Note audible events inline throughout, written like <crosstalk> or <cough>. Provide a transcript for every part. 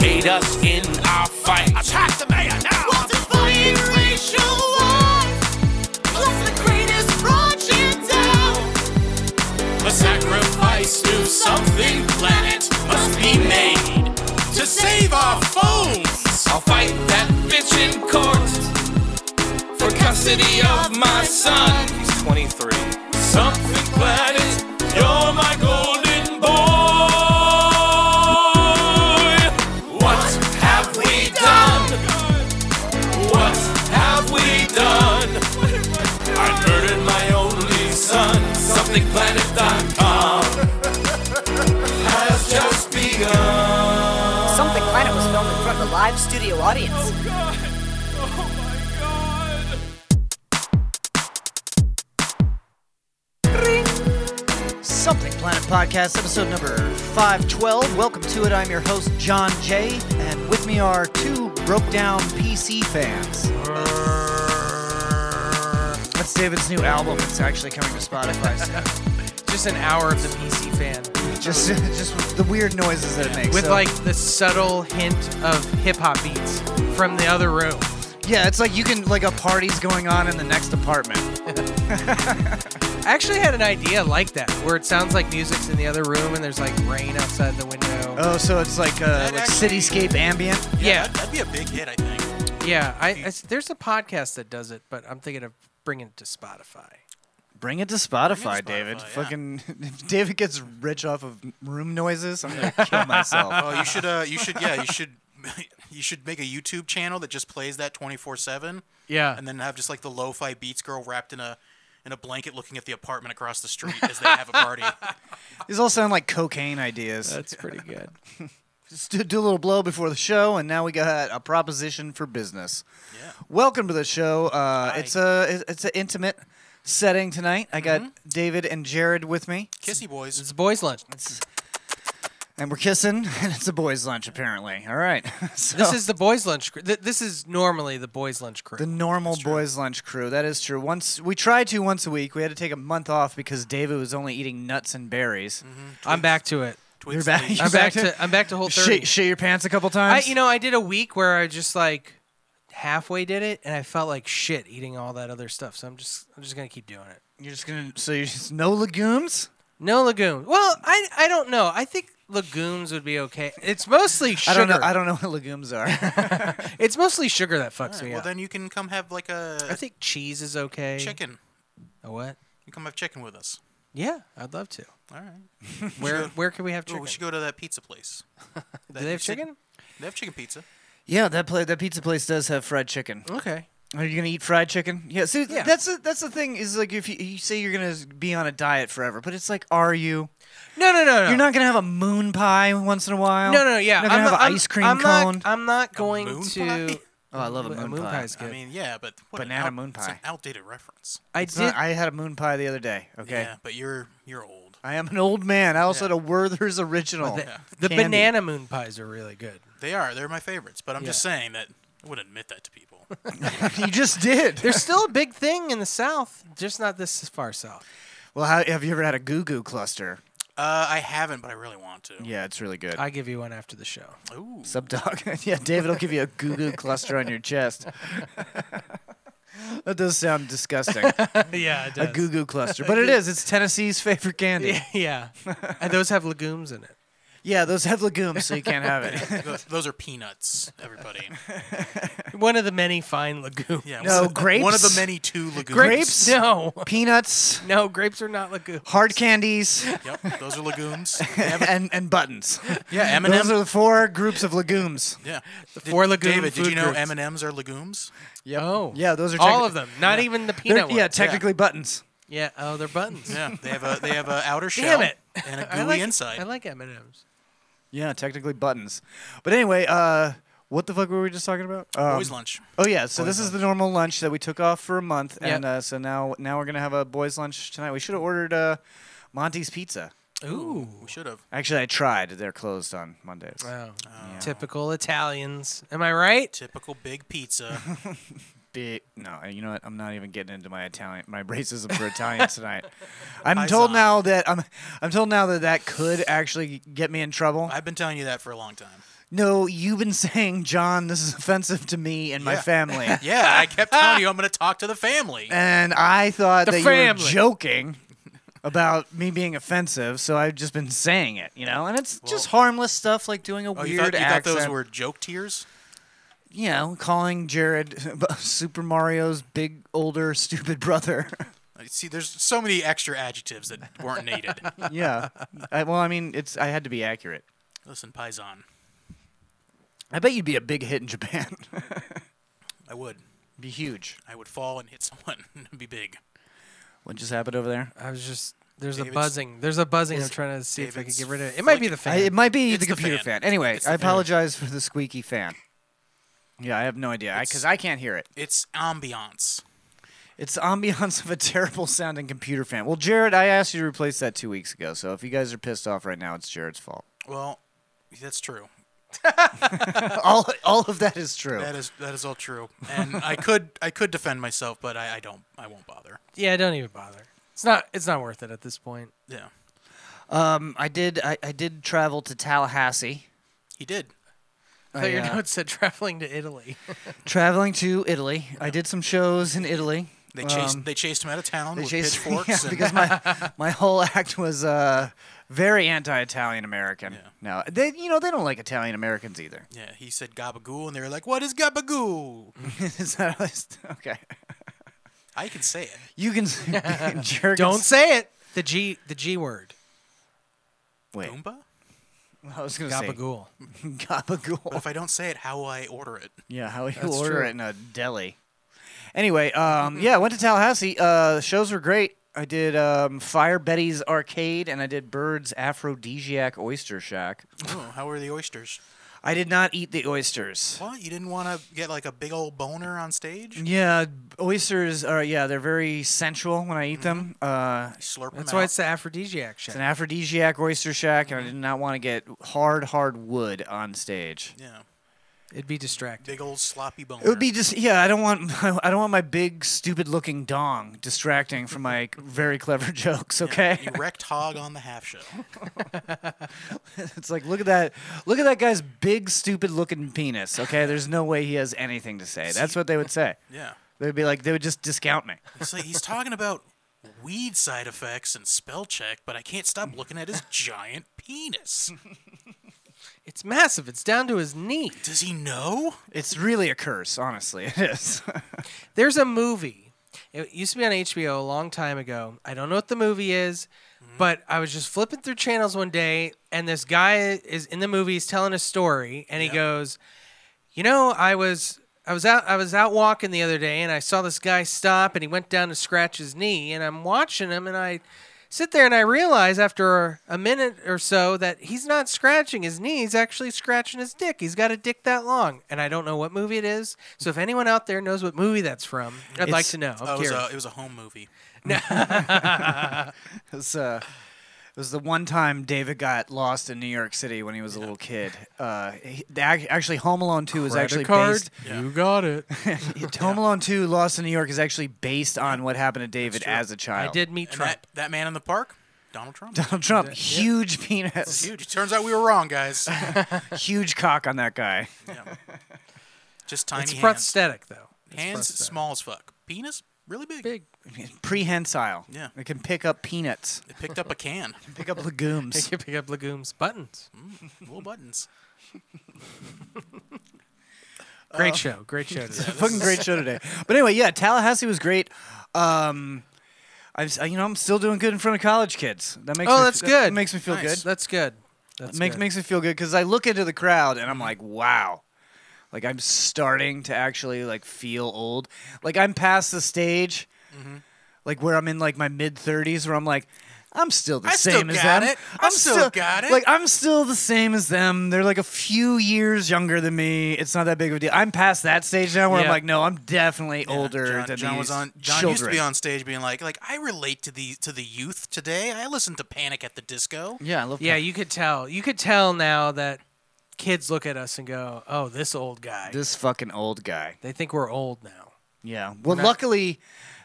beat us in our fight. Attack the mayor now! What's defiant racial wars? Was the greatest project out? A sacrifice to something planet must be made to save our phones. I'll fight that bitch in court for custody of my son. He's 23. Something planet, you're my golden boy. What have we done? What have we done? I murdered my only son. Somethingplanet.com has just Oh, begun. Something Planet was filmed in front of a live studio audience. Oh, Something Planet Podcast, episode number 512. Welcome to it. I'm your host, John Jay, and with me are two broke down PC fans. That's David's new album. It's actually coming to Spotify <laughs> soon. just an hour of the PC fan just, just the weird noises that it makes. with So- like the subtle hint of hip hop beats from the other room. yeah, it's like you can, like a party's going on in the next apartment. I actually had an idea like that where it sounds like music's in the other room and there's like rain outside the window. Oh, so it's like uh, like actually- cityscape ambient. yeah, That'd, that'd be a big hit, I think. yeah. I, I s- there's a podcast that does it, but I'm thinking of bringing it to Spotify. Bring it to Spotify, Spotify, David. yeah. Fucking <laughs> if David gets rich off of room noises, I'm gonna kill <laughs> myself. Oh, you should. Uh, you should. <laughs> Yeah, you should. <laughs> You should make a YouTube channel that just plays that 24/7, Yeah, and then have just like the lo-fi beats girl wrapped in a in a blanket, looking at the apartment across the street as they have <laughs> a party. These all sound like cocaine ideas. that's <laughs> pretty good. Just do, do a little blow before the show, and now we got a proposition for business. Yeah. Welcome to the show. Uh, it's a it's an intimate setting tonight. I Mm-hmm. got David and Jared with me, Kissy boys. It's boys' lunch. and we're kissing, <laughs> and it's a boys' lunch apparently. All right, <laughs> So- This is the boys' lunch. Cr- th- this is normally the boys' lunch crew. The normal boys' lunch crew. That is true. Once we tried to once a week. We had to take a month off because David was only eating nuts and berries. I'm back to it. Twigs back. <laughs> Lee. I'm back to I'm back to whole thirty. Shit, shit your pants a couple I, times. you know, I did a week where I just like halfway did it, and I felt like shit eating all that other stuff. So I'm just, I'm just gonna keep doing it. you're just gonna. So you're just no legumes. No legumes. Well, I, I don't know. I think legumes would be okay. It's mostly sugar. I don't know. I don't know what legumes are. <laughs> It's mostly sugar that fucks me Well, up. then you can come have like a I think cheese is okay. chicken. A what? You come have chicken with us. Yeah, I'd love to. All right. <laughs> Where, where can we have Ooh, chicken? we should go to that pizza place. <laughs> Do they have chicken? They have chicken pizza. yeah, that pla that pizza place does have fried chicken. Okay. Are you gonna eat fried chicken? Yeah. See, Yeah. that's the, that's the thing is like if you, you say you're gonna be on a diet forever, but it's like, are you? No, no, no, no. You're not gonna have a moon pie once in a while. No, no, no, yeah. You're not gonna I'm have not, an I'm- ice cream I'm cone. Not, I'm not going moon to. pie? oh, I love a moon, pie. is good. I mean, yeah, but what an Banana out- moon It's an pie. outdated reference. I It's did. not- I had a moon pie the other day. Okay. Yeah, but you're you're old. I am an old man. I also had a Werther's original. the the <laughs> candy. banana moon pies are really <laughs> good. They are. They're my favorites. But I'm just Yeah. saying that I wouldn't admit that to people. you just did. There's still a big thing in the South, just not this far south. well, how, have you ever had a goo goo cluster? uh, I haven't, but I really want to. Yeah, it's really good. I give you one after the show. Ooh. Sub dog. <laughs> yeah, David will give you a goo goo cluster on your chest. that does sound disgusting. <laughs> yeah, it a goo goo cluster, but it is. It's Tennessee's favorite candy. Yeah. yeah, <laughs> and those have legumes in it. those have legumes, so you can't have <laughs> it. Those, those are peanuts, everybody. One of the many fine legumes. Yeah. No, one of the- One of the grapes? many two legumes. <laughs> Grapes? No, Peanuts, no, grapes are not legumes. hard candies, Yep. Those <laughs> are legumes. and and buttons. yeah, M and Those M's. are the four groups of legumes. Yeah. Did- four legume David, did food you know groups. M and M's <laughs> are legumes? Yep. Oh, Yeah, those are all technic- of them. Not even the They're- peanut one. yeah, technically buttons. yeah. Oh, they're buttons. Yeah. They have a they have a outer shell Damn it. and a <laughs> I <laughs> gooey like, inside. I like M and M's. Yeah, technically buttons. But anyway, uh, what the fuck were we just talking about? Um, Boys lunch. Oh yeah, so this is the normal lunch that we took off for a month, Yep. and uh, so now now we're gonna have a boys' lunch tonight. We should have ordered uh, Monty's Pizza. Ooh. We should have. Actually, I tried. They're closed on Mondays. Oh. Wow. Typical Italians. Am I right? <laughs> Typical big pizza. big. No, you know what? I'm not even getting into my Italian, my racism for Italians tonight. I'm I told saw. now that I'm, I'm told now that that could actually get me in trouble. I've been telling you that for a long time. No, you've been saying, John, this is offensive to me and my Yeah. family, Yeah, I kept telling you I'm going to talk to the family. and I thought The that you family. were joking about me being offensive. So I've just been saying it, you know, and it's just harmless stuff like doing a Oh, weird you thought, you thought accent. those were joke tears? you know, calling Jared <laughs> Super Mario's big older <laughs> stupid <laughs> brother. Like, See, there's so many extra adjectives that <laughs> weren't needed. yeah. I, well, I mean, it's I had to be accurate. Listen, Paisan, I bet you'd be a big hit in Japan. <laughs> I would. be huge. I would fall and hit someone <laughs> and be big. What just happened over there? I was just there's David's- a buzzing. There's a buzzing. I'm trying to see if I could David's get rid of it. It might be the fan. I, it might be It's the the computer fan. fan. Anyway, It's the I fan. apologize for the squeaky fan. Yeah, I have no idea because I, can't hear it. It's ambiance. It's the ambiance of a terrible sounding computer fan. Well, Jared, I asked you to replace that two weeks ago, so if you guys are pissed off right now, it's Jared's fault. Well, that's true. all, all of that is true. That is that is all true. And <laughs> I could I could defend myself, but I, I don't. I won't bother. yeah, don't even bother. It's not. It's not worth it at this point. Yeah, Um, I did. I, I did travel to Tallahassee. he did. I thought your uh, notes said <laughs> traveling to <laughs> Italy. Traveling to Italy, I did some shows in Italy. They chased Um, they chased him out of town they with <laughs> chased- pitchforks. yeah, and, because my my whole act was uh, very anti-Italian American. No, they you know they don't like Italian Americans <laughs> either. yeah, he said gabagool, and they were like, "What is gabagool?" Is that okay? I can say it. You can <laughs> s- Jared can Don't s- say it. The G. The G word. wait. Boomba. I was gonna Gabagool. say gabagool. If I don't say it, how will I order it? Yeah, how you That's order true. it in a deli. Anyway, um, yeah, went to Tallahassee. Uh, shows were great. I did um, Fire Betty's Arcade and I did Bird's Aphrodisiac Oyster Shack. Oh, how are the oysters? I did not eat the oysters. What? You didn't want to get like a big old boner on stage? Yeah, oysters are yeah they're very sensual when I eat them. Uh, Slurp 'em That's why out. it's the aphrodisiac shit. it's an aphrodisiac oyster shack, and I did not want to get hard hard wood on stage. yeah, It'd be distracting. big old sloppy boner. It would be just yeah. I don't want <laughs> I don't want my big stupid looking dong distracting from my very clever <laughs> jokes. Okay, erect hog on the half shell. it's like look at that look at that guy's big stupid looking penis. Okay, there's no way he has anything to say. That's what they would say. Yeah, They'd be like they would just discount me. it's like he's talking about weed side effects and spell check, but I can't stop looking at his giant penis. It's massive. It's down to his knee. Does he know? It's really a curse, honestly. <laughs> It is. There's a movie. It used to be on HBO a long time ago. I don't know what the movie is, Mm-hmm. but I was just flipping through channels one day, and this guy is in the movie. He's telling a story, and he goes, "You know, I was." I was out I was out walking the other day and I saw this guy stop and he went down to scratch his knee and I'm watching him and I sit there and I realize after a minute or so that he's not scratching his knee, he's actually scratching his dick. He's got a dick that long. And I don't know what movie it is. So if anyone out there knows what movie that's from, I'd like It's- to know. I'm Oh, it was, curious. a, it was a home movie. It was, uh, it was the one time David got lost in New York City when he was a little kid. Uh, he- the ac- actually, Home Alone 2 is actually based. You got it. Home Alone 2, Lost in New York, is actually based on what happened to David as <laughs> a I child. did meet And Trump. that, that man in the park, Donald <laughs> Trump. Donald Trump, huge penis, Dude, it turns out we were wrong, guys. huge cock on that guy. Just tiny it's hands. prosthetic though. It's hands prosthetic. small as fuck. Penis really big. Big. Prehensile. Yeah. It can pick up peanuts, It picked up a can. pick up <laughs> legumes. You <laughs> pick up legumes buttons. Little buttons. Great Oh. show. Great show. <laughs> today. Fucking great show today. But anyway, yeah, Tallahassee was great. Um, I'm, s- you know, I'm still doing good in front of college kids. That makes Oh, me, that's that good. makes me feel good. That's good. That's makes good. makes me feel good because I look into the crowd and I'm like, wow, like I'm starting to actually like feel old. Like I'm past the stage, Mm-hmm. like where I'm in like my mid 30s, where I'm like, I'm still the I still same as got them. it. I still got it. Like I'm still the same as them. They're like a few years younger than me. It's not that big of a deal. I'm past that stage now where I'm Yeah. like, no, I'm definitely Yeah, older John, than John these was on. John children. used to be on stage being like, like I relate to the to the youth today. I listen to Panic at the Disco. Yeah, I love Yeah, you could tell. You could tell now that kids look at us and go, "Oh, this old guy." this fucking old guy. They think we're old now. Yeah. Well, not- luckily,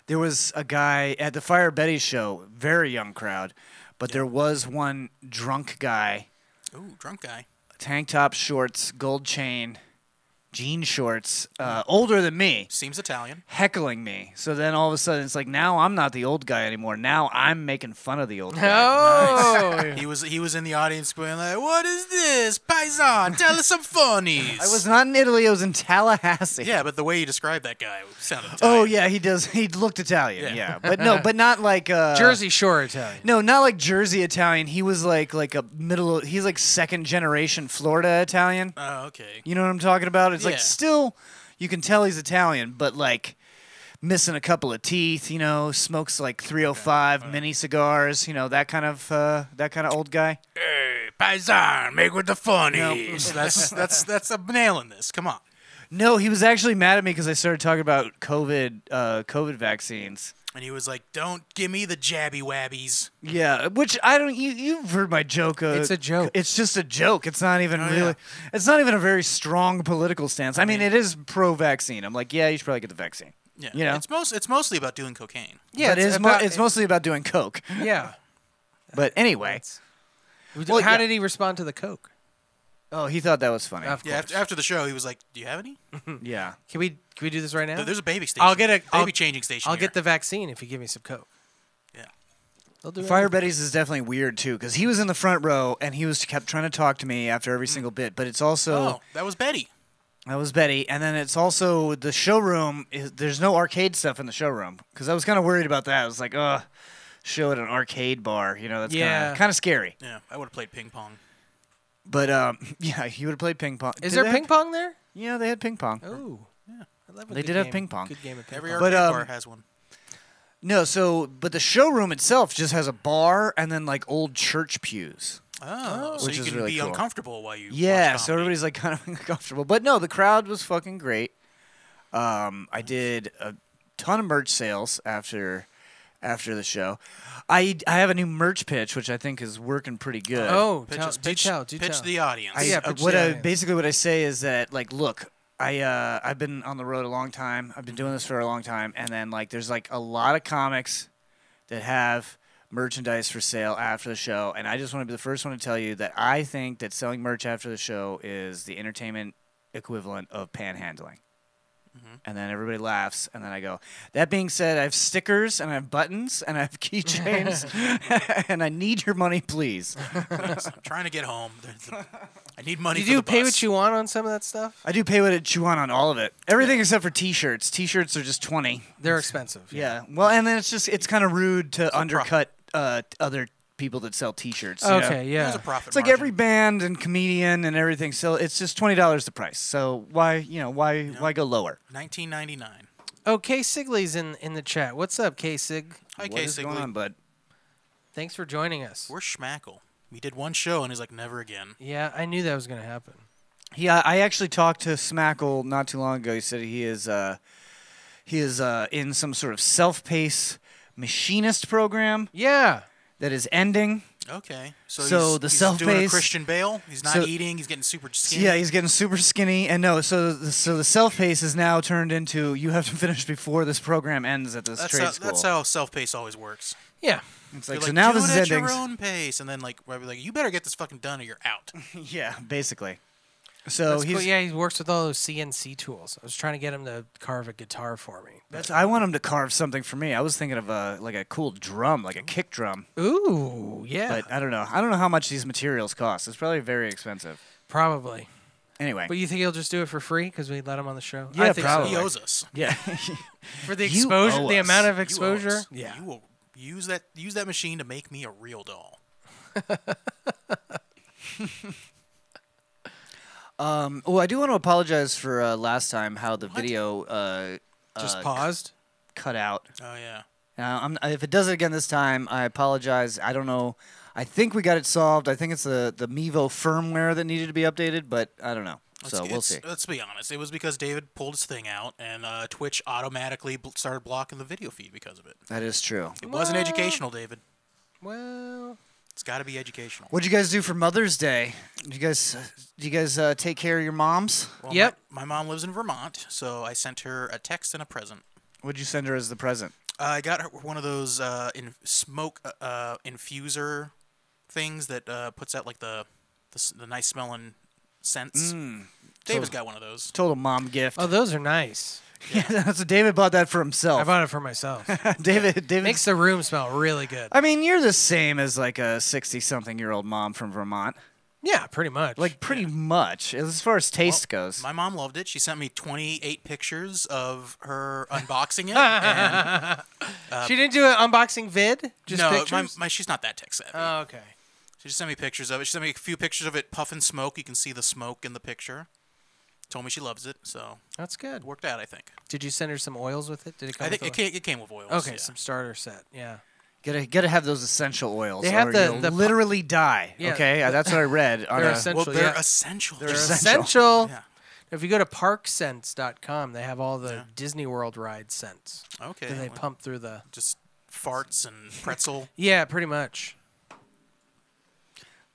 there was a guy at the Fire Betty show, very young crowd, but there was one drunk guy, Ooh, drunk guy. tank top shorts, gold chain, jean shorts, uh, older than me, Seems Italian. heckling me. So then all of a sudden, it's like now I'm not the old guy anymore. Now I'm making fun of the old <laughs> guy. <laughs> Oh, He was he was in the audience going like, "What is this, paisan? Tell us some funnies." <laughs> I was not in Italy. I was in Tallahassee. Yeah, but the way you described that guy sounded. Italian. Oh yeah, he does. He looked Italian. Yeah. Yeah, but no, but not <laughs> like uh, <laughs> Jersey Shore Italian. No, not like Jersey Italian. He was like like a middle. He's like second generation Florida Italian. Oh, okay. You know what I'm talking about? It's Yeah. like still, you can tell he's Italian, but like missing a couple of teeth. You know, smokes like 305 mini cigars. You know that kind of uh, that kind of old guy. Hey, paisan, make with the funnies. That's that's that's I'm nailing this. Come on. No, he was actually mad at me because I started talking about COVID uh, COVID vaccines. And he was like, "Don't give me the jabby wabbies." Yeah, which I don't. You you've heard my joke. Uh, It's a joke. Oh, It's just a joke. It's not even really. It's not even a very strong political stance. I, mean, it is pro-vaccine. I'm like, yeah, you should probably get the vaccine. Yeah, You know? it's most it's mostly about doing cocaine. Yeah, but it's it's, about- mo- it's mostly about doing coke. <laughs> <laughs> Yeah. But anyway, Well, How yeah. did he respond to the Coke? oh, he thought that was funny. Of Yeah, after, after the show, he was like, "Do you have any? yeah, Can we can we do this right now? There- There's a baby station. I'll get a- baby I'll- changing station. I'll here. get the vaccine if you give me some Coke. Yeah. They'll do Fire anything. Betty's is definitely weird too because he was in the front row and he was kept trying to talk to me after Mm. every single bit. But it's also Oh, that was Betty. That was Betty, and then it's also the showroom. Is, there's no arcade stuff in the showroom because I was kind of worried about that. I was like, "Ugh, show at an arcade bar." You know, that's Yeah. kind of kind of scary. Yeah, I would have played ping pong. But um, <laughs> yeah, you would have played ping pong. Is Did there they have- ping pong there? Yeah, they had ping pong. Oh. Yeah. I love a They good did have game- ping pong. Good game of ping Every pong. arcade um, bar has one. No, so but the showroom itself just has a bar and then like old church pews. Oh, so Which you is can really be cool. uncomfortable while you. Yeah, watch so comedy. everybody's like <laughs> kind of uncomfortable. But no, the crowd was fucking great. Um, I did a ton of merch sales after after the show. I I have a new merch pitch which I think is working pretty good. Oh, pitch, tell, us- do pitch, tell, do pitch tell. the audience. I, yeah, uh, pitch what the I audience. basically what I say is that like look, I uh, I've been on the road a long time. I've been doing this for a long time and then like there's like a lot of comics that have merchandise for sale after the show and I just want to be the first one to tell you that I think that selling merch after the show is the entertainment equivalent of panhandling. And then everybody laughs, and then I go. That being said, I have stickers and I have buttons and I have keychains, <laughs> and I need your money, please. I'm trying to get home. <laughs> I need money. You for do the pay bus. what you want on some of that stuff. I do pay what it chew on on all of it. Everything except for t-shirts. T-shirts are just 20. They're expensive. Yeah. Well, and then it's just it's kind of rude to undercut uh, t- other people that sell t-shirts. you know? Okay. There's Yeah. a profit. It's like margin. every band and comedian and everything sell it's just $20 the price. So why, you know, why why go lower? 1999. Oh, Kay Sigley's in in the chat. What's up, Kay Sig? Hi, What K is going on, Sigley. bud? Thanks for joining us. We're Schmackle. We did one show and he's like, never again. yeah, I knew that was gonna happen. Yeah, uh, I actually talked to Smackle not too long ago. He said he is uh he is uh in some sort of self-paced machinist program Yeah. that is ending. Okay. So, So the he's, he's doing a self-base- Christian Bale. He's not so- eating. He's getting super skinny. Yeah, he's getting super skinny, and no, so the, so the self pace is now turned into you have to finish before this program ends at this that's trade how, school. that's how self-pace always works. Yeah. it's like, You're so now do this it is at ending. your own pace, and then like, we're like, you better get this fucking done or you're out. <laughs> yeah, basically. So That's he's. cool. Yeah, he works with all those CNC tools. I was trying to get him to carve a guitar for me. that's- I want him to carve something for me. I was thinking of a like a cool drum, like a kick drum, Ooh, yeah, but I don't know. I don't know how much these materials cost. It's probably very expensive. probably. Anyway. But you think he'll just do it for free because we let him on the show? Yeah, I think so. probably. He owes us. <laughs> yeah. <laughs> For the You exposure, owe the us. amount of You owe exposure. us. You will use that use that machine to make me a real doll. well, I do want to apologize for uh, last time how the video uh, Just paused. cut out. Oh yeah. Now, Uh, I'm, if it does it again this time, I apologize. I don't know. I think we got it solved. I think it's the the Mevo firmware that needed to be updated, but I don't know. so we'll It's- see. Let's be honest. It was because David pulled his thing out, and uh, Twitch automatically bl- started blocking the video feed because of it. That is true. It wasn't educational, David. Well, It's got to be educational. What'd you guys do for Mother's Day? Did you guys, do you guys uh, take care of your moms? Well, Yep. My, my mom lives in Vermont, so I sent her a text and a present. What'd you send her as the present? I got her one of those uh, in smoke uh, uh, infuser things that uh, puts out like the the, s- the nice smelling scents. Hmm. David's got one of those. Total mom gift. Oh, those are nice. <laughs> Yeah, so David bought that for I himself. <laughs> bought it for myself. David, David. Makes the room smell really good. <laughs> I mean, you're the same as like a 60 something year old mom from Vermont. Yeah, pretty much. Like, pretty much, as far as taste goes. My mom loved it. She sent me 28 pictures of <laughs> her unboxing it. and, she didn't do an unboxing vid. Just Uh, no, my, pictures. my, she's not that tech savvy. oh, okay. She just sent me pictures of it. She sent me a few pictures of it puffing smoke. You can see the smoke in the picture. Told me she loves it, so That's good. it worked out. I think. Did you send her some oils with it? Did it come? I think with it oil? came, it came with oils. Okay, yeah. some starter set. Yeah. gotta, gotta have those essential oils. They have or the- you'll the pu- literally die. Yeah. Okay, yeah, that's what I read. on They're a- essential. well, they're yeah. essential. They're Just- essential. Yeah. If you go to parksense.com, they have all the Disney World ride scents. Okay. that they well, pump through the. just farts <laughs> and pretzel. Yeah, pretty much.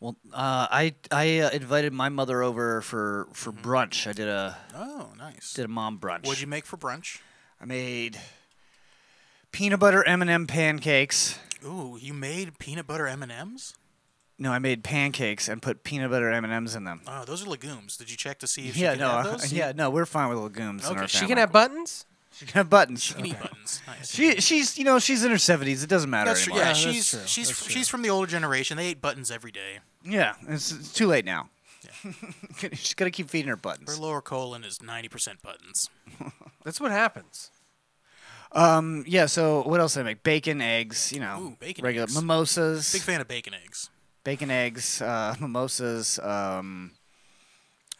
Well, uh, I I uh, invited my mother over for for brunch. I did a oh, nice. did a mom brunch. What'd you make for brunch? I made peanut butter M&M pancakes. Ooh, you made peanut butter M and M's. No, I made pancakes and put peanut butter M&Ms in them. Oh, those are legumes. Did you check to see if Yeah, she can no, uh, have those? yeah, no, we're fine with legumes in Okay, our she She family. can have buttons. she can have buttons. Knee buttons. Nice. She she's you know she's in her seventies. It doesn't matter that's true. anymore. Yeah, that's she's true, she's that's true. she's from the older generation. They ate buttons every day. Yeah, it's, it's too late now. <laughs> she's gotta keep feeding her Her buttons. lower colon is ninety percent buttons. That's what happens. Um, yeah. So what else did I make? Bacon, eggs. You know, Ooh, bacon, regular eggs. mimosas, Big fan of bacon eggs. bacon, eggs, uh, mimosas, um,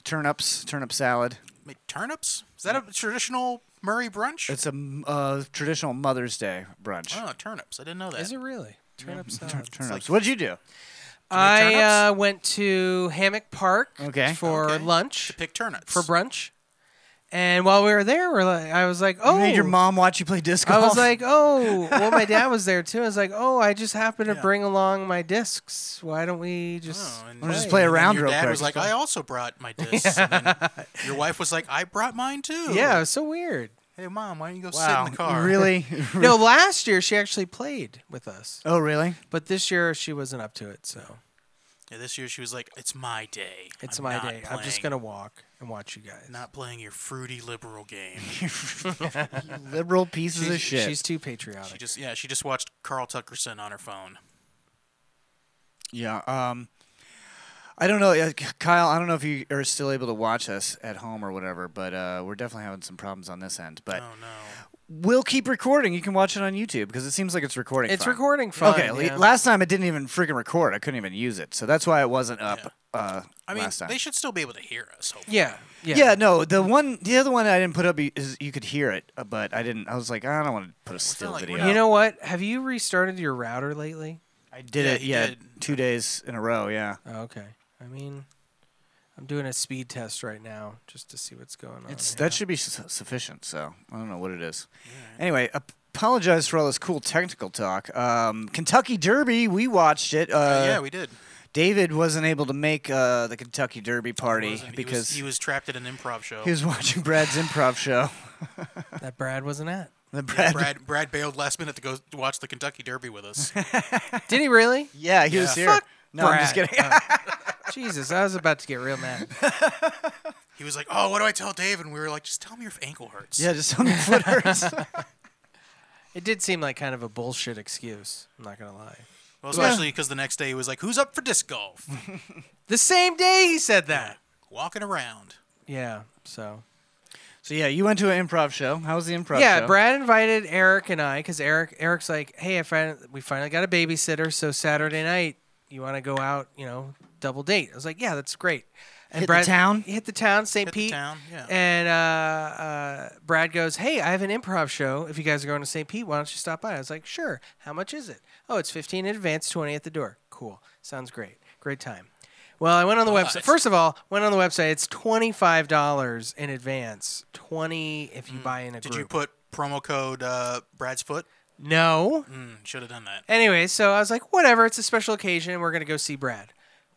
turnips, turnip salad. Made turnips? Is that a traditional Murray brunch? It's a m- uh, traditional Mother's Day brunch. oh, turnips. I didn't know that. Is it really? Turnip <laughs> salad. turnips. What'd you do? I uh, went to Hammock Park Okay. for Okay. lunch, Pick turnips. for brunch. And while we were there, we're like, I was like, oh. You made your mom watch you play disc I golf. was like, oh, well, my dad was there too. I was like, oh, I just happened to bring along my discs. Why don't we just? Oh, and Wanna just Right. play And then around your real dad quick. was like, I also brought my discs. And then your wife was like, Oh, I brought mine too. yeah, it was so <laughs> weird. Hey, mom, why don't you go wow, sit in the <laughs> car? really? no, last year she actually played with us, oh, really? but this year she wasn't up to it. So Yeah, this year she was like, it's my day. it's I'm my not day. I'm just playing- gonna walk and watch you guys. Not playing your fruity liberal game. Liberal pieces she's, of shit. she's too She patriotic. just yeah, she just watched Carl Tuckerson on her phone. Yeah. Um, I don't know, uh, K- Kyle. I don't know if you are still able to watch us at home or whatever, but uh, we're definitely having some problems on this end. But Oh no. we'll keep recording. You can watch it on YouTube because it seems like it's recording. It's fine. recording fine, Okay. le- yeah. Last time it didn't even freaking record. I couldn't even use it, so that's why it wasn't up. Uh, I mean, last time. they should still be able to hear us. Hopefully. Yeah, yeah, yeah, no. The one, the other one I didn't put up y- is you could hear it, uh, but I didn't. I was like, I don't want to put a still like- we're video. not- You know what? Have you restarted your router lately? I did Yeah, it. he Yeah, did. two days in a row. Yeah, Oh, okay. I mean, I'm doing a speed test right now just to see what's going on. It's Oh, here. that should be su- sufficient. So I don't know what it is. Anyway, ap- apologize for all this cool technical talk. Um, Kentucky Derby, we watched it. Uh, Uh, yeah, we did. David wasn't able to make uh, the Kentucky Derby party Wasn't- he was- because he was, trapped at an improv show. he was <laughs> watching Brad's improv show. that Brad wasn't at. <laughs> The Brad, Yeah, Brad Brad bailed last minute to go watch the Kentucky Derby with us. Did he <laughs> really? yeah, he was here. Fuck no, I'm just Brad. Oh. kidding. Uh, Jesus, I was about to get real mad. He was like, "Oh, what do I tell Dave?" And we were like, "Just tell me your ankle <laughs> hurts." yeah, just <laughs> on the foot hurts. It did seem like kind of a bullshit excuse. I'm not gonna lie. Well, especially because the next day he was like, "Who's up for disc golf?" The same day he said that. Walking around. Yeah. So. <laughs> so yeah, you went to an improv show. How was the improv yeah, show? Brad invited Eric and I because Eric Eric's like, hey, I fin- we finally got a babysitter, so Saturday night you want to go out, you know, double date. I was like, yeah, that's great. And Hit the town? hit the town, St. Hit the Pete, town, yeah. And uh, uh, Brad goes, hey, I have an improv show. If you guys are going to St. Pete, why don't you stop by? I was like, sure. How much is it? Oh, it's fifteen in advance, twenty at the door. Cool. Sounds great. Great time. Well, I went on the website. First of all, went on the website. It's twenty five dollars in advance. Twenty if you buy in a Mm. Did group. you put promo code uh, Brad's foot? No. Should have done that. Anyway, so I was like, whatever, it's a special occasion and we're going to go see Brad.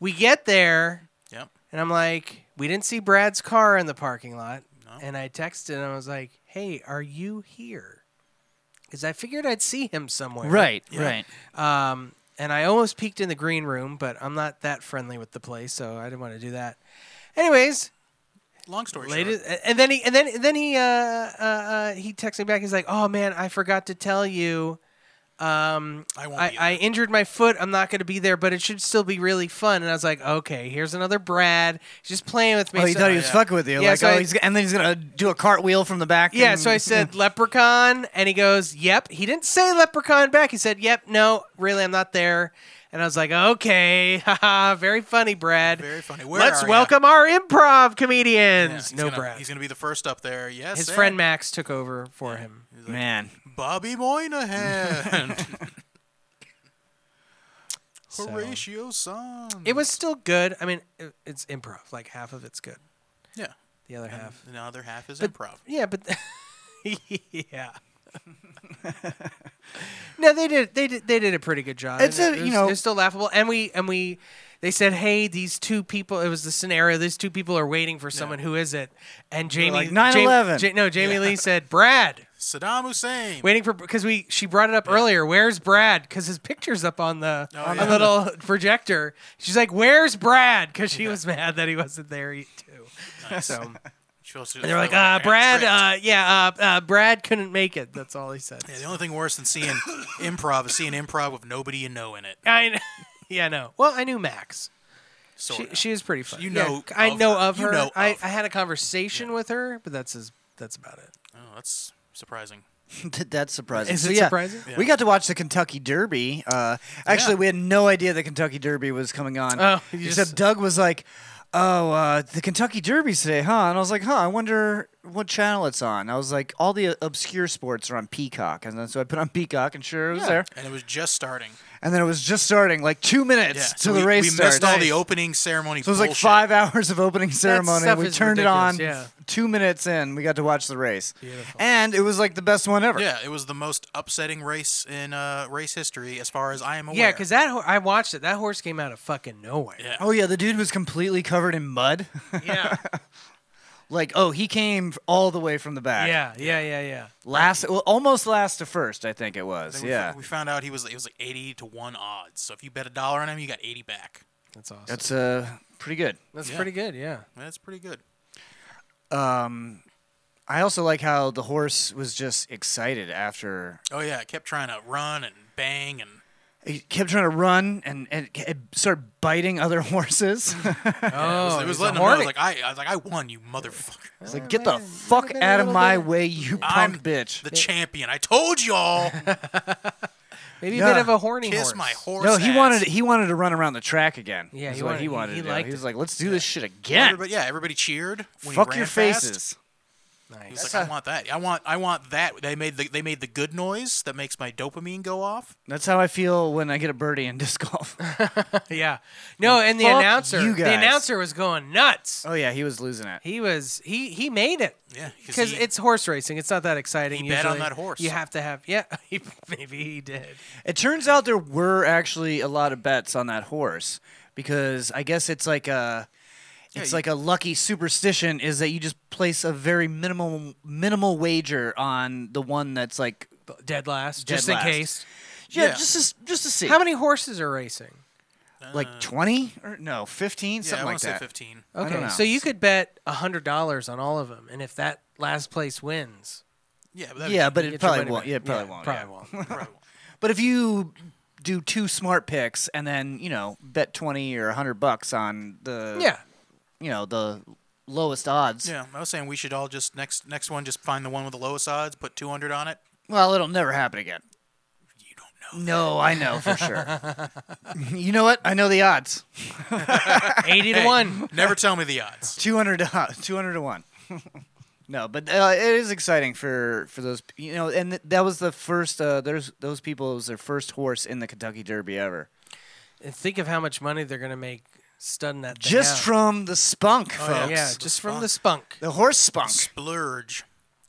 We get there Yep. and I'm like, we didn't see Brad's car in the parking lot. And I texted and I was like, hey, are you here? Because I figured I'd see him somewhere. Right, right. Um, and I almost peeked in the green room, but I'm not that friendly with the place, so I didn't want to do that. Anyways, Long story Late short. and then he and then and then he uh, uh, uh, he texts me back. He's like, "Oh man, I forgot to tell you. Um, I won't I, be I there." injured my foot. I'm not going to be there, but it should still be really fun." And I was like, "Okay, here's another Brad. He's just playing with me." Oh, he So- thought he was yeah. fucking with you. Yeah, like, so oh, I- he's, and then he's gonna do a cartwheel from the back. yeah, and- so I <laughs> said leprechaun, and he goes, "Yep." He didn't say leprechaun back. He said, "Yep, no, really, I'm not there." And I was like, "Okay, <laughs> haha, very funny, Brad. Very funny. Where Let's are ya?" welcome our improv Yeah, comedians." he's no, gonna, Brad. He's gonna be the first up there. Yes. His eh? friend Max took over for him. man, <laughs> Bobby Moynihan. Horatio San. It was still good. I mean, it, it's improv. Like half of it's good. yeah. The other half. The other half is improv. Yeah, but <laughs> yeah. <laughs> no, they did. They did. They did a pretty good job. It's And it a- you was- know- they're still laughable. And we and we, they said, hey, these two people. It was the scenario. These two people are waiting for someone. Who is it? And Jamie. like, Jam- 9/11. Ja- no, Jamie Lee said Brad. Saddam Hussein. Waiting for because we she brought it up earlier. Where's Brad? Because his picture's up on the Oh, on yeah. the little projector. She's like, "Where's Brad?" Because she was mad that he wasn't there e- too. So and And they're like, uh, "Brad, uh, yeah, uh, uh, Brad couldn't make it." That's all he said. Yeah, the only thing worse than seeing improv is seeing improv with nobody you know in it. <laughs> I kn- <laughs> yeah, no. Well, I knew Max. She, Sorta. she is pretty funny. Oh, You Yeah, know I of know her. of You her. know I, of I had a conversation with her, but that's as that's about it. oh, that's surprising. <laughs> that's surprising. Is So, it yeah, surprising? We got to watch the Kentucky Derby. Uh, actually, Yeah. we had no idea the Kentucky Derby was coming on. Oh, you except just- Doug was like, "Oh, uh, the Kentucky Derby's today, huh?" And I was like, "Huh? I wonder what channel it's on." I was like, "All the uh, obscure sports are on Peacock," and then so I put on Peacock, and sure, it was there. And it was just starting. And then it was just starting, like two minutes Yeah. to so the we, race we started. missed all the opening ceremony. So it was like bullshit. five hours of opening ceremony. stuff and we is turned it ridiculous, on yeah. two minutes in. We got to watch the race, and it was like the best one ever. Yeah, it was the most upsetting race in uh, race history, as far as I am aware. Yeah, because that ho- I watched it. That horse came out of fucking nowhere. Yeah. Oh yeah, the dude was completely covered in mud. <laughs> <laughs> Yeah. like oh, he came f- all the way from the back. <laughs> Yeah, yeah, yeah, yeah. last, well, almost last to first, I think it was. we, yeah, we found out he was it was like eighty to one odds. So if you bet a dollar on him, you got eighty back. That's awesome. That's, that's uh pretty good. yeah. pretty good, yeah. That's pretty good. I also like how the horse was just excited after Oh yeah, I kept trying to run and bang and he kept trying to run and and it started biting other <laughs> horses. Oh, it was letting him know. I was like I, I was like I won, you motherfucker. it's like get the fuck out of my way, you I'm punk bitch. the champion. I told y'all, maybe a Yeah. bit of a horny kiss horse. my horse. No, he ass. wanted he wanted to run around the track again. Yeah, That's he what wanted- he he- wanted he to do. liked He was it. like, let's do this shit again. Everybody, yeah, everybody cheered. When he Fuck ran your fast. faces. He was like, I want that. I want, I want that. They made the, they made the good noise that makes my dopamine go off. That's how I feel when I get a birdie in <laughs> disc <laughs> golf. Yeah. No, and the Fuck announcer, you the guys. announcer was going nuts. oh yeah, he was losing it. He was he he made it. Yeah, 'cause Because he- it's horse racing. It's not that exciting. He bet on usually. that horse. You have to have yeah. <laughs> He, maybe he did. It turns out there were actually a lot of bets on that horse because I guess it's like a it's you- like a lucky superstition is that you just place a very minimal minimal wager on the one that's like Dead last, Dead just last. in case. yeah, Yeah. just to, just to see How many Uh, horses are racing? like 20 or no 15 yeah, I something wanna like say that. Uh, fifteen. don't Okay, know. so you could bet hundred dollars on all of them, and if that last place wins, Yeah, but that'd Yeah, be- but you get it your probably money won't. back. Yeah, it probably won't. yeah. Probably won't. probably won't. But if you do two smart picks and then you know bet twenty or hundred bucks on the yeah. <laughs> you know the lowest odds. yeah, I was saying we should all just next next one just find the one with the lowest odds, put two hundred on it. Well, it'll never happen again. You don't know. No, I know for sure. <laughs> you know what? I know the odds. 80 to 1. Never tell me the odds. 200 to, <laughs> 200 to 1. no, but uh, it is exciting for for those you know and th- that was the first uh, there's those people it was their first horse in the Kentucky Derby ever. And think of how much money they're going to make studding that thing Just out. from the spunk, yeah. folks. Yeah, The just from the spunk. The horse spunk. Splurge.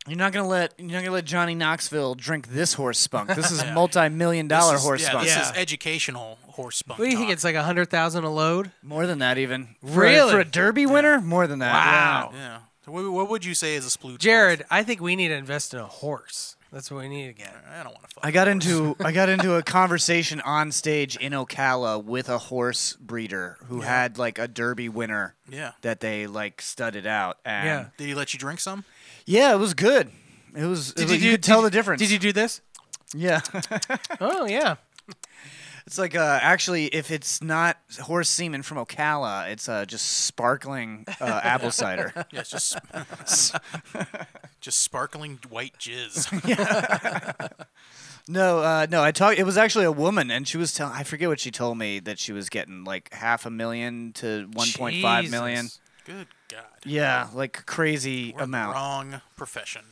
You're not gonna let you're not gonna let Johnny Knoxville drink this horse spunk. This <laughs> is multi-million dollar This is- horse yeah, spunk. This is Yeah. educational horse spunk. What do you think? talk. It's like a hundred thousand a load. More than that, even For- Really? for, a Derby winner, more than that. Wow. Yeah. So What, what would you say is a splooge? Jared, I think we need to invest in a horse. That's what we need to get. I don't want to fuck. I got into I got into a conversation on stage in Ocala with a horse breeder who had like a Derby winner Yeah. that they like studded out. And Yeah. Did he let you drink some? yeah, it was good. It was. Did you, could tell did- the difference? Did you do this? <laughs> Yeah. Oh yeah. It's like uh, actually, if it's not horse semen from Ocala, it's uh, just sparkling uh, <laughs> apple cider. Yeah, it's just just sparkling white jizz. <laughs> No, uh, no, I talked. It was actually a woman, and she was telling. I forget what she told me that she was getting like half a million to one point five million. Jesus. Good God. Yeah, like crazy We're in the amount. Wrong profession.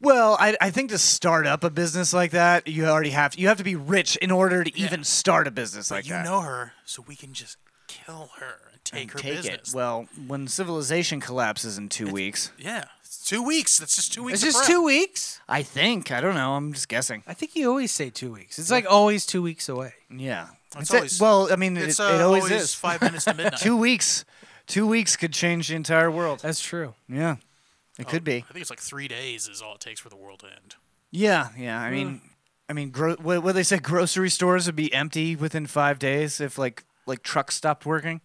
Well, I, I think to start up a business like that, you already have to, you have to be rich in order to even start a business like you that. know her, so we can just kill her and take her Take business. it. Well, when civilization collapses in two weeks, yeah, it's two weeks. That's just two weeks. It's of just prep. two weeks. I think I don't know. I'm just guessing. I think you always say two weeks. It's like always two weeks away. Yeah. It's It's a- always- well, I mean, It's it, uh, it always, is. five minutes to <laughs> midnight. two weeks, two weeks could change the entire world. That's true. Yeah, Oh. it could be. I think it's like three days is all it takes for the world to end. Yeah, yeah. I mean, I mean, gro- what, what they said, grocery stores would be empty within five days if like like trucks stopped working.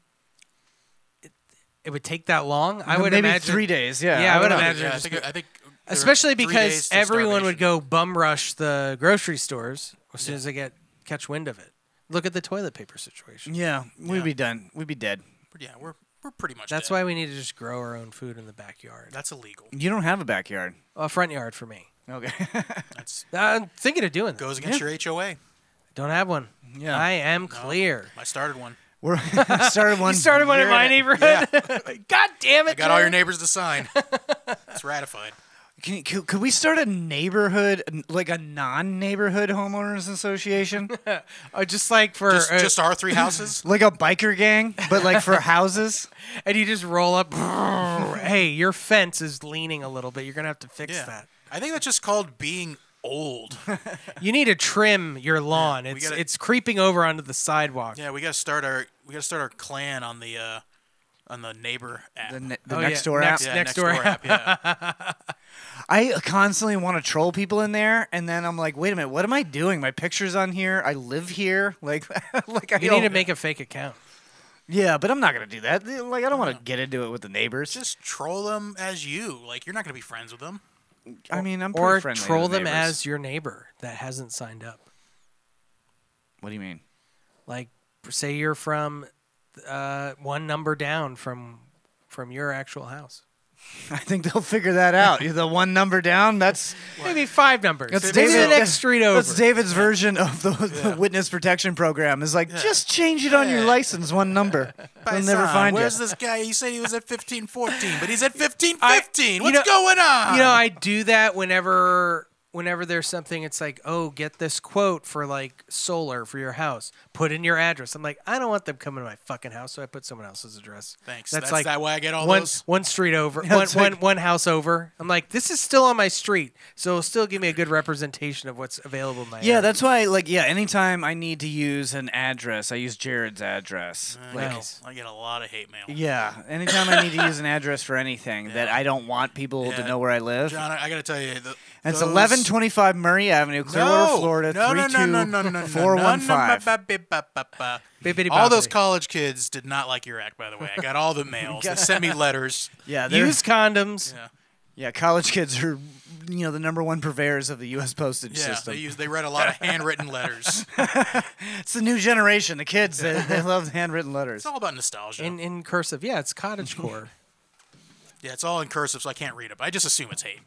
It would take that long. I would maybe imagine three days. Yeah, Yeah, I would don't know. imagine yeah, I just think. I think there are especially three because days to everyone would starvation. go bum rush the grocery stores as soon as they get catch wind of it. Look at the toilet paper situation. Yeah, we'd be done. We'd be dead. Yeah, we're we're pretty much. That's dead. why we need to just grow our own food in the backyard, That's illegal. You don't have a backyard. a front yard for me. Okay. That's I'm thinking of doing that. goes against your HOA. Don't have one. Yeah. I am clear. I started one. <laughs> We're <laughs> started one. You started one in You're my neighborhood. <laughs> God damn it! I got all your Jared. neighbors to sign. it's ratified. Can, could, could we start a neighborhood, like a non-neighborhood <laughs> homeowners association, Oh, just like for Just, uh, just our three <clears throat> houses. like a biker gang, but like for houses? and you just roll up. hey, your fence is leaning a little bit. You're gonna have to fix Yeah, that. I think that's just called being old. You need to trim your lawn. it's gotta- it's creeping over onto the sidewalk. yeah, we gotta start our we gotta start our clan on the uh, on the neighbor app. The, ne- the Oh, next yeah. door app. Next- Nextdoor app. Yeah. I constantly want to troll people in there, and then I'm like, wait a minute, what am I doing? My picture's on here. I live here. <laughs> Like, like I You don't- need to make a fake account. <laughs> Yeah, but I'm not gonna do that. Like, I don't want to get into it with the neighbors. just troll them as you. Like you're not gonna be friends with them. I mean, I'm Or pretty friendly to troll the them neighbors. as your neighbor that hasn't signed up. What do you mean? <laughs> Like, say you're from uh, one number down from from your actual house. I think they'll figure that out. You're the one number down. That's <laughs> Maybe five numbers. that's Maybe the David- next street over. That's David's version <laughs> of the, the <laughs> witness protection program. Is like just change it on your license <laughs> one number. They'll never Paisan, find you. uh, Where's this guy? He said he was at 1514, but he's at 1515. I- What's you know- going on? you know, Uh. I do that whenever whenever there's something it's like, "Oh, get this quote for like solar for your house. Put in your address." I'm like, "I don't want them coming to my fucking house, so I put someone else's address." Thanks. That's that way I get all one, those? One street over, one, <laughs> it's one, like- one house over. I'm like, "This is still on my street, so it'll still give me a good representation of what's available in my Yeah, area. that's why. Like, yeah, anytime I need to use an address, I use Jared's address. like, Nice. Oh, I get a lot of hate mail. yeah, anytime I need to use an address for anything that I don't want people Yeah. to know where I live. John, I, I gotta tell you, the, That's those- eleven twenty-five Murray Avenue, Clearwater, No, Florida, no, three no, no, no, no, no, no, two four one five. no, no, ba- ba- ba- ba- Bippity ba. All those boppity. college kids did not like your act, by the way. I got all the mails. They sent me letters. Yeah, they're- Use condoms. Yeah, yeah. College kids are, you know, the number one purveyors of the U.S. postage yeah. system. They use. They read a lot of handwritten letters. it's the new generation. The kids, they, they love handwritten letters. It's all about nostalgia. In in cursive. Yeah, it's cottage <laughs> core. yeah, it's all in cursive, so I can't read it. But I just assume it's hate.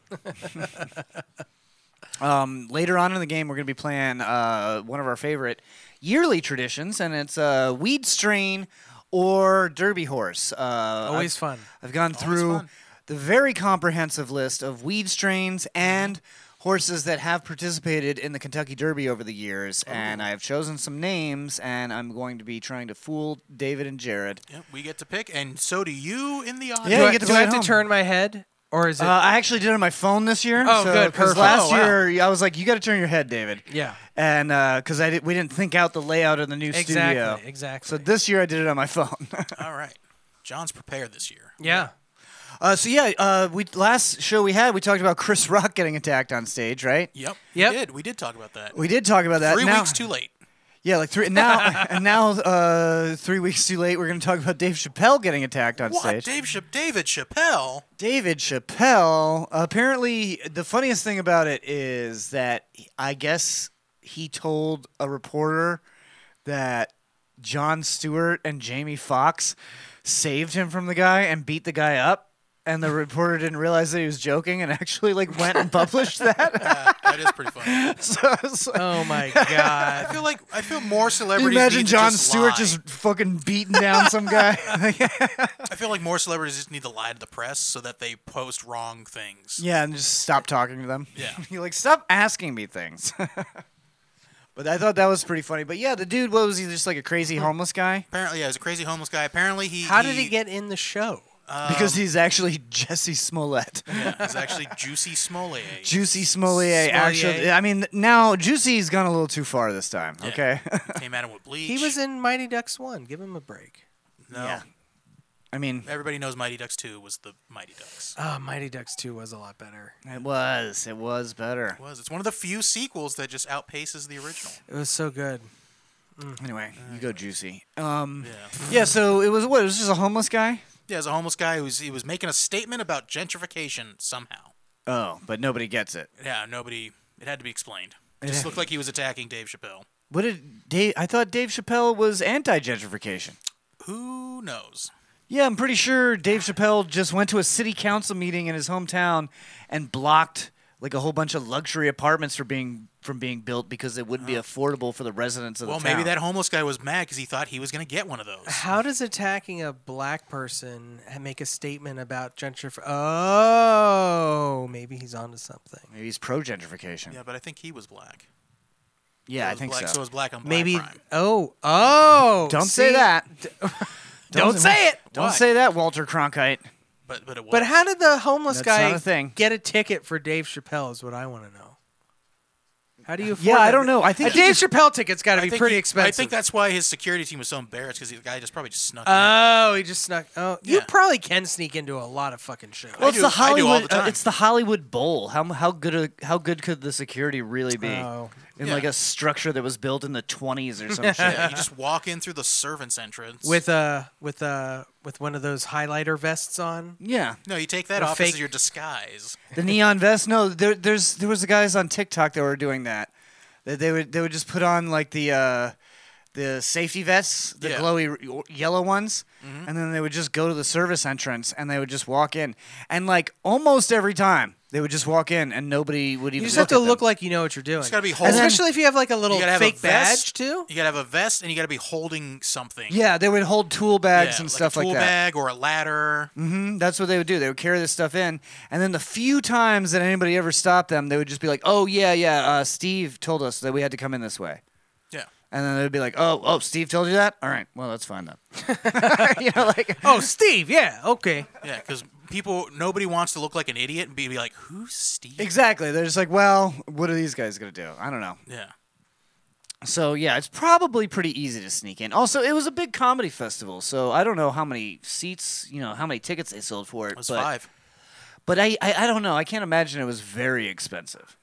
later on in the game, we're going to be playing uh, one of our favorite yearly traditions, and it's uh, weed strain or derby horse. Uh, Always I've- fun. I've gone through fun. the very comprehensive list of weed strains and horses that have participated in the Kentucky Derby over the years, and I've chosen some names, and I'm going to be trying to fool David and Jared. Yep, we get to pick, and so do you in the audience. Yeah, do you I, get to do I play have at to home. turn my head? or is it? Uh, I actually did it on my phone this year. Oh, so, good, 'cause perfect. Last Oh, wow. year, I was like, "You got to turn your head, David." Yeah. And because I did, we didn't think out the layout of the new studio. Exactly, exactly. So this year, I did it on my phone. <laughs> All right. John's prepared this year. yeah. uh, so yeah, uh, we last show we had, we talked about Chris Rock getting attacked on stage, right? Yep. Yep. We did. We did talk about that. We did talk about that. Three Uh, Now- weeks too late. Yeah, like three <laughs> now. and now, uh, three weeks too late. We're going to talk about Dave Chappelle getting attacked on What? stage. Dave Chap- David Chappelle? David Chappelle. Apparently, the funniest thing about it is that I guess he told a reporter that John Stewart and Jamie Foxx saved him from the guy and beat the guy up. And the reporter didn't realize that he was joking and actually like went and published that. <laughs> That is pretty <laughs> funny. so I was like, Oh my I god. feel like I feel Can more you celebrities. imagine need to John just Stewart lie. just fucking beating down some <laughs> guy? I feel like more celebrities just need to lie to the press so that they post wrong things. Yeah, and just stop talking to them. Yeah. <laughs> You're like, stop asking me things. <laughs> but I thought that was pretty funny. But yeah, the dude, what was he, just like a crazy homeless guy? Apparently, yeah, he's a crazy homeless guy. Apparently, he How did he get in the show? because he's actually <laughs> Jesse Smollett. Yeah, he's actually Juicy Smollett. Juicy Smollett, actually. Smollett. I mean, now Juicy's gone a little too far this time, okay? <laughs> Came at him with bleach. He was in Mighty Ducks one. Give him a break. no. I mean, Everybody knows Mighty Ducks 2 was the Mighty Ducks. Oh, Mighty Ducks two was a lot better. it was. It was better. It was. It's one of the few sequels that just outpaces the original. It was so good. Anyway, you go Juicy. Um, Yeah. yeah, so it was what? It was just a homeless guy? Yeah, as a homeless guy who's he was making a statement about gentrification somehow. Oh, but nobody gets it. Yeah, nobody. It had to be explained. It just looked like he was attacking Dave Chappelle. What did Dave? I thought Dave Chappelle was anti gentrification. Who knows? Yeah, I'm pretty sure Dave Chappelle just went to a city council meeting in his hometown and blocked like a whole bunch of luxury apartments from being from being built because it wouldn't be affordable for the residents of Well, the town. maybe that homeless guy was mad because he thought he was going to get one of those. <sighs> How does attacking a black person make a statement about gentrification? Oh, maybe he's onto something. maybe he's pro gentrification. Yeah, but I think he was black. Yeah, I It was think black, so. So was black on black Maybe. Crime. Oh, oh. Don't see? say that. <laughs> <laughs> Don't say it. Don't Why? say that, Walter Cronkite. But but it was. But how did the homeless That's guy not a thing. get a ticket for Dave Chappelle? Is what I want to know. How do you? Afford Yeah, I that? don't know. I think a he Dave Chappelle ticket's got to I be think pretty he- expensive. I think that's why his security team was so embarrassed because the guy just probably just snuck in. Oh, he just snuck. Oh, you Yeah. probably can sneak into a lot of fucking shows. Well, I it's do- the I do all Hollywood. the uh, time. it's the Hollywood Bowl. How how good a, how good could the security really be Oh. in Yeah. like a structure that was built in the 20s or <laughs> some shit? <laughs> Yeah, you just walk in through the servants' entrance. with uh with uh with one of those highlighter vests on. Yeah, no, you take that a off fake- as your disguise. the neon vest. No, there, there's there was the guys on TikTok that were doing that. That they would they would just put on like the uh, the safety vests, the Yeah. glowy r- yellow ones, and then they would just go to the service entrance and they would just walk in. And like almost every time, they would just walk in and nobody would even. You just look have to at look them. like you know what you're doing. gotta be whole. And then- especially if you have like a little You gotta have fake a badge vest too. You gotta have a vest, and you gotta be holding something. Yeah, they would hold tool bags Yeah, and like stuff a tool like that. Mm. bag or a ladder. That's what they would do. They would carry this stuff in, and then the few times that anybody ever stopped them, they would just be like, "Oh yeah, yeah, uh, Steve told us that we had to come in this way," Yeah. and then they'd be like, "Oh, oh, Steve told you that? All right, well, that's fine then." <laughs> <laughs> you know, like Oh, Steve. Yeah. Okay. Yeah, because people, nobody wants to look like an idiot and be, be like, who's Steve? exactly. They're just like, "Well, what are these guys gonna do? I don't know." Yeah. So yeah, it's probably pretty easy to sneak in. Also, it was a big comedy festival, so I don't know how many seats, you know, how many tickets they sold for it. It was but, five. But I, I, I don't know. I can't imagine it was very expensive.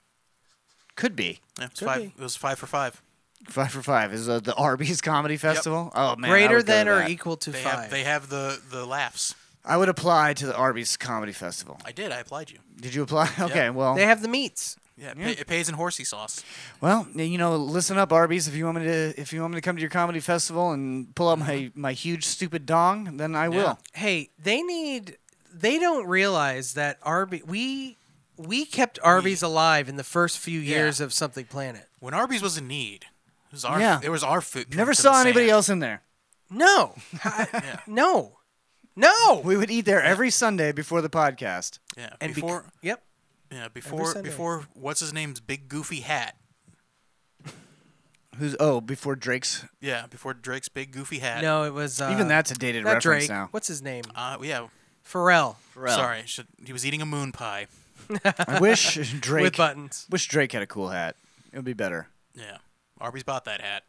Could be. Yeah, it, was five it was five for five. Five for Five is uh, the Arby's Comedy Festival. Oh man, I Greater would go to than or that. equal to They five. have they have the the laughs. I would apply to the Arby's Comedy Festival. I did. I applied you. Did you apply? Okay, well, They have the meats. Yeah, it, pay- it pays in horsey sauce. well, you know, listen up, Arby's. If you want me to, if you want me to come to your comedy festival and pull out my my huge stupid dong, then I will. Hey, they need. They don't realize that Arby. We we kept Arby's alive in the first few years of Something Planet. When Arby's was in need, it was our Yeah. it was our food. Never to the saw anybody sand. else in there. No. I- No. No. We would eat there every Sunday before the podcast. Yeah, and bec- before yep. yeah before Sunday. before what's his name's big goofy hat. Who's oh before Drake's? Yeah, before Drake's big goofy hat. No, it was uh, Even that's a dated not reference Drake. now. What's his name? Uh, yeah, Pharrell Pharrell. Sorry, should, he was eating a moon pie. <laughs> I wish Drake with <laughs> buttons. wish Drake had a cool hat. It would be better. Yeah, Arby's bought that hat.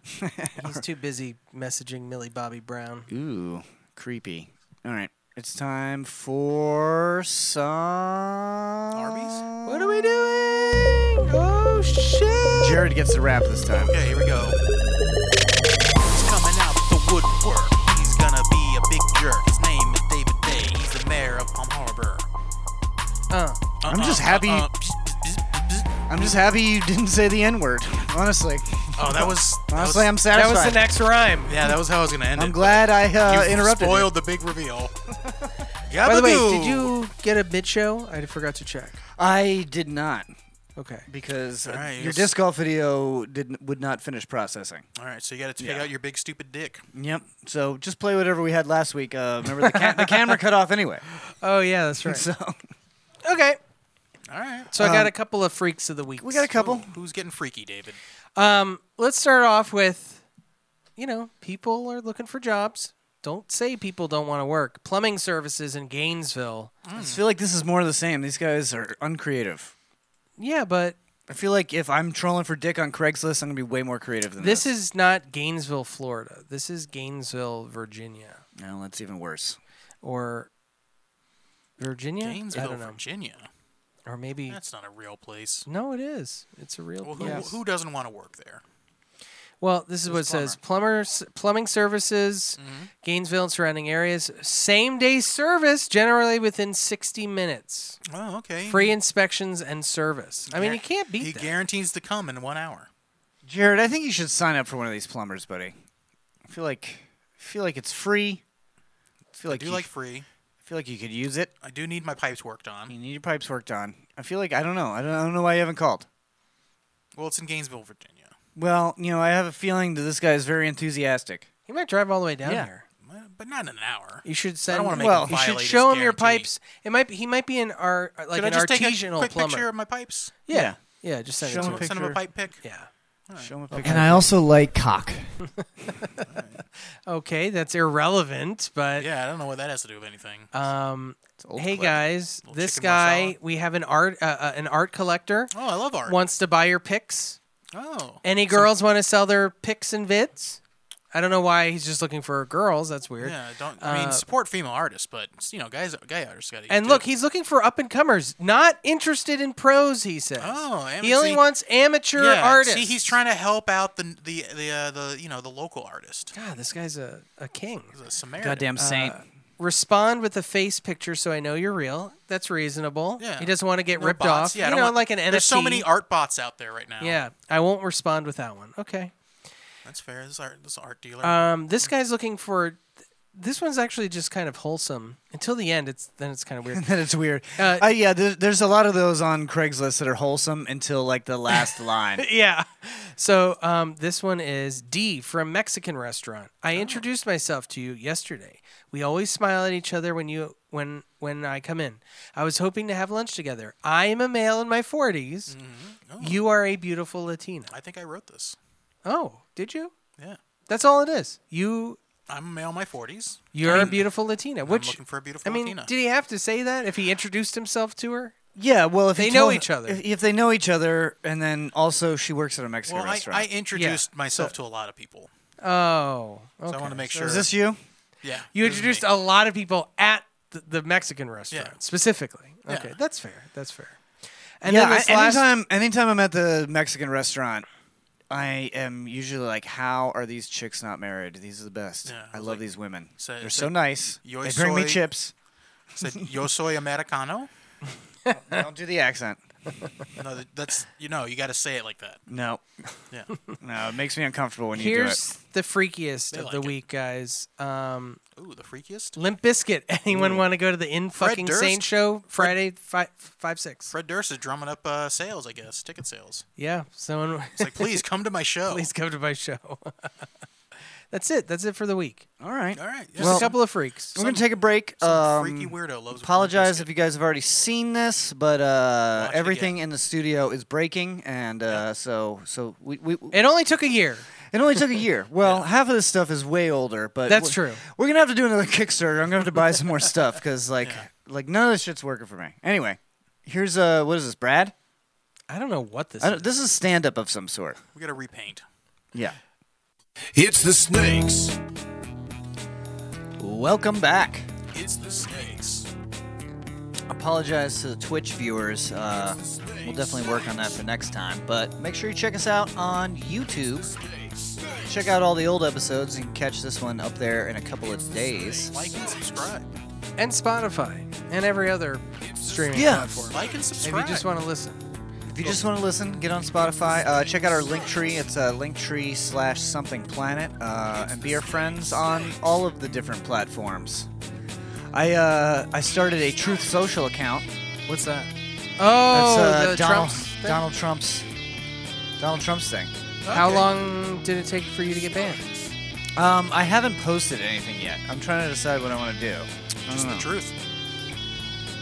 He's too busy messaging Millie Bobby Brown. Ooh, creepy. All right, it's time for some Arby's. What are we doing? Oh shit! Jared gets the rap this time. Okay, here we go. He's coming out the woodwork. He's gonna be a big jerk. His name is David Day. He's the mayor of Palm Harbor. Uh-uh, Uh, I'm just happy. I'm just happy you didn't say the N word. Honestly, Oh, that was. that honestly, was- I'm that satisfied. was the next rhyme. Yeah, that was how I was gonna end it. I'm glad I uh, You interrupted. Spoiled the big reveal. By the way, did you get a mid show? I forgot to check. I did not Okay. because uh, All right, your yes. disc golf video didn't would not finish processing. All right, so you got to take Yeah. out your big stupid dick. Yep. So just play whatever we had last week. Uh, remember the, ca- the camera cut off <laughs> anyway. Oh yeah, that's right. So okay. All right. So I got a couple of freaks of the week. we got a couple. Who's getting freaky, David? Um, let's start off with, you know, people are looking for jobs. Don't say people don't want to work. Plumbing services in Gainesville. I just feel like this is more of the same. These guys are uncreative. Yeah, but I feel like if I'm trolling for dick on Craigslist, I'm gonna be way more creative than this. this is not Gainesville, Florida. This is Gainesville, Virginia, no, that's even worse. or Virginia. I Gainesville, don't know, Virginia. or maybe That's not a real place. no. It is. It's a real. Well, who, place. who doesn't want to work there? Well, this is what it says: plumbers, plumbing services, Mm-hmm. Gainesville and surrounding areas, same day service, generally within sixty minutes, Oh, okay. free inspections and service. I mean, you can't He beat that. guarantees to come in one hour. Jared, I think you should sign up for one of these plumbers, buddy. I feel like I feel like it's free. I feel like Do you you, like free? I feel like you could use it. I do need my pipes worked You on. need your pipes worked on. I feel like I don't know. I don't, I don't know why you haven't called. Well, it's in Gainesville, Virginia. Well, you know, I have a feeling that this guy is very enthusiastic. You might drive all the way down Yeah. here. Well, Uh, But not in an hour. You should send. wanna make Well, him you should violate his show him your guarantee. pipes. It might. Be, he might be an ar, like Could an I just take a artisanal quick plumber. picture of my pipes? yeah. yeah, just send Show it to him him. a pic- Send him a Picture. pipe pic. Yeah. Show him a picture. And I also like cock. Okay, that's irrelevant, but Yeah, I don't know what that has to do with anything. um, old hey clip. guys, Little this chicken guy marsala. we have an art uh, uh, an art collector oh, I love art. wants to buy your pics. Oh, Any girls want to sell their pics and vids? I don't know why he's just looking for girls. That's weird. yeah. Don't. I mean, Uh, support female artists, but you know, guys, guy artists got to. And look, he's looking for up and comers, not interested in pros. He says. Oh, he amateur- only wants amateur yeah, artists. See, he's trying to help out the the the uh, the you know the local artist. God, this guy's a, a king. He's a Samaritan. Goddamn saint. Respond with a face picture so I know you're real. That's reasonable. Yeah. He doesn't want to get No ripped bots. off. Yeah, I you don't know, want- like an NFT. There's so many art bots out there right now. Yeah, I won't respond with that one. Okay. that's fair. This art, this art dealer. Um, this guy's looking for. This one's actually just kind of wholesome until the end. It's then it's kind of weird. <laughs> that it's weird. Uh, Uh, yeah, there, there's a lot of those on Craigslist that are wholesome until like the <laughs> last line. yeah. So um, this one is D from Mexican restaurant. I Ah. introduced myself to you yesterday. We always smile at each other when you when when I come in. I was hoping to have lunch together. I am a male in my 40s Mm-hmm. Oh. You are a beautiful Latina. I think I wrote this. Oh, did you? Yeah, That's all it is. You I'm a male in my 40s. you're a beautiful Latina. Which looking for a beautiful I mean, Latina. did he have to say that if he introduced himself to her? Yeah, well, if They you know told- each other. If, if they know each other, and then also she works at a Mexican Well, I, restaurant. I introduced myself to a lot of people, Oh, so okay. I want to make sure. Is this you? yeah, You this is introduced me. a lot of people at the, the Mexican restaurant Yeah. specifically. Okay, Yeah. that's fair. That's fair. And yeah. then this I- last, anytime, anytime I'm at the Mexican restaurant, I am usually like, "How are these chicks not married? These are the best. Yeah, I I was love like- these women. So- They're so- so nice. They Yo bring me soy- <laughs> chips. <laughs> said "Yo soy americano." Don't do the accent. No, th- that's you know you got to say it like that. No, Yeah, <laughs> no, it makes me uncomfortable when here's the freakiest They of like the it. week, guys. Um, ooh, the freakiest. Limp Biscuit. <laughs> Anyone want to go to the In Fucking Mm. Durst? Saint show Friday five five six? Fred Durst is drumming up uh, sales, I guess, ticket sales. Yeah, someone <laughs> It's like, please come to my show. please come to my show. <laughs> that's it. That's it for the week. do it. All right, All right, Just Well- a couple of freaks. we're gonna take a break. Some Um, freaky weirdo loves. apologize if you guys have already seen this, but uh, Watch it everything in the studio is breaking, and uh, so so we, we It only took a year. it It <laughs> only took a year. Well, half of this stuff is way older, but That's we're- true. We're gonna have to do another <laughs> Kickstarter. I'm gonna have to buy some more <laughs> stuff because like like none of this shit's working for me. Anyway, here's uh what is this, Brad? I don't know what this I is. don't, this is stand up of some sort. We gotta repaint. Yeah. It's the snakes. Welcome back. It's the snakes. apologize to the Twitch viewers. Uh, we'll definitely work on that for next time. But make sure you check us out on YouTube. Check out all the old episodes. You can catch this one up there in a couple of days. Like and subscribe. And Spotify and every other streaming Yeah. platform. Like and If subscribe. you just want to listen. If you just want to listen, get on Spotify. Uh, check out our link tree. It's uh, linktree slash something planet. uh, and be our friends on all of the different platforms. I uh, I started a Truth Social account. What's that? That's Oh, uh, the Donald Trump's thing? Donald Trump's Donald Trump's thing. How long did it take for you to get banned? Um, I haven't posted anything yet. I'm trying to decide what I want to do. I don't Just the know. truth.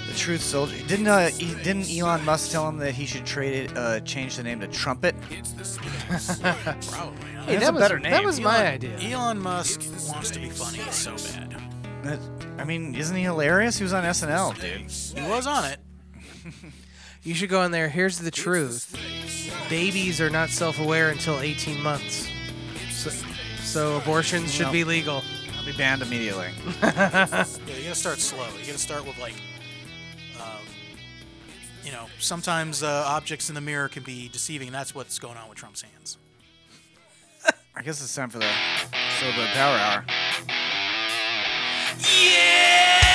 The Truth Soldier. Didn't uh, e- didn't Elon Musk tell him that he should trade it, uh, change the name to Trumpet? Probably. Hey, Not. That's that a was, better name. That was my idea. Elon Musk wants to be funny so bad. That- I mean, isn't he hilarious? He was on SNL, dude. He was on it. You should go on there. Here's the truth. Babies are not self-aware until 18 months. So, so abortions should be legal. I'll be banned immediately. Yeah, you gotta start slow. You gotta start with like, um, you know, sometimes uh, objects in the mirror can be deceiving. and That's what's going on with Trump's hands. I guess it's time for the Sober Power Hour. Yeah!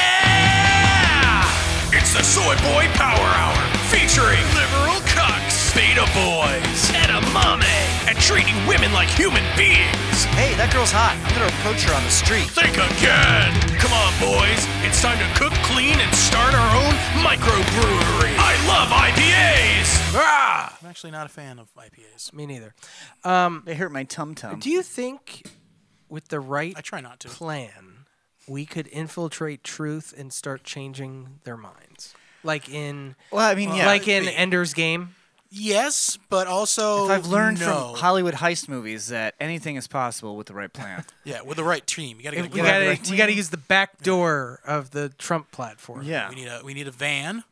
It's the Soy Boy Power Hour featuring liberal cucks, beta boys, edamame, and treating women like human beings. Hey, that girl's hot. I'm gonna approach her on the street. Think again! Come on, boys. It's time to cook clean and start our own microbrewery. I love IPAs! Ah! I'm actually not a fan of IPAs. Me neither. They hurt my tum tum. Do you think, with the right I try not to. plan, we could infiltrate truth and start changing their minds, like in, Well, I mean, yeah. like in Ender's Game? Yes, but also I've learned no. from Hollywood heist movies that anything is possible with the right plan. yeah with the right team. You gotta get a We good- gotta, right we gotta use the back door of the Trump platform. <laughs> We need a we need a van.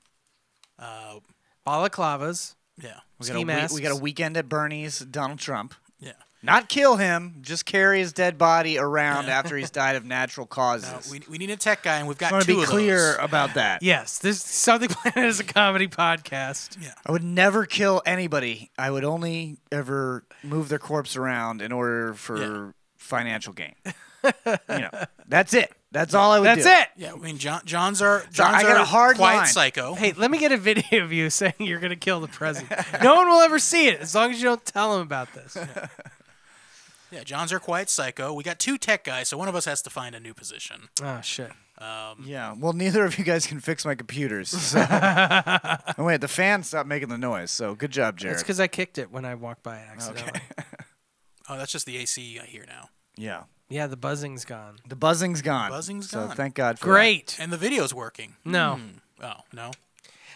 balaclavas. Yeah, We got, a ski wee- we got a masks. weekend at Bernie's, Donald Trump. yeah. Not kill him, just carry his dead body around after <laughs> he's died of natural causes. Uh, we, we need a tech guy, and we've got I want two to be of clear uh, those. about that. Yes, this Something <laughs> Planet is a comedy podcast. I would never kill anybody. I would only ever move their corpse around in order for Yeah. financial <laughs> gain. you know, that's it. That's all I would That's do. it. Yeah, I mean John, John's our John's I got a our hard quiet line. psycho. Hey, let me get a video of you <laughs> saying you're going to kill the <laughs> president. no one will ever see it as long as you don't tell them about this. Yeah, John's our quiet psycho. We got two tech guys, so one of us has to find a new position. <laughs> Oh shit. Yeah. Well, <laughs> neither of you guys can fix my computers. <laughs> So. oh, wait, the fan stopped making the noise. So good job, Jared. It's because I kicked it when I walked by it accidentally. Oh, that's just the AC I hear now. yeah. <laughs> Yeah, the buzzing's gone. The buzzing's gone. Buzzing's so gone. thank God for that. Great. And the video's working. No, Oh, no?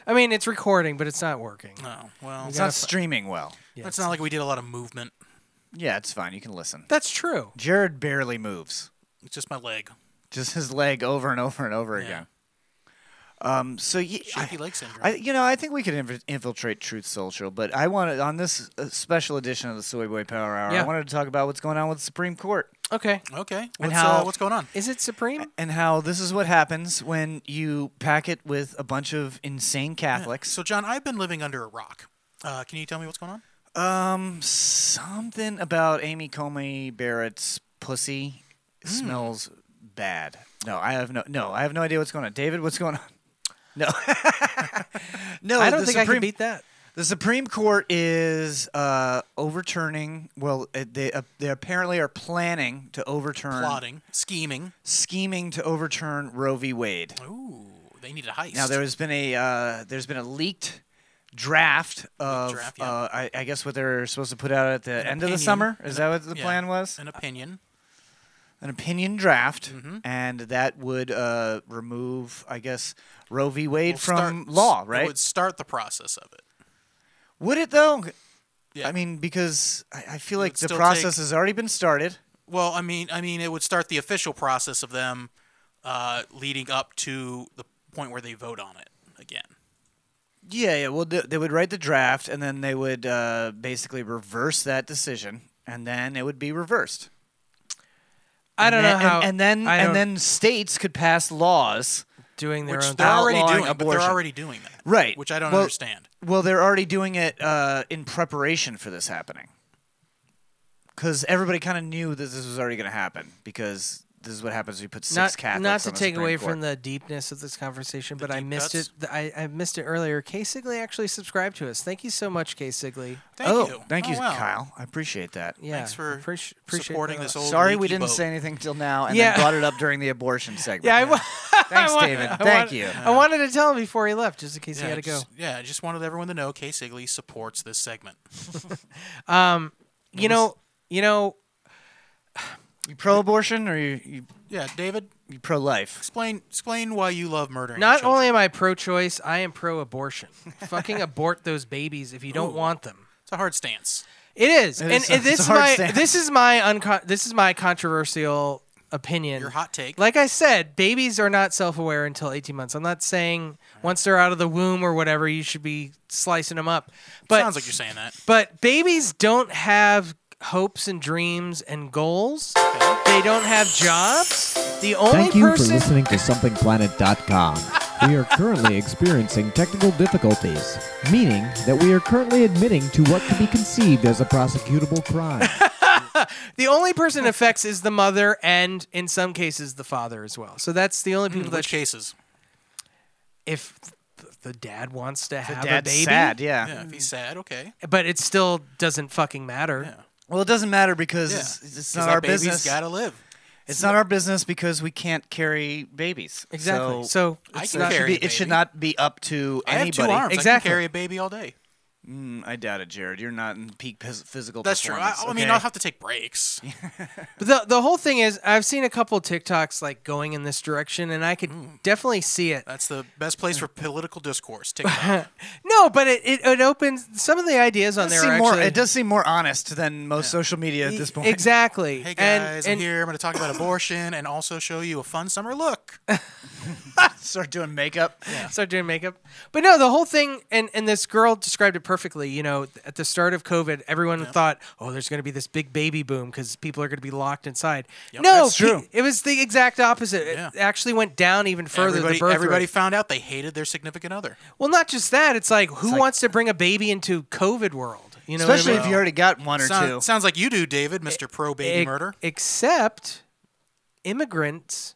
I mean it's recording, but it's not working. Oh, well, It's not streaming well. it's not like we did a lot of movement. Yeah, it's fine. You can listen. That's true. Jared barely moves. It's just my leg. Just his leg over and over and over Yeah. again. Um, so yeah, Shaky leg syndrome. I, you know, I think we could inf- infiltrate Truth Social, but I wanted on this uh, special edition of the Soy Boy Power Hour, I Yeah. wanted to talk about what's going on with the Supreme Court Okay. okay. What's, how- uh, what's going on? Is it Supreme? and how this is what happens when you pack it with a bunch of insane Catholics. So, John, I've been living under a rock. Uh, can you tell me what's going on? Um, something about Amy Comey Barrett's pussy Hmm. smells bad. No, I have no, no, I have no idea what's going on. David, what's going on? <laughs> No, no, I don't the think I Supreme- can beat that. The Supreme Court is uh, overturning. Well, uh, they uh, they apparently are planning to overturn, Plotting, scheming. scheming to overturn Roe v. Wade. Ooh, they need a heist. Now there has been a uh, there's been a leaked draft of draft, yeah. uh, I, I guess what they're supposed to put out at the end of the opinion. summer. Is that what the Yeah, plan was? An opinion. An opinion draft, and that would uh, remove, I guess, Roe v. Wade We'll from start- law, it right? would start the process of it. Would it though? Yeah. I mean, because I, I feel like would the still process take- has already been started. Well, I mean, I mean, it would start the official process of them uh, leading up to the point where they vote on it again. Yeah, yeah. Well, they, they would write the draft, and then they would uh, basically reverse that decision, and then it would be reversed. I don't and know then, how. And, and then, I and don't- then states could pass laws. doing their Which own. they're thing. already outlawing doing, but they're abortion. already doing that. Right. Which I don't Well- understand. Well, they're already doing it uh, in preparation for this happening. Because everybody kind of knew that this was already going to happen. Because this is what happens when you put six not, Catholics. not to on the take Supreme away Court. from the deepness of this conversation, but I deep missed cuts? it. th- I, I missed it earlier. Kay Sigley actually subscribed to us. Thank you so much, Kay Sigley. Thank oh, you. thank you, Oh, wow. Kyle. I appreciate that. Yeah, Thanks for appreci- appreciate supporting that. this old. Sorry we leaky didn't boat. say anything till now, and Yeah. then brought it up during the abortion segment. Yeah, I wa- Thanks, I wa- David. I Thank wa- you. I wanted to tell him before he left, just in case Yeah, he had I to go. just, yeah, I just wanted everyone to know Kay Sigley supports this segment. You know, you know, You pro-abortion or you, you, Yeah, David, you pro-life? explain explain why you love murdering. not children. only am I pro-choice, I am pro-abortion. Fucking abort those babies if you don't want them. it's a hard stance. It is, and, is a- and this it's is a hard my stance. this is my uncon- this is my controversial opinion. Your hot take. Like I said, babies are not self-aware until 18 months. I'm not saying once they're out of the womb or whatever, you should be slicing them up. But Sounds like you're <laughs> saying that. but babies don't have hopes and dreams and goals. They don't have jobs. The only Thank you person for listening to somethingplanet.com. We are currently experiencing technical difficulties, meaning that we are currently admitting to what could be conceived as a prosecutable crime. the only person it affects is the mother and in some cases the father as well. So that's the only people In that Mm, which should, cases? if th- the dad wants to have a Dad's baby, sad, yeah. Yeah, if he's sad, okay. but it still doesn't fucking matter. Well, it doesn't matter because Yeah, it's, it's 'Cause not that our baby's business. Gotta live. It's not our business because we can't carry babies. Exactly. So, So, I it's can not- it, should carry be, a it should baby. not be up to I have anybody. two arms. Exactly. I can carry a baby all day. I doubt it, Jared. You're not in peak phys- physical That's true. I, performance. I mean, okay? I'll have to take breaks. But the the whole thing is, I've seen a couple TikToks like going in this direction, and I could Mm. definitely see it. That's the best place for political discourse. <laughs> TikTok. No, but it, it, it opens some of the ideas on It there. seem are more- actually, E, it does seem more honest than most social media at this point. Exactly. hey And- guys, and, I'm here. I'm going to talk about abortion and also show you a fun summer <laughs> look. <laughs> Start doing makeup. start doing makeup. But no, the whole thing, and, and this girl described it perfectly. You know, th- at the start of COVID, everyone thought, oh, there's going to be this big baby boom because people are going to be locked inside. no, That's true. pe- it was the exact opposite. Yeah. It actually went down even further. everybody, the birth everybody rate. found out they hated their significant other. well, not just that. It's like, who wants to bring a baby into COVID world? You know, what I Especially mean? if you already got one or Sound- two. sounds like you do, David, E- Mr. Pro Baby Ex- Murder. Except immigrants,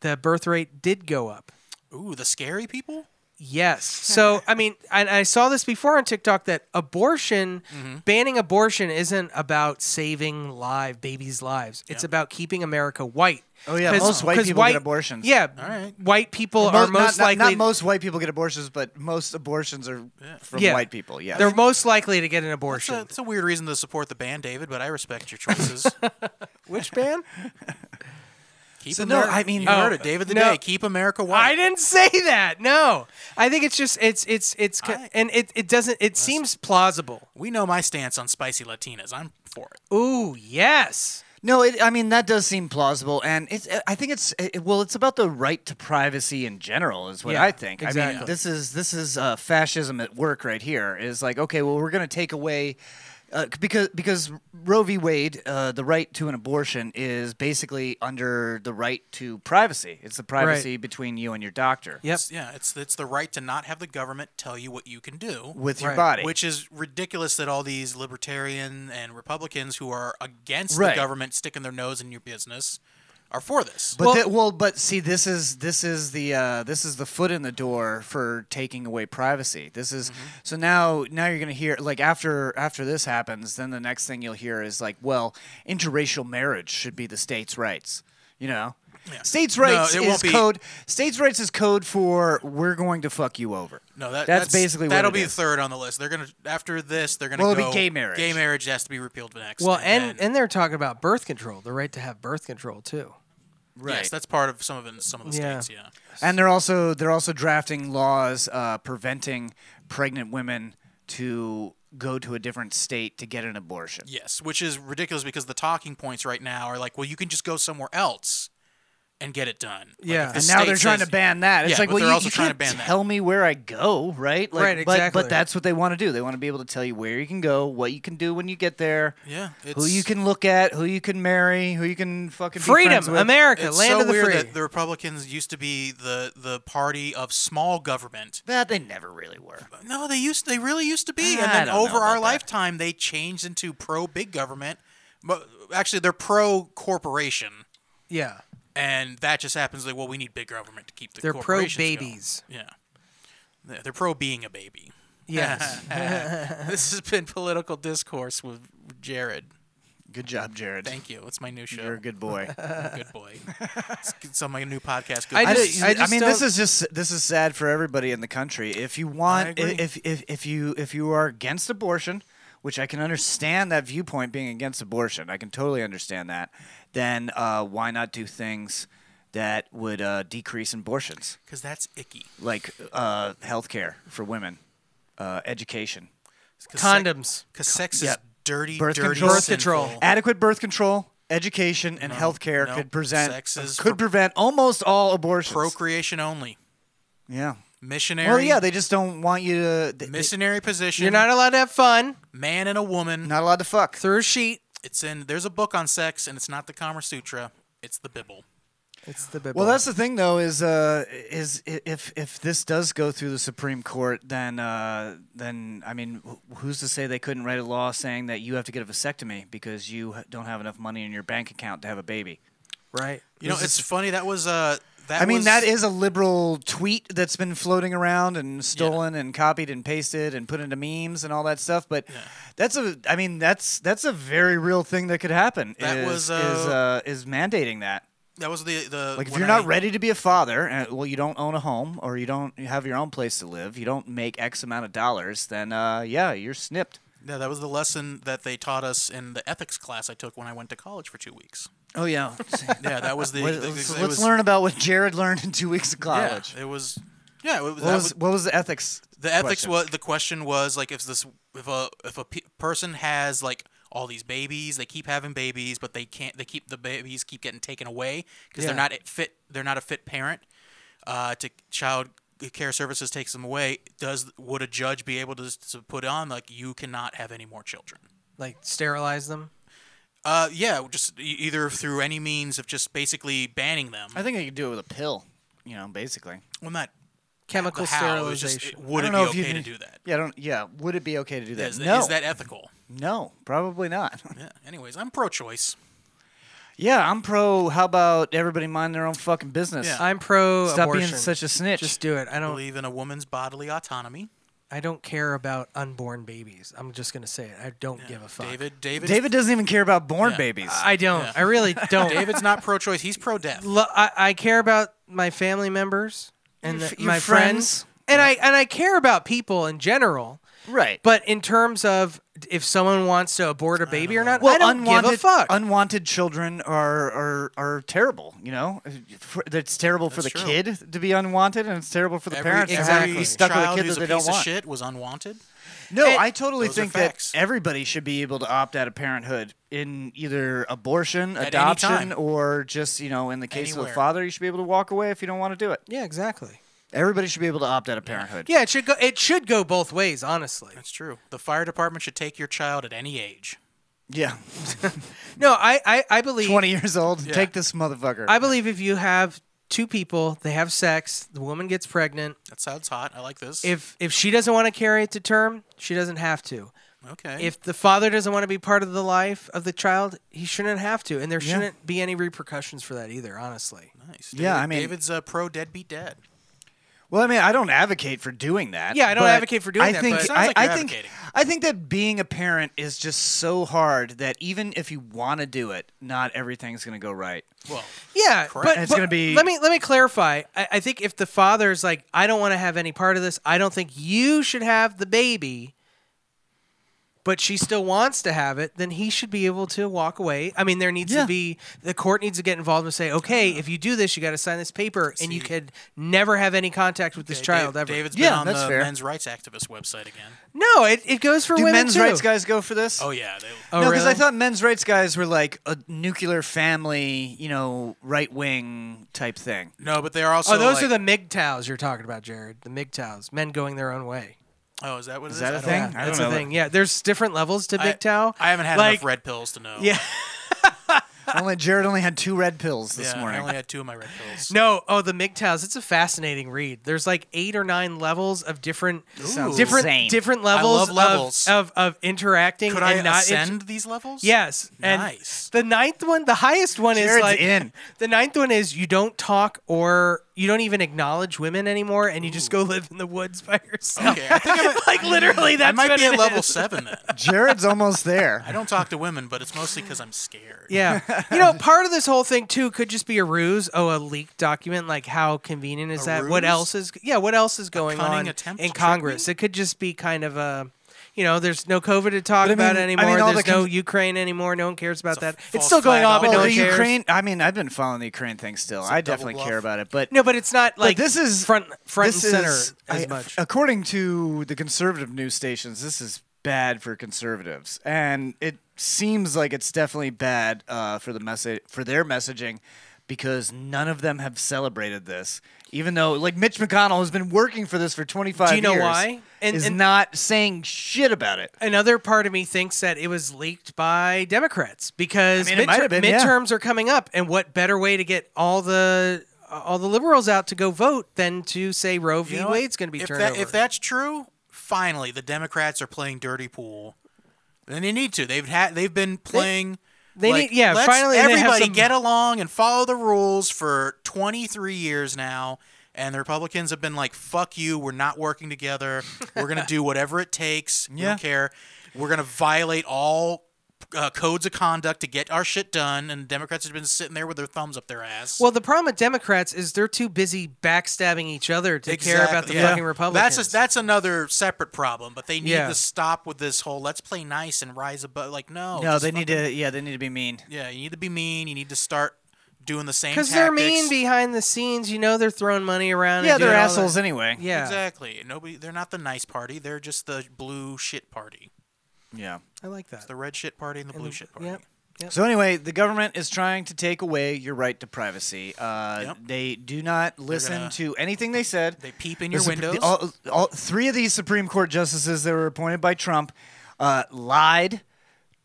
the birth rate did go up. Ooh, the scary people. Yes. <laughs> So I mean, and I saw this before on TikTok that abortion, Mm-hmm. banning abortion, isn't about saving live babies' lives. It's about keeping America white. Oh, yeah, 'Cause- most white 'cause people get abortions. Yeah, right. white people Mo- are most not, likely. not, not most white people get abortions, but most abortions are from Yeah. white people. Yeah, They're most likely to get an It's a, abortion. it's a weird reason to support the band, David, but I respect <laughs> your choices. Which ban? Keep So, no, America- I mean- you Oh, heard it, David. The no. day, keep America <laughs> I white. didn't say that. No, I think it's just it's it's it's co- I- and it it doesn't it seems plausible. we know my stance on spicy Latinas. I'm for it. Ooh, yes. no, it, I mean that does seem plausible, and it's. I think it's it, well, it's about the right to privacy in general, is what Yeah, I think. I exactly. mean, this is this is uh, fascism at work right here. Is like, okay, well, we're gonna take away. Uh, c- because because Roe v. Wade, uh, the right to an abortion is basically under the right to privacy. It's the privacy between you and your doctor Yep. It's- yeah, it's it's the right to not have the government tell you what you can do, with your Right. body. which is ridiculous that all these libertarian and Republicans who are against Right. the government sticking their nose in your business are for this. But Well- well, well, but see, this is this is the uh, this is the foot in the door for taking away privacy. This is Mm-hmm. so now now you're gonna hear like after after this happens, then the next thing you'll hear is like, well, interracial marriage should be the states' rights. You know, states' rights it won't is be- code. States' rights is code for we're going to fuck you over. no, that, that's, basically what that'll it be is. third on the list. They're gonna after this, they're gonna Well, go, it'll be gay marriage. Gay marriage has to be repealed next. Well, and then- and they're talking about birth control, the right to have birth control too. yes, that's part of some of it, some of the Yeah. states. Yeah. And they're also they're also drafting laws uh, preventing pregnant women to go to a different state to get an abortion. Yes, which is ridiculous because the talking points right now are like, well, you can just go somewhere else and get it done. Like, Yeah. if the And now state they're trying says- to ban that. It's Yeah, like, but well, they're you, also you trying to can't ban that. tell me where I go, right? Like, Right, but- exactly. But, that's what they want to do. They want to be able to tell you where you can go, what you can do when you get there, Yeah, who you can look at, who you can marry, who you can fucking be Freedom, friends with. America, It's land so of the weird free. that the Republicans used to be the the party of small government. That they never really were. No, they used they really used to be, and I then don't know over our about that. lifetime, they changed into pro big government. But actually, they're pro corporation, <laughs> yeah. and that just happens. Like, well, we need big government to keep the They're pro corporations going. babies. Yeah, They're- they're pro being a baby. Yes. <laughs> this has been political discourse with Jared. Good job, Jared. Thank you. It's my new show. You're a good boy. good <laughs> boy. It's, it's on my new podcast. Good I Boy. I, just- just, I, I just mean, this don't- is just this is sad for everybody in the country. If you want, agree. if if if you if you are against abortion, which I can understand that viewpoint being against abortion, I can totally understand that. Then uh, why not do things that would uh, decrease abortions, because that's icky. like uh, healthcare for women, uh, education, 'Cause sex- Condoms. Because sex is yeah. dirty, Birth dirty, control. Birth control. sinful. adequate birth control. Education and healthcare Oh. no. could present uh, Sex is could for- prevent almost all abortions. Procreation only. yeah. Missionary. Well, yeah, they just don't want you to. they- they- missionary position. You're not allowed to have fun man and a woman. not allowed to fuck. through a sheet. It's in. There's a book on sex, and it's not the Kama Sutra. It's the Bible. It's the Bible. Well, that's the thing, though, is uh, is i- if if this does go through the Supreme Court, then uh, then I mean, wh- who's to say they couldn't write a law saying that you have to get a vasectomy because you h- don't have enough money in your bank account to have a baby? right. You know, it's funny. That was uh. That I mean, was- that is a liberal tweet that's been floating around and stolen and copied and pasted and put into memes and all that stuff. But that's a, I mean, that's that's a very real thing that could happen. That is- was, is uh, uh, is mandating that. that was the the Like if when you're not I- ready to be a father, and well, you don't own a home or you don't have your own place to live, you don't make X amount of dollars, then uh, yeah, you're snipped. Yeah, that was the lesson that they taught us in the ethics class I took when I went to college for two <laughs> weeks. Oh yeah. Yeah, that was the. the- let's it let's was- learn about what Jared learned in two weeks of yeah, college. it was. Yeah, it was, what that was, was- what was the ethics? the ethics question? was the question was like if this if a if a pe- person has like all these babies they keep having babies but they can't they keep the babies keep getting taken away because they're Yeah. not a fit they're not a fit parent uh, to child care services takes them away does would a judge be able to, to put on like you cannot have any more children like sterilize them. uh yeah just e- either through any means of just basically banning them I think I could do it with a pill. You know, basically. well not Chemical how it was just sterilization. would I it don't know be if okay you to need- do that Yeah, I don't. Yeah, would it be okay to do that? is, no, is that ethical no, probably not. <laughs> yeah anyways i'm pro-choice yeah, I'm pro. How about everybody mind their own fucking business? Yeah. I'm pro Stop abortion. being such a snitch. Just do it. I don't. believe in a woman's bodily autonomy I don't care about unborn babies. I'm just gonna say it. I don't give a fuck. David, David, Oh, David doesn't even care about born Yeah. babies. I don't. I really don't. David's not pro-choice. He's pro-death. Lo- I, I care about my family members and Your the- f- your my friends, friends. and I and I care about people in general. right. But in terms of if someone wants to abort a baby or not, Well, I don't unwanted, give a fuck. Unwanted children are are, are terrible. You know, For- it's terrible for the That's true. kid to be unwanted, and it's terrible for the Every, parents Exactly. to every be stuck with a child kid who's that a they piece don't of want. shit was unwanted. No, It- I totally Those are think that facts. everybody should be able to opt out of parenthood in either abortion, any adoption, time. or just you know, in the case of Anywhere. a father, you should be able to walk away if you don't want to do it. yeah, exactly. Everybody should be able to opt out of parenthood. Yeah, it should go. It should go both ways, honestly. That's true. The fire department should take your child at any age. Yeah, No, I I, I believe <laughs> twenty years old, take this motherfucker. I believe if you have two people, they have sex, the woman gets pregnant. That sounds hot. I like this. If if she doesn't want to carry it to term, she doesn't have to. okay, If the father doesn't want to be part of the life of the child, he shouldn't have to, and there shouldn't be any repercussions for that either. Honestly, nice. yeah, David- I mean- David's a pro deadbeat dad. Well, I mean, I don't advocate for doing that. Yeah, I don't but advocate for doing I that, Think, but- Sounds I, like I you're think advocating. I think that being a parent is just so hard that even if you want to do it, not everything's going to go right. Well, yeah, but, It's but gonna be- Let me let me clarify. I, I think if the father's like, I don't want to have any part of this. I don't think you should have the baby. but she still wants to have it, then he should be able to walk away. I mean, there needs Yeah. to be the court needs to get involved and say, okay, if you do this, you got to sign this paper, and you See. could never have any contact with this Da- child Dave- ever. David's been Yeah, on that's the fair. men's rights activist website <laughs> again. no, it, it goes for Do women men's too. rights guys go for this? Oh yeah, they, Oh, no, because really? I thought men's rights guys were like a nuclear family, you know, right wing type <laughs> thing. no, but they're also. Oh, those like- are the MGTOWs you're talking about, Jared. The MGTOWs, men going their own way. Oh, is that what it is? that a I don't thing? know. I don't That's know the that- thing. Yeah, there's different levels to I- MGTOW. I haven't had like, enough red pills to know. Yeah. only Jared only had two red pills this Yeah, I morning. only had two of my red pills. No, oh, the MGTOWs. It's a fascinating read. There's like eight or nine levels of different, sounds different, insane. different levels, love levels. Of, of of interacting. Could and I not ascend these levels? yes, and Nice. the ninth one, the highest one is Jared's like in. the ninth one is you don't talk or you don't even acknowledge women anymore, and you just go live in the woods by yourself. Okay, I <laughs> think I'm at- like literally, I that's might what be it at level is. <laughs> seven then. Jared's almost there. I don't talk to women, but it's mostly because I'm scared. <laughs> Yeah. You know, part of this whole thing too could just be a ruse. Oh, a leaked document. Like, how convenient is A that? What ruse? else is? Yeah, what else is going cunning on attempt in to trick Congress? me? It could just be kind of a. You know, there's no COVID to talk But I about mean- I anymore. mean, all there's the no con- Ukraine anymore. No one cares about a that. false It's still going flag on, but all no Well, one over the cares. Ukraine. I mean, I've been following the Ukraine thing still. I double definitely bluff. care about it, but No, but it's not like this is front front this and center is- as I- much. According to the conservative news stations, this is bad for conservatives, and it seems like it's definitely bad uh, for the message for their messaging because none of them have celebrated this. Even though, like Mitch McConnell has been working for this for 25 years, Do you know why? And- is and- not saying shit about it. another part of me thinks that it was leaked by Democrats because I mean, it might midter- have been, yeah. midterms are coming up, and what better way to get all the uh, all the liberals out to go vote than to say Roe v. You know what? Wade's going to be if turned that, over? If that's true, finally the Democrats are playing dirty pool. And they need to. They've had. They've been playing. they like, need- yeah, Let's finally they have everybody some- get along and follow the rules for 23 years now. And the Republicans have been like, "Fuck you. We're not working together. We're gonna do whatever <laughs> it takes. We Yeah. don't care. We're gonna violate all." Uh, codes of conduct to get our shit done, and Democrats have been sitting there with their thumbs up their ass. well, the problem with Democrats is they're too busy backstabbing each other to care about the Exactly, yeah. fucking Republicans. That's a, that's another separate problem, but they need Yeah. to stop with this whole "let's play nice and rise above." Like, no, No, just they need fucking- to. Yeah, they need to be mean. Yeah, you need to be mean. You need to start doing the same. because Because they're mean behind the scenes. You know, they're throwing money around. Yeah, and they're doing all assholes That. anyway. Yeah, Exactly. Nobody. They're not the nice party. They're just the blue shit party. Yeah. I like that. The red shit party and the blue shit party. Yep. So anyway, the government is trying to take away your right to privacy. Uh, Yep. They do not listen gonna- to anything they said. They peep in The your Sup- the- windows. all, all, three of these Supreme Court justices that were appointed by Trump uh, lied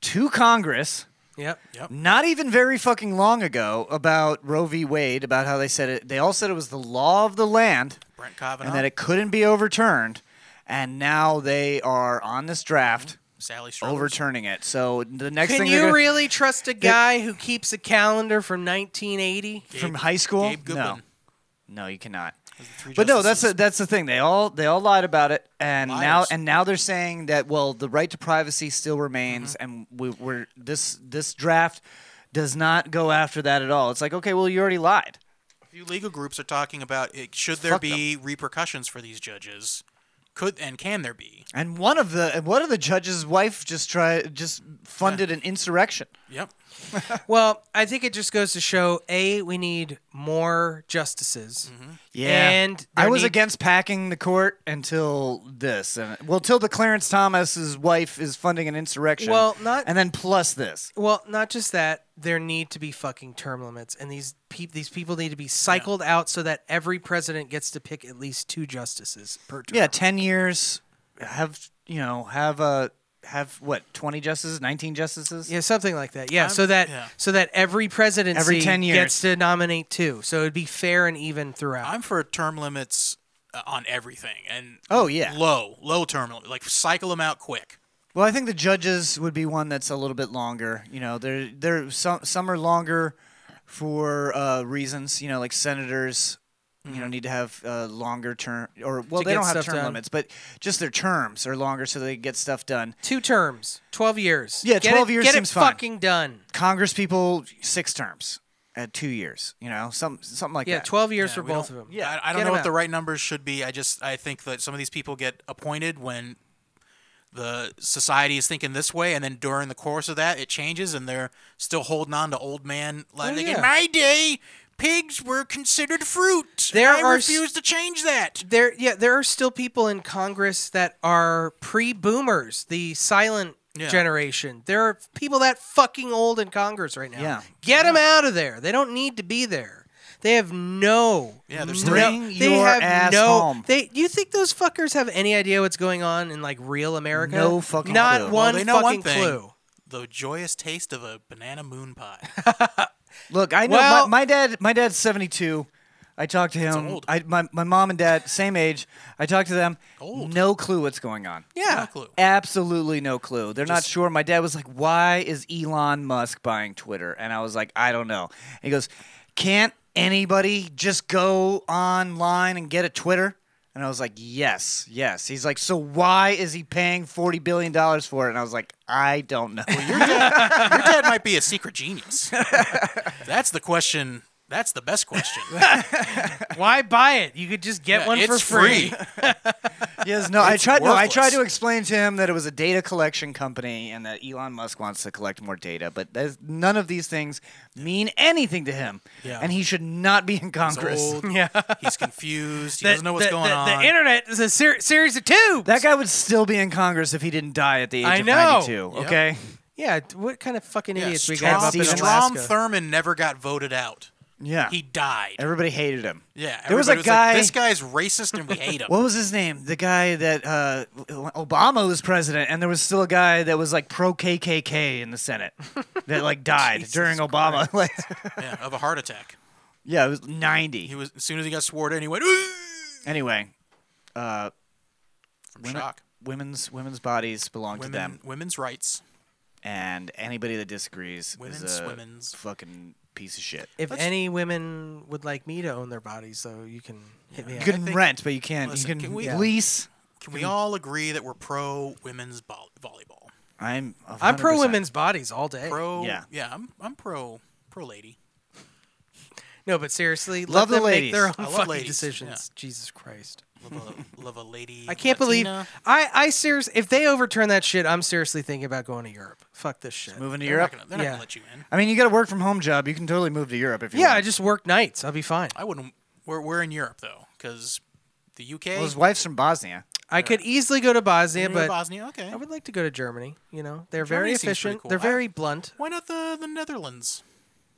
to Congress Yep. not even very fucking long ago about Roe v. Wade, about how they said it. They all said it was the law of the land Brent Kavanaugh, and that it couldn't be overturned. And now they are on this draft Sally Struthers. overturning it. So the next Can thing they're you gonna- really trust a guy who keeps a calendar from 1980? from Gabe- high school? Gabe Goodwin. no, no, you cannot. Three But no, that's justices. the, that's the thing. They all they all lied about it, and now Liars. and now they're saying that well, the right to privacy still remains, and we, we're this this draft does not go after that at all. It's like okay, well, you already lied. A few legal groups are talking about it. Should there Fuck them. be repercussions for these judges? Could and can there be? And one of the and one of the judge's wife just try just funded an insurrection. Yep. Well, I think it just goes to show a we need more justices. Mm-hmm. and I there was need- against packing the court until this, and well, till the Clarence Thomas's wife is funding an insurrection. Well, not- and then plus this. Well, not just that. There need to be fucking term limits, and these peop these people need to be cycled out so that every president gets to pick at least two justices per term. Yeah, ten years. Have you know have uh, have what twenty justices, nineteen justices? Yeah, something like that. Yeah, so that yeah. so that every presidency 10 years. gets to nominate two, so it'd be fair and even throughout. I'm for term limits uh, on everything, and Oh, yeah. low, low term limit, like cycle them out quick. Well, I think the judges would be one that's a little bit longer. You know, they're they're some some are longer for uh, reasons. You know, like senators. You know, need to have uh, longer term, or well, To they get don't have stuff term done. limits, but just their terms are longer, so they get stuff done. two terms, twelve years. Yeah, Get 12 it, years Get seems it fine. fucking done. Congress people, six terms at two years. You know, some something like Yeah, that. twelve years for we both of don't- them. Yeah, I, I don't Get know 'em what the out. right numbers should be. I just I think that some of these people get appointed when the society is thinking this way, and then during the course of that, it changes, and they're still holding on to old man. Like Oh, yeah. in my day, pigs were considered fruit. There I are s- refuse to change that. There, yeah, there are still people in Congress that are pre-boomers, the silent Yeah. generation. There are people that fucking old in Congress right now. Yeah. get them out of there. They don't need to be there. They have no. Yeah, they're no- still- Bring your ass home. They, you think those fuckers have any idea what's going on in like real America? No fucking Not clue. one Well, they know fucking one thing. clue. The joyous taste of a banana <laughs> moon pie. Look, I know Well- my, my dad. My dad's seventy two. I talked to him. old. I, my my mom and dad same age. I talked to them. Old. No clue what's going on. Yeah. No clue. Absolutely no clue. They're not Just- sure. My dad was like, "Why is Elon Musk buying Twitter?" And I was like, "I don't know." And he goes, "Can't anybody just go online and get a Twitter?" And I was like, "Yes, yes." He's like, "So why is he paying forty billion dollars for it?" And I was like, "I don't <laughs> know." Your dad might be a secret genius. <laughs> that's the question. That's the <laughs> best question. Why buy it? You could just get one it's for free. Yes, no, I tried. No, I tried worthless. to explain to him that it was a data collection company and that Elon Musk wants to collect more data, but there's- none of these things mean anything to him, Yeah. and he should not be in Congress. He's <laughs> old. Yeah. He's confused. He The- doesn't know what's the- going the- on. The internet is a ser- series of tubes. That guy would still be in Congress if he didn't die at the age I of know. 92. Yep. Okay, Yeah, d- what kind of fucking yeah, idiots we Strom, got up in Stephen Strom Alaska? Thurmond never got voted out. yeah, He died. everybody hated him. yeah, there was a everybody like, guy. this guy's racist and we <laughs> hate him. what was his name? The guy that uh, Obama was president, and there was still a guy that was like pro KKK in <laughs> the Senate that like died during Obama. <laughs> Like, yeah, of a heart attack. yeah, it was 90. He was as soon as he got sworn in, he went "Ooh," Anyway, uh, from women- shock. women's women's bodies belong Women, to them, women's rights. and anybody that disagrees Women's is a women's. fucking piece of shit. If any women would like me to own their bodies, though, you can hit me You up. can rent, but you can't. Listen, you can, can we- lease. Can we all agree that we're pro women's vol- volleyball? I'm. I'm pro 100%. women's bodies all day. Pro. Yeah. Yeah, I'm I'm pro pro lady. No, but seriously, Love let the them make ladies. their own I love fucking ladies, decisions. Jesus Christ. Love a, love a lady. I can't Latina. believe I I serious if they overturn that shit, I'm seriously thinking about going to Europe. Fuck this shit. Moving to They're Europe. not gonna, they're not Yeah. gonna let you in. I mean, you got a work from home job. You can totally move to Europe if you Yeah, I want. just work nights. I'll be fine. I wouldn't. We're we're in Europe though, because the UK. Well, his wife's from Bosnia. I could easily go to Bosnia, but Bosnia. Okay. I would like to go to Germany. You know, they're very Germany seems pretty efficient. cool. They're I- very blunt. Why not the the Netherlands?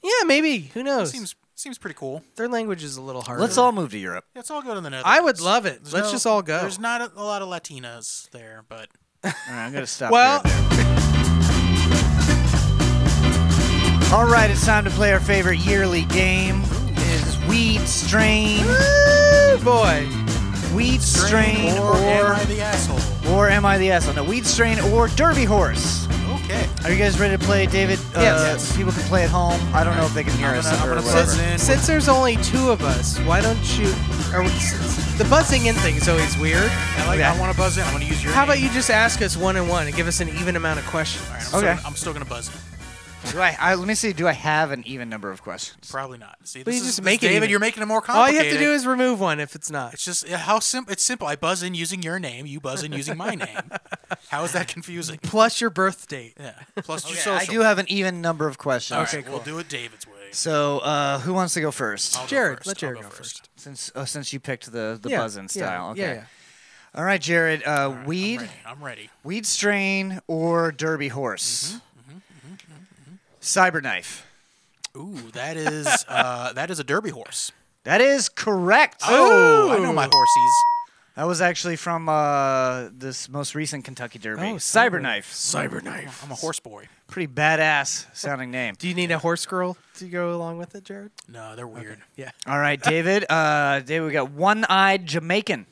Yeah, maybe. Who knows? Seems seems pretty cool. Their language is a little harder. Let's all move to Europe. Let's all go to the Netherlands. I would love it. There's Let's no- just all go. There's not a, a lot of Latinas there, but All right, I'm gonna stop. Well, Europe. all right, it's time to play our favorite yearly game. It Is weed strain, oh boy. weed strain, or, am I the asshole? Or am I the asshole? No, Weed Strain or Derby Horse. Okay. Are you guys ready to play, David? Uh, Yes. People can play at home. I don't know if they can hear I'm us gonna, I'm or gonna whatever. buzz in. Since there's only two of us, why don't you? Are we, the buzzing in thing is always weird. I, like, Yeah. I want to buzz in. I'm gonna use your. How about name. you just ask us one and one and give us an even amount of questions? All right, I'm Okay. Still, I'm still gonna buzz. in. Do I, I, let me see. Do I have an even number of questions? Probably not. See, Well, this you is just this- make it David. even. You're making it more All complicated. you have to do is remove one if it's not. It's just yeah, how simple. It's simple. I buzz in using your name. You buzz in using my name. How is <laughs> that confusing? Plus your birth date. Yeah. Plus your I social. do have an even number of questions. All right, We'll do it David's way. So, uh, who wants to go 1st I'll go Jared, first. let Jared I'll go first. Since uh, since you picked the the Yeah, buzz-in style. Yeah, okay. yeah. All right, Jared. Uh, weed, I'm ready. I'm ready. weed strain, or Derby horse. mm-hmm, Cyberknife. Ooh, <laughs> that is uh, that is a derby horse. That is correct. Oh, I know my horsies. That was actually from uh, this most recent Kentucky Derby. Oh, Cyberknife. Cyberknife. I'm a horse boy. Pretty badass sounding name. Do you need a horse girl to go along with it, Jared? No, they're weird. Yeah. All right, David. Uh, David, we got one-eyed Jamaican.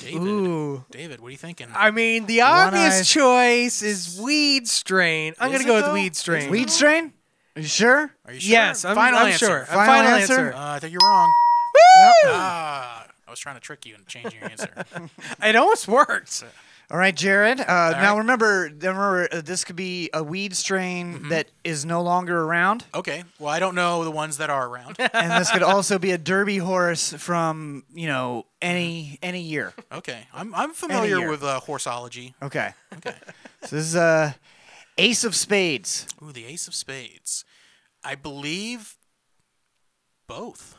David. Ooh. David, what are you thinking? I mean, the One obvious eye- choice is weed strain. I'm Is gonna it go with though? weed strain. Weed strain? Are you sure? Are you sure? Yes, I'm, Final I'm answer. sure. Final Final answer? answer. Uh, I think you're wrong. Yep. Ah, I was trying to trick you and change your answer. <laughs> It almost worked. All right, Jared. Uh, Now right. remember, remember uh, this could be a weed strain that is no longer around, Okay. <laughs> Well, I don't know the ones that are around. and this could also be a Derby horse from you know any any year. Okay, I'm I'm familiar year. with uh, horseology. Okay. Okay. So this is uh, Ace of Spades. Ooh, the Ace of Spades. I believe both.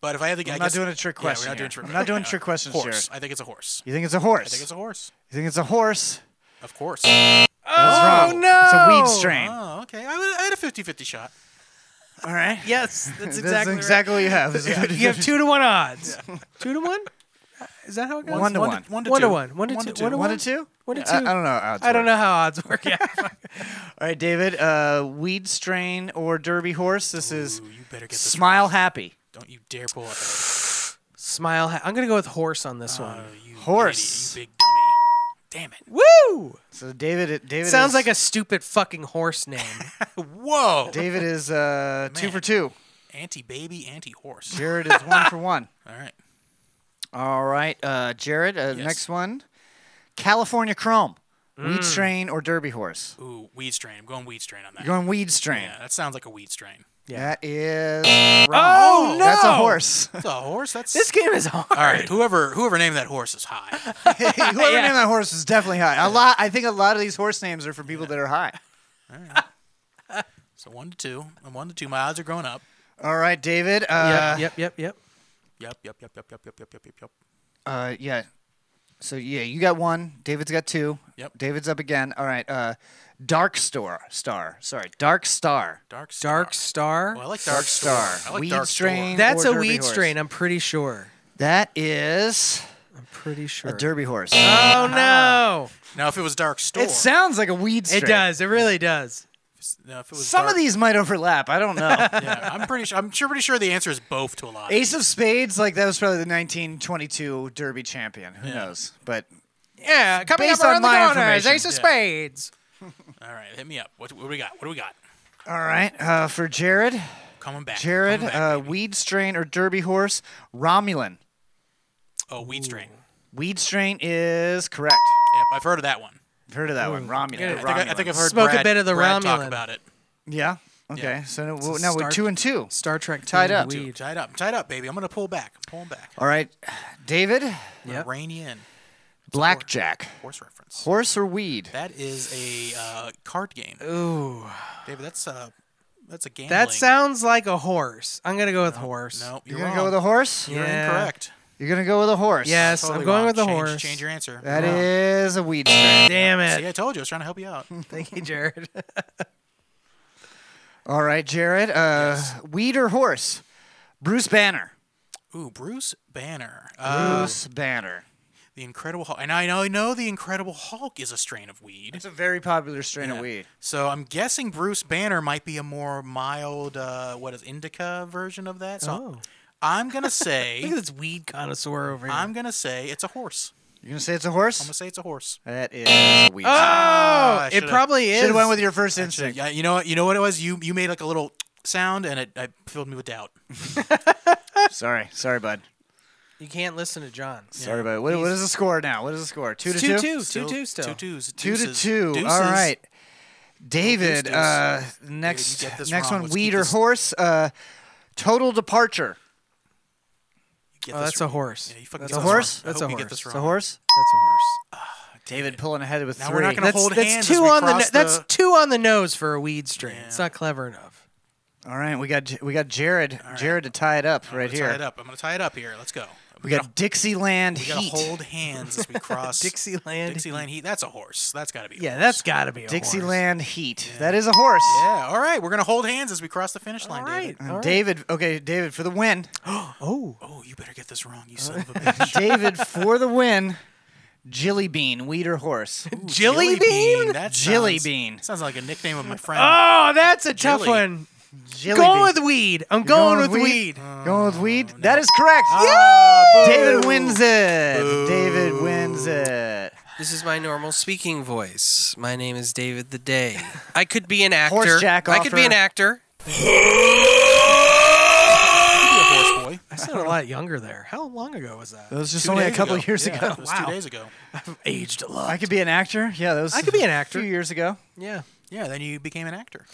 But if I had to, I'm I not guess- doing a trick Yeah, question. we're not here. doing trick. I'm <laughs> not doing yeah. trick questions, Horse. Jared. I think it's a horse. You think it's a horse? I think it's a horse. you think it's a horse? Of course. Oh no! It's a weed strain. Oh, okay. I, would- I had a 50-50 shot. All right. Yes, that's That's exactly. right. exactly what you have. This is You have two to one odds. <laughs> Two to one. Is that how it goes? One to one. to, one to One two. to one. One to two. One to One to two? One to I, I two. don't know. How it's I don't worked. know how odds work. <laughs> Yeah. All right, David. Uh, weed strain or derby horse? This is Ooh, you better get this smile right. happy. Don't you dare pull up. a- Smile. Ha- I'm gonna go with horse on this Oh, one. you Horse. idiot, you big dummy. Damn it. Woo! So David. it- David Sounds is, like a stupid fucking horse name. Whoa. David is <laughs> uh, two Man. for two. Anti-baby, anti-horse. Jared is one for one. All right. <laughs> All right, uh, Jared. Uh, Yes. Next one, California Chrome, weed strain or Derby horse? Ooh, weed strain. I'm going weed strain on that. You're going weed strain. yeah, that sounds like a weed strain. That is wrong. no! That's a horse. That's a horse. <laughs> That's this game is hard. All right, whoever whoever named that horse is high. <laughs> <laughs> Whoever <laughs> named that horse is definitely high. A lot. I think a lot of these horse names are for people that are high. So one to two, and one to two. My odds are going up. All right, David. Uh, Yep. Yep. Yep. Yep. Yep, yep, yep, yep, yep, yep, yep, yep, yep, yep. Uh, yeah. So yeah, you got one. David's got two. Yep. David's up again. All right. Uh, Dark Star. Star. Sorry, Dark Star. Dark star. Dark Star. Oh, I like dark, Star. I like Weed dark Star. strain. That's or a Derby weed horse. strain. I'm pretty sure. That is I'm pretty sure. a Derby horse. oh no! Now, if it was dark store, It sounds like a weed strain. It does. It really does. now, if it was Some dark, of these might overlap. I <laughs> don't know. <laughs> yeah, I'm pretty sure. I'm sure, pretty sure the answer is both to a lot. Ace of Spades, like that was probably the 1922 Derby champion. Who knows? But Yeah, coming Based up on around the my corner is information. Ace of Yeah. Spades. All right, hit me up. What, what do we got? What do we got? all right, uh, for Jared, Coming back. Jared, Coming back. uh, weed strain or Derby horse? Romulan. oh, weed strain. Weed strain is correct. Yep, I've heard of that one. I've heard of that one, Romulan. I or think, I, I Romulan. think I've heard Smoke a Brad, bit of the Romulan. Brad talk about it. Yeah. Okay. So now, a now we're start. two and two. Star Trek Tied themed up. Dude, Weed. tie it up, tie it up, baby. I'm gonna pull back. I'm pulling back. All right, David, I'm gonna Yep. Rein you in. blackjack, Horse reference. horse or weed? That is a uh, card game. Oow. David, that's a that's a gambling. That sounds like a horse. I'm gonna go with horse. No, You're you're, gonna wrong. go with a horse. You're Yeah. incorrect. You're gonna go with a horse. Yes, Totally I'm going wrong. with the change, horse. Change your answer. That is Wrong. a weed strain. Damn it! See, I told you. I was trying to help <laughs> you out. Thank you, <laughs> Jared. All right, Jared. Uh, Weed or horse? Bruce Banner. Ooh, Bruce Banner. Uh, Bruce Banner. the Incredible Hulk. And I know, I know the Incredible Hulk is a strain of weed. It's a very popular strain Yeah. of weed. So I'm guessing Bruce Banner might be a more mild, uh, what is indica version of that. So Oh. I'm <laughs> Look gonna at say, this weed connoisseur over here. I'm gonna say it's a horse. You're gonna say it's a I'm horse? gonna say it's a horse. Ah, That is a weed. strain. oh, I it should've- probably Should is. have Ah! went with your first instinct. Yeah, you know what? You know what it was. You you made like a little sound, and it, it filled me with doubt. Sorry, sorry, bud. you can't listen to John. Sorry, bud. What, what is the score now? What is the score? Two to It's two. two two, two two still. Two Two twos. to deuces, two. Deuces. All right. David, Deuce, deuce. uh, next get this next wrong. one, Let's weed keep or this- horse? Uh, total departure. Get Oh, this that's a right. horse. Yeah, you fucking That's get a this horse. wrong. I That's hope a you horse. get this It's wrong. a horse. That's a horse. David pulling ahead with Now 3 we're not gonna- That's, hold that's hands as two we on the. cross that's the- two on the nose for a weed strain. It's not clever enough. All right, we got J- we got Jared Jared to tie it up right I'm gonna here. Tie it up. I'm gonna tie it up here. Let's go. We got Dixieland We gotta Heat. hold <laughs> hands as we cross Dixieland. Dixieland Heat. That's a horse. That's gotta be. a Yeah, horse. that's got to be a Horse. Dixieland Heat. That is a horse. Yeah. All right. We're gonna hold hands as we cross the finish line. All right. David. Uh, all right. David, okay, David for the <laughs> win. Oh, Oh, you better get this wrong, uh, you <laughs> son of a bitch. David for the win. Jilly Bean, weed <laughs> or horse? Ooh, Jilly Bean? That Jilly sounds- Bean. Sounds like a <laughs> nickname of my friend. oh, that's a tough Jelly. one. Jilly going Bean. with weed. I'm You're going, with weed. going with weed. That is correct. David wins it. David wins it. This is my normal speaking voice. My name is David the Day. I could be an actor. Horse jack I could be offer. an actor. horse boy. I sounded a lot younger there. How long ago was that? That was just Two only a days couple ago. years Yeah, ago. It was two days ago. Aged a lot. I could be an actor. Yeah, that was. I could be an actor. A few years ago. Yeah. Yeah. Then you became an actor.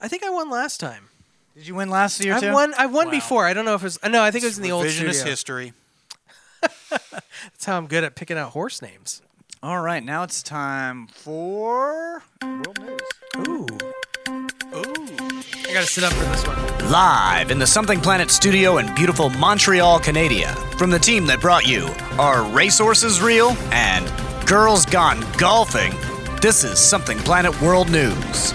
I think I won last time. Did you win last year I've too? won. I've won Wow. before. I don't know if it was. No, I think it was in the old Revisionist studio. history. That's how I'm good at picking out horse names. All right, now it's time for world news. Ooh. Ooh. I gotta sit up for this one. Live in the Something Planet studio in beautiful Montreal, Canada, from the team that brought you Are Racehorses Real? and Girls Gone Golfing, this is Something Planet World News.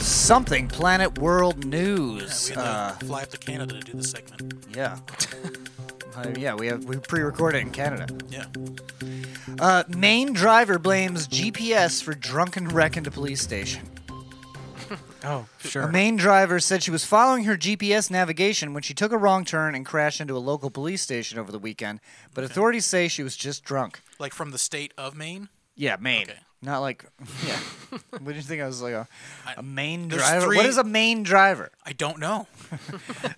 Something Planet World News. We had to Uh, fly up to Canada to do this segment. yeah. Uh, yeah, we have we pre-recorded in Canada. Yeah. Uh, Maine driver blames GPS for drunken wreck into police station. Oh, A sure. Maine driver said she was following her GPS navigation when she took a wrong turn and crashed into a local police station over the weekend, but authorities say she was just drunk. Like from the state of Maine? Yeah, Maine. Okay. Not <laughs> like, yeah. what did you think? I was like a, a Maine there's driver. three- What is a Maine driver I don't know.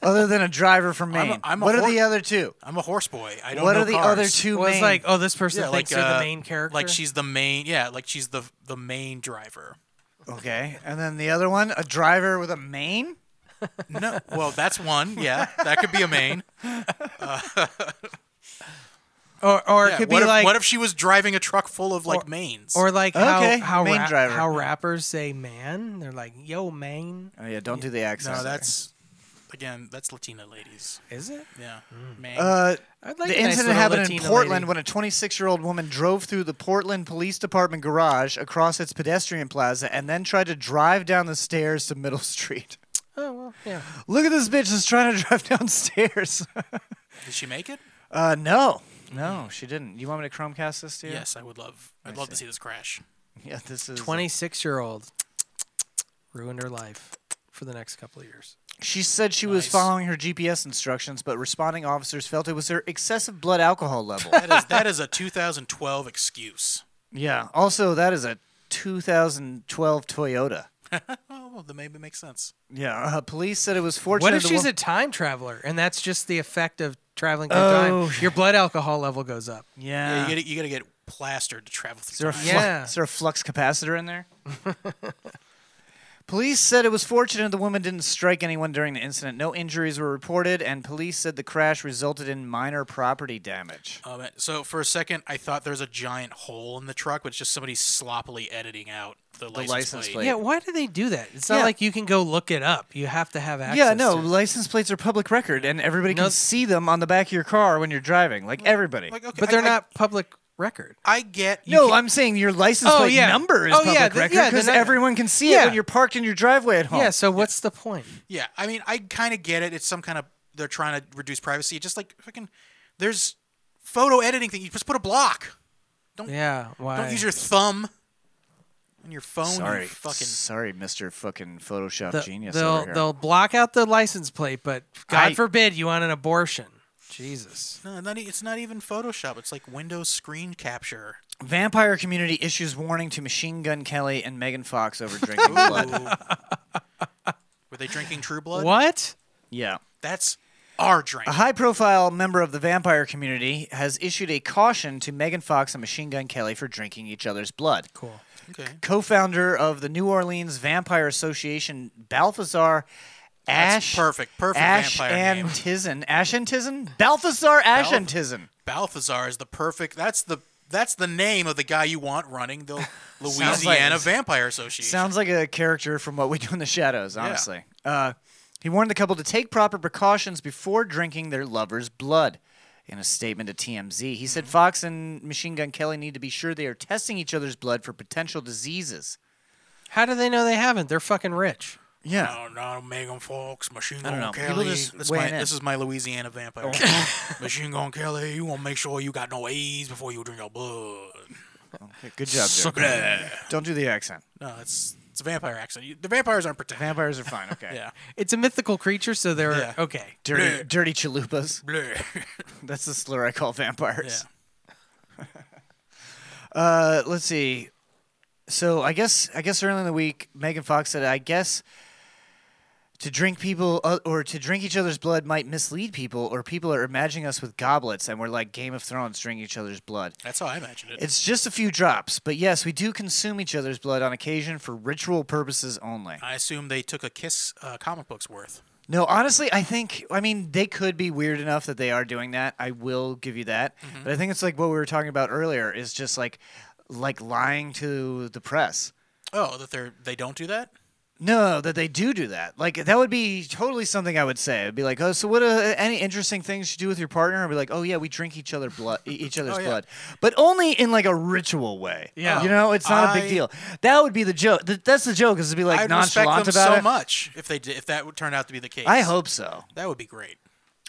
other than a driver from I'm a- Maine? I'm a what are hor- the other two? I'm a horse boy. I don't What know are the cars. other two? Well, it's Maine? like, oh, this person Yeah, like thinks they're uh, the main character. Like she's the main. Yeah, like she's the the main driver. okay, and then the other one, a driver with a Maine. No, well that's one. Yeah, that could be a main. or or Yeah, it could what be if, like, what if she was driving a truck full of like mains? Uh, or like how Okay, how, Maine ra- driver. how rappers say man, they're like, yo, man, Oh, yeah, don't do the accent. no, that's again that's Latina ladies. is it? Yeah, main. Uh, I'd like the a nice incident little happened Latina in Portland lady. when a 26 year old woman drove through the Portland Police Department garage across its pedestrian plaza and then tried to drive down the stairs to Middle <laughs> Street. Oh well, yeah. Look at this bitch that's trying to drive <laughs> downstairs. <laughs> Did she make it? uh, no. No, she didn't. You want me to Chromecast this to you? Yes, I would love. I'd love to see this crash. Yeah, this is. 26 year old ruined her life for the next couple of years. She said she was Nice. following her GPS instructions, but responding officers felt it was her excessive blood alcohol level. That is that is a 2012 excuse. <laughs> yeah. Also, that is a 2012 Toyota. Oh, well, that maybe makes sense. Yeah. Uh, police said it was fortunate. What if the she's wo- a time traveler and that's just the effect of traveling through time? Your blood alcohol level goes up. Yeah. Yeah, you gotta you gotta get plastered to travel Is there through. a Time. flux, Yeah. is there a flux capacitor in there? police said it was fortunate the woman didn't strike anyone during the incident. No injuries were reported, and police said the crash resulted in minor property damage. Um, so for a second, I thought there was a giant hole in the truck, which just somebody sloppily editing out the, license, license plate. Yeah, why do they do that? It's not Yeah. like you can go look it up. You have to have access. yeah, no, to it. license plates are public record, and everybody can No- see them on the back of your car when you're driving. Like everybody. Like, okay, but I- they're I- not public record. I get you no, can't- I'm saying your license Oh, plate yeah. number is Oh, public yeah, the- record yeah, the because nu- everyone can see it Yeah. when you're parked in your driveway at home. Yeah, so what's the point? Yeah, I mean, I kind of get it. It's some kind of they're trying to reduce privacy. Just like fucking, there's photo editing thing. You just put a block. Yeah, why? Don't use your thumb and your phone. you Sorry, fucking. sorry, Mister fucking Photoshop The- genius They'll over here. they'll block out the license plate, but God I- forbid you want an abortion. Jesus. No, not, e- it's not even Photoshop. It's like Windows screen capture. <laughs> Vampire community issues warning to Machine Gun Kelly and Megan Fox over <laughs> drinking blood. Were they drinking True Blood? What? Yeah. That's our drink. A high profile member of the vampire community has issued a caution to Megan Fox and Machine Gun Kelly for drinking each other's blood. Cool. Okay. Co founder of the New Orleans Vampire Association, Balthazar Ash. perfect, perfect Ash vampire and name. Tizen. Ash and Tizen? Balthazar Ash and Tizen. Balthazar is the perfect. That's the that's the name of the guy you want <laughs> running the Louisiana Vampire Association. Sounds like a character from What We Do in the Shadows, honestly. Uh, he warned the couple to take proper precautions before drinking their lover's blood. In a statement to TMZ, he Mm-hmm. said Fox and Machine Gun Kelly need to be sure they are testing each other's blood for potential diseases. How do they know they haven't? They're fucking rich. Yeah. No, no, Megan Fox, Machine don't know. People Gun Kelly. just This, weighing my, in. this is my Louisiana vampire. <laughs> Machine Gun Kelly, you want to make sure you got no AIDS before you drink your blood. Good job, Suck Derek. that. Don't do the accent. No, it's it's a vampire accent. You- The vampires aren't protected. Vampires are fine. Okay. <laughs> yeah. It's a mythical creature, so they're Yeah. okay. <laughs> Dirty, dirty chalupas. Bleh. That's the slur I call yeah. vampires. Uh, let's see. So I guess I guess early in the week, Megan Fox said, "I guess to drink people uh, or to drink each other's blood might mislead people, or people are imagining us with goblets and we're like Game of Thrones drinking each other's blood. That's how I imagined it. It's just a few drops, but yes, we do consume each other's blood on occasion for ritual purposes only. I assume they took a kiss uh, comic book's worth. No, honestly, I think I mean they could be weird enough that they are doing that. I will give you that. But I think it's like what we were talking about earlier is just like like lying to the press. Oh, that they're they don't do that. No, that they do do that. Like that would be totally something I would say. I'd be like, "Oh, so what? Uh, any interesting things you do with your partner?" I'd be like, "Oh yeah, we drink each other blood, e- each <laughs> Oh, other's blood, but only in like a ritual way. Yeah. you know, it's not a I- big deal. That would be the joke. Th- that's the joke is to be like I'd respect nonchalant them about so it. much if they did, if that would turn out to be the case. I hope so. that would be great.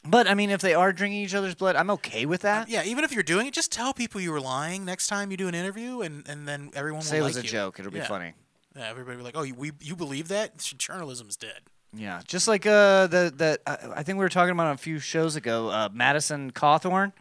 But I mean, if they are drinking each other's blood, I'm okay with that. Yeah, even if you're doing it, just tell people you were lying next time you do an interview, and, and then everyone Say it will was like a you. joke. It'll be Yeah. funny. Yeah, everybody will be like, oh, you, we you believe that? Journalism's dead. Yeah, just like uh, the the I I think we were talking about a few shows ago. Uh, Madison Cawthorn.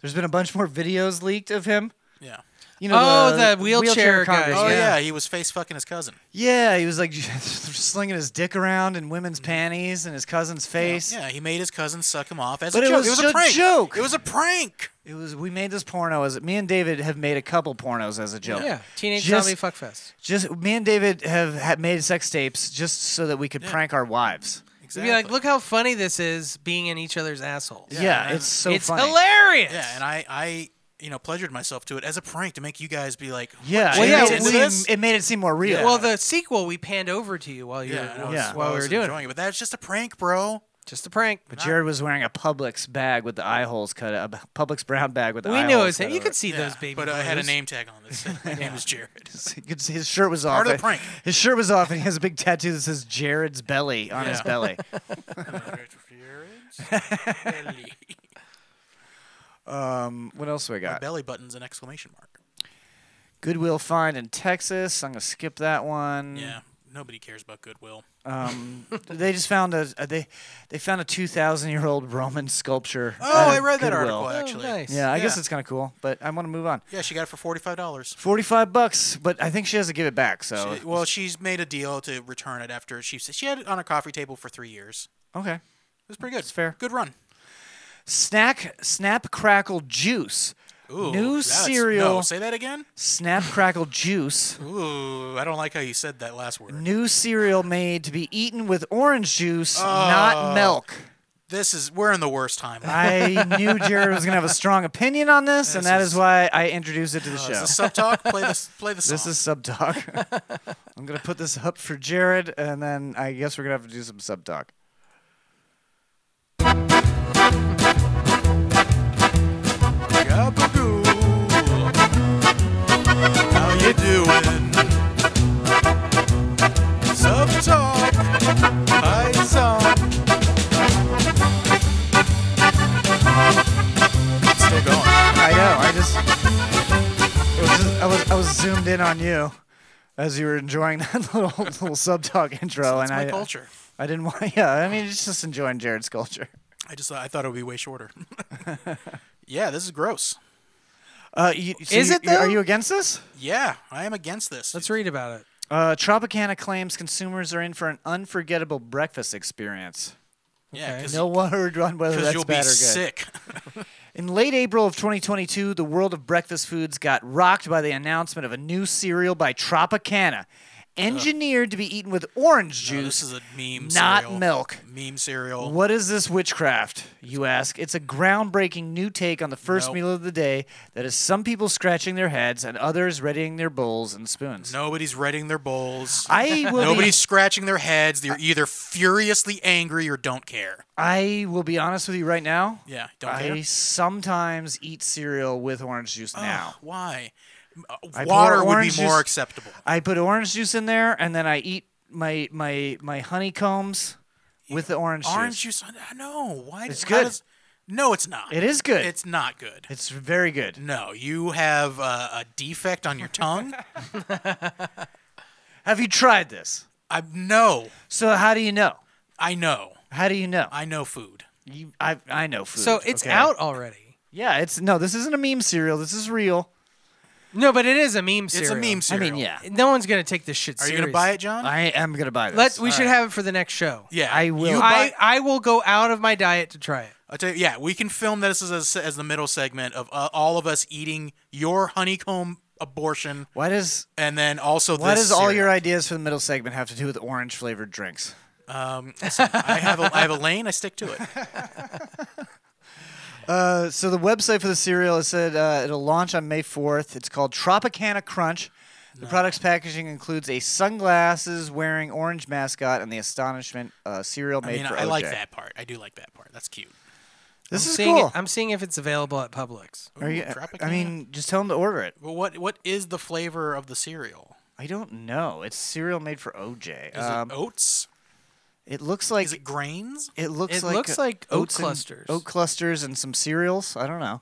There's been a bunch more videos leaked of him. Yeah. You know, Oh, the, the wheelchair guy, Congress, Oh yeah. yeah, he was face fucking his cousin. Yeah, he was like <laughs> slinging his dick around in women's Mm-hmm. panties and his cousin's face. Yeah, he made his cousin suck him off as But a it joke. was it was a a prank. joke. It was a prank. It was we made this porno as me and David have made a couple pornos as a joke. Yeah, teenage Just- zombie fuckfest. Just me and David have had made sex tapes just so that we could prank our wives. It'd be like, look how funny this is being in each other's assholes. Yeah, and it's so it's funny. hilarious. Yeah, and I I you know pleasured myself to it as a prank to make you guys be like, Yeah, Well, it, yeah, made it, we- seem, it made it seem more real. Well, the sequel we panned over to you while you yeah, and I were, was- Yeah. while I we was were doing enjoying it. it, but that's just a prank, bro. Just a prank. But Jared was wearing a Publix bag with the eye holes cut, a Publix brown bag with the we eye knew it holes was him. cut You out. could see Yeah, those baby. But I had a blues. name tag on <laughs> this. My name is Jared. You could see his shirt was off. Part of the prank. His shirt was off, and he has a big tattoo that says Jared's belly on his Yeah. <laughs> belly. <laughs> Belly. Um, what else we My got? belly button's an exclamation mark. Goodwill find in Texas. I'm gonna skip that one. Yeah, Mm. nobody cares about Goodwill. Um, they just found a, a- they they found a 2,000 year old Roman sculpture. Oh, at I read that Goodwill. article Oh, actually. nice. Yeah, I guess Yeah. it's kind of cool, but I want to move on. Yeah, she got it for forty five dollars. 45 bucks, but I think she has to give it back. So She- well, she's made a deal to return it after she said she had it on her coffee table for three years. okay. It was pretty good. It's fair. Good run. Snack Snap Crackle Juice. Ooh, New that's- cereal. No, say that again. Snap Crackle Juice. Ooh, I don't like how you said that last word. New cereal made to be eaten with orange juice, Oh. not milk. This is we're in the worst time. <laughs> I knew Jared was going to have a strong opinion on this, and that is, is- why I introduced it to the Uh, show. is this sub talk? Play this. Play the song. This is sub <laughs> talk. I'm gonna put this up for Jared, and then I guess we're gonna have to do some sub talk. Gabagoo. How you doing? Sub talk. Hi, song. Still going. I know. I just, it was just- I was I was zoomed in on you as you were enjoying that <laughs> little little sub talk intro, That's and my I uh, culture. I didn't want. <laughs> Yeah, I mean, it's just enjoying Jared's culture. I just thought, I thought it would be way shorter. <laughs> yeah, this is gross. Uh, you, so Is you- it, you- Are though? you against this? Yeah, I am against this. Let's read about it. Uh, Tropicana claims consumers are in for an unforgettable breakfast experience. yeah, because No word on whether that's you'll be bad or good. sick. Oh, In late April of 2022, the world of breakfast foods got rocked by the announcement of a new cereal by Tropicana, engineered to be eaten with orange No, this juice. is a meme not cereal. milk. Meme cereal. what is this witchcraft, you ask? It's a groundbreaking new take on the first Nope. meal of the day that has some people scratching their heads and others readying their bowls and spoons. Nobody's wetting their bowls. I <laughs> will Nobody's be, scratching their heads. They're either furiously angry or don't care. I will be honest with you right now. Yeah, don't care. I sometimes eat cereal with orange juice Ugh, now. why? Uh, I pour Water would be orange more juice- acceptable. I put orange juice in there, and then I eat my my my honeycombs with the orange, Orange juice. juice? I- No. Why? It's how good. does- no, it's not. It is good. It's It's not good. it's very good. No, you have uh, a defect on your <laughs> tongue. Have you tried this? I no. So how do you know? I know. How do you know? I know food. You, I I know food. So it's okay? out already. Yeah, it's no. This isn't a meme cereal. This is real. No, but it is a meme It's cereal. a meme I cereal. mean, yeah. No one's gonna take this shit. Are you gonna buy it, John? I am gonna buy this. Let we All should right. have it for the next show. yeah, I will. You I, buy- I will go out of my diet to try it. I'll tell you, yeah, we can film this as a se- as the middle segment of uh, all of us eating your honeycomb abortion, Why does and then also why this does all cereal. your ideas for the middle segment have to do with orange flavored drinks? Um, listen, I have <laughs> a, I have a lane. I stick to it. Uh, so the website for the cereal it said uh, it'll launch on May 4th. It's called Tropicana Crunch. The product's packaging includes a sunglasses wearing orange mascot and the astonishment uh, cereal I made mean, for I like OJ. that part. I do like that part. That's cute. This is seeing cool. it, I'm seeing if it's available at Publix. Are you- Tropicana. I mean, just tell them to order it. Well, what what is the flavor of the cereal? I don't know. It's cereal made for OJ. Is Um, it oats? it looks like Is it grains? It looks It like uh, looks like oat oats and- clusters. oat clusters, and some cereals. I don't know.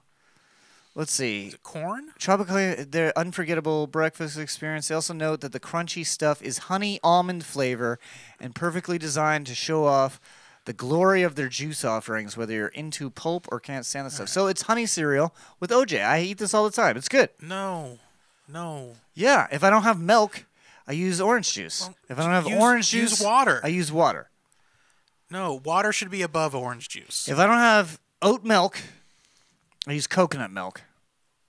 Let's see. Is it corn? Tropical, their unforgettable breakfast experience. They also note that the crunchy stuff is honey almond flavor, and perfectly designed to show off the glory of their juice offerings. Whether you're into pulp or can't stand the stuff, so it's honey cereal with OJ. I eat this all the time. It's good. No, no. Yeah. If I don't have milk, I use orange juice. if I don't have use- orange use juice, water. I use water. No, water should be above orange juice. If I don't have oat milk, I use coconut milk.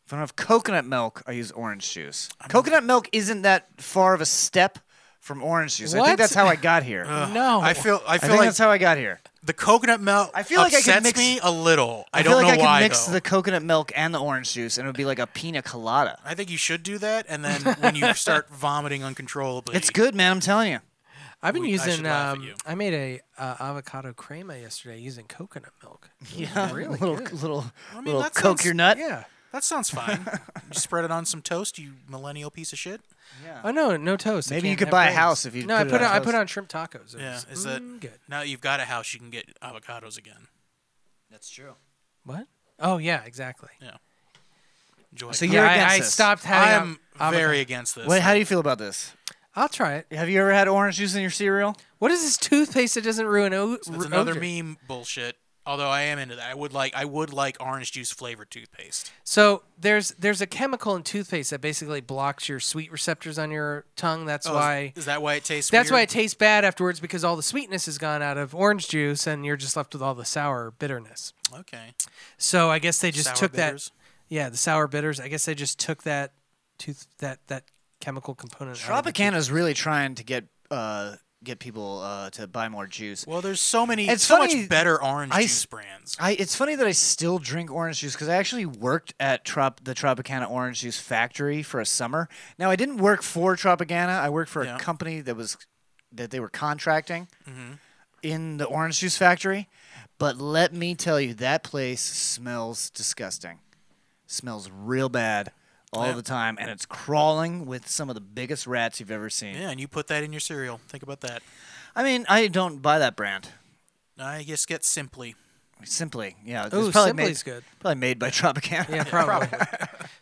If I don't have coconut milk, I use orange juice. coconut milk isn't that far of a step from orange juice. I What? think that's how I got here. No, I feel I I feel think like that's how I got here. the coconut milk I feel like I could upsets mix- me a little. I, feel don't like know I could why mix though. the coconut milk and the orange juice, and it would be like a pina colada. I think you should do that, and then <laughs> when you start vomiting uncontrollably, It's good, man. I'm telling you. I've been We- I should using. I, laugh at um, you. I made a uh, avocado crema yesterday using coconut milk. <laughs> Yeah, really little good. little mean, little that coke sounds- your nut. Yeah. That <laughs> sounds fine. you spread it on some toast, you millennial piece of shit. Oh no, no toast. I Maybe you can't could have buy a grains. house if you No, I put it put on I put toast. on shrimp tacos. It Yeah, was, is that- mm, good? Now that you've got a house, you can get avocados again. That's true. What? Oh yeah, exactly. Enjoy. So it. you're yeah, I, against I this. stopped having. I'm av- avocado. very against this. Wait, how do you feel about this? I'll try it. Have you ever had orange juice in your cereal? What is this toothpaste that doesn't ruin? O- That's another meme bullshit. Although I am into that, I would like I would like orange juice flavored toothpaste. So there's there's a chemical in toothpaste that basically blocks your sweet receptors on your tongue. That's Oh, is- why is that why it tastes? that's why it weird? tastes bad afterwards because all the sweetness has gone out of orange juice and you're just left with all the sour bitterness. okay. So I guess they just Sour took bitters? that yeah, the sour bitters. I guess they just took that tooth that that chemical component out of the Tropicana is really trying to get uh, get people uh, to buy more juice. Well, there's so many, It's so funny- much better orange I s- juice brands. I, it's funny that I still drink orange juice because I actually worked at Trop, the Tropicana orange juice factory for a summer. Now I didn't work for Tropicana. I worked for Yeah. a company that was that they were contracting Mm-hmm. in the orange juice factory. But let me tell you, that place smells disgusting. Smells real bad all the time, and it's crawling with some of the biggest rats you've ever seen. Yeah, and you put that in your cereal. Think about that. I mean, I don't buy that brand. I guess get simply. Simply, yeah. it's Ooh, probably Simply's made, good. Probably made by <laughs> Tropicana. Yeah, <laughs> probably.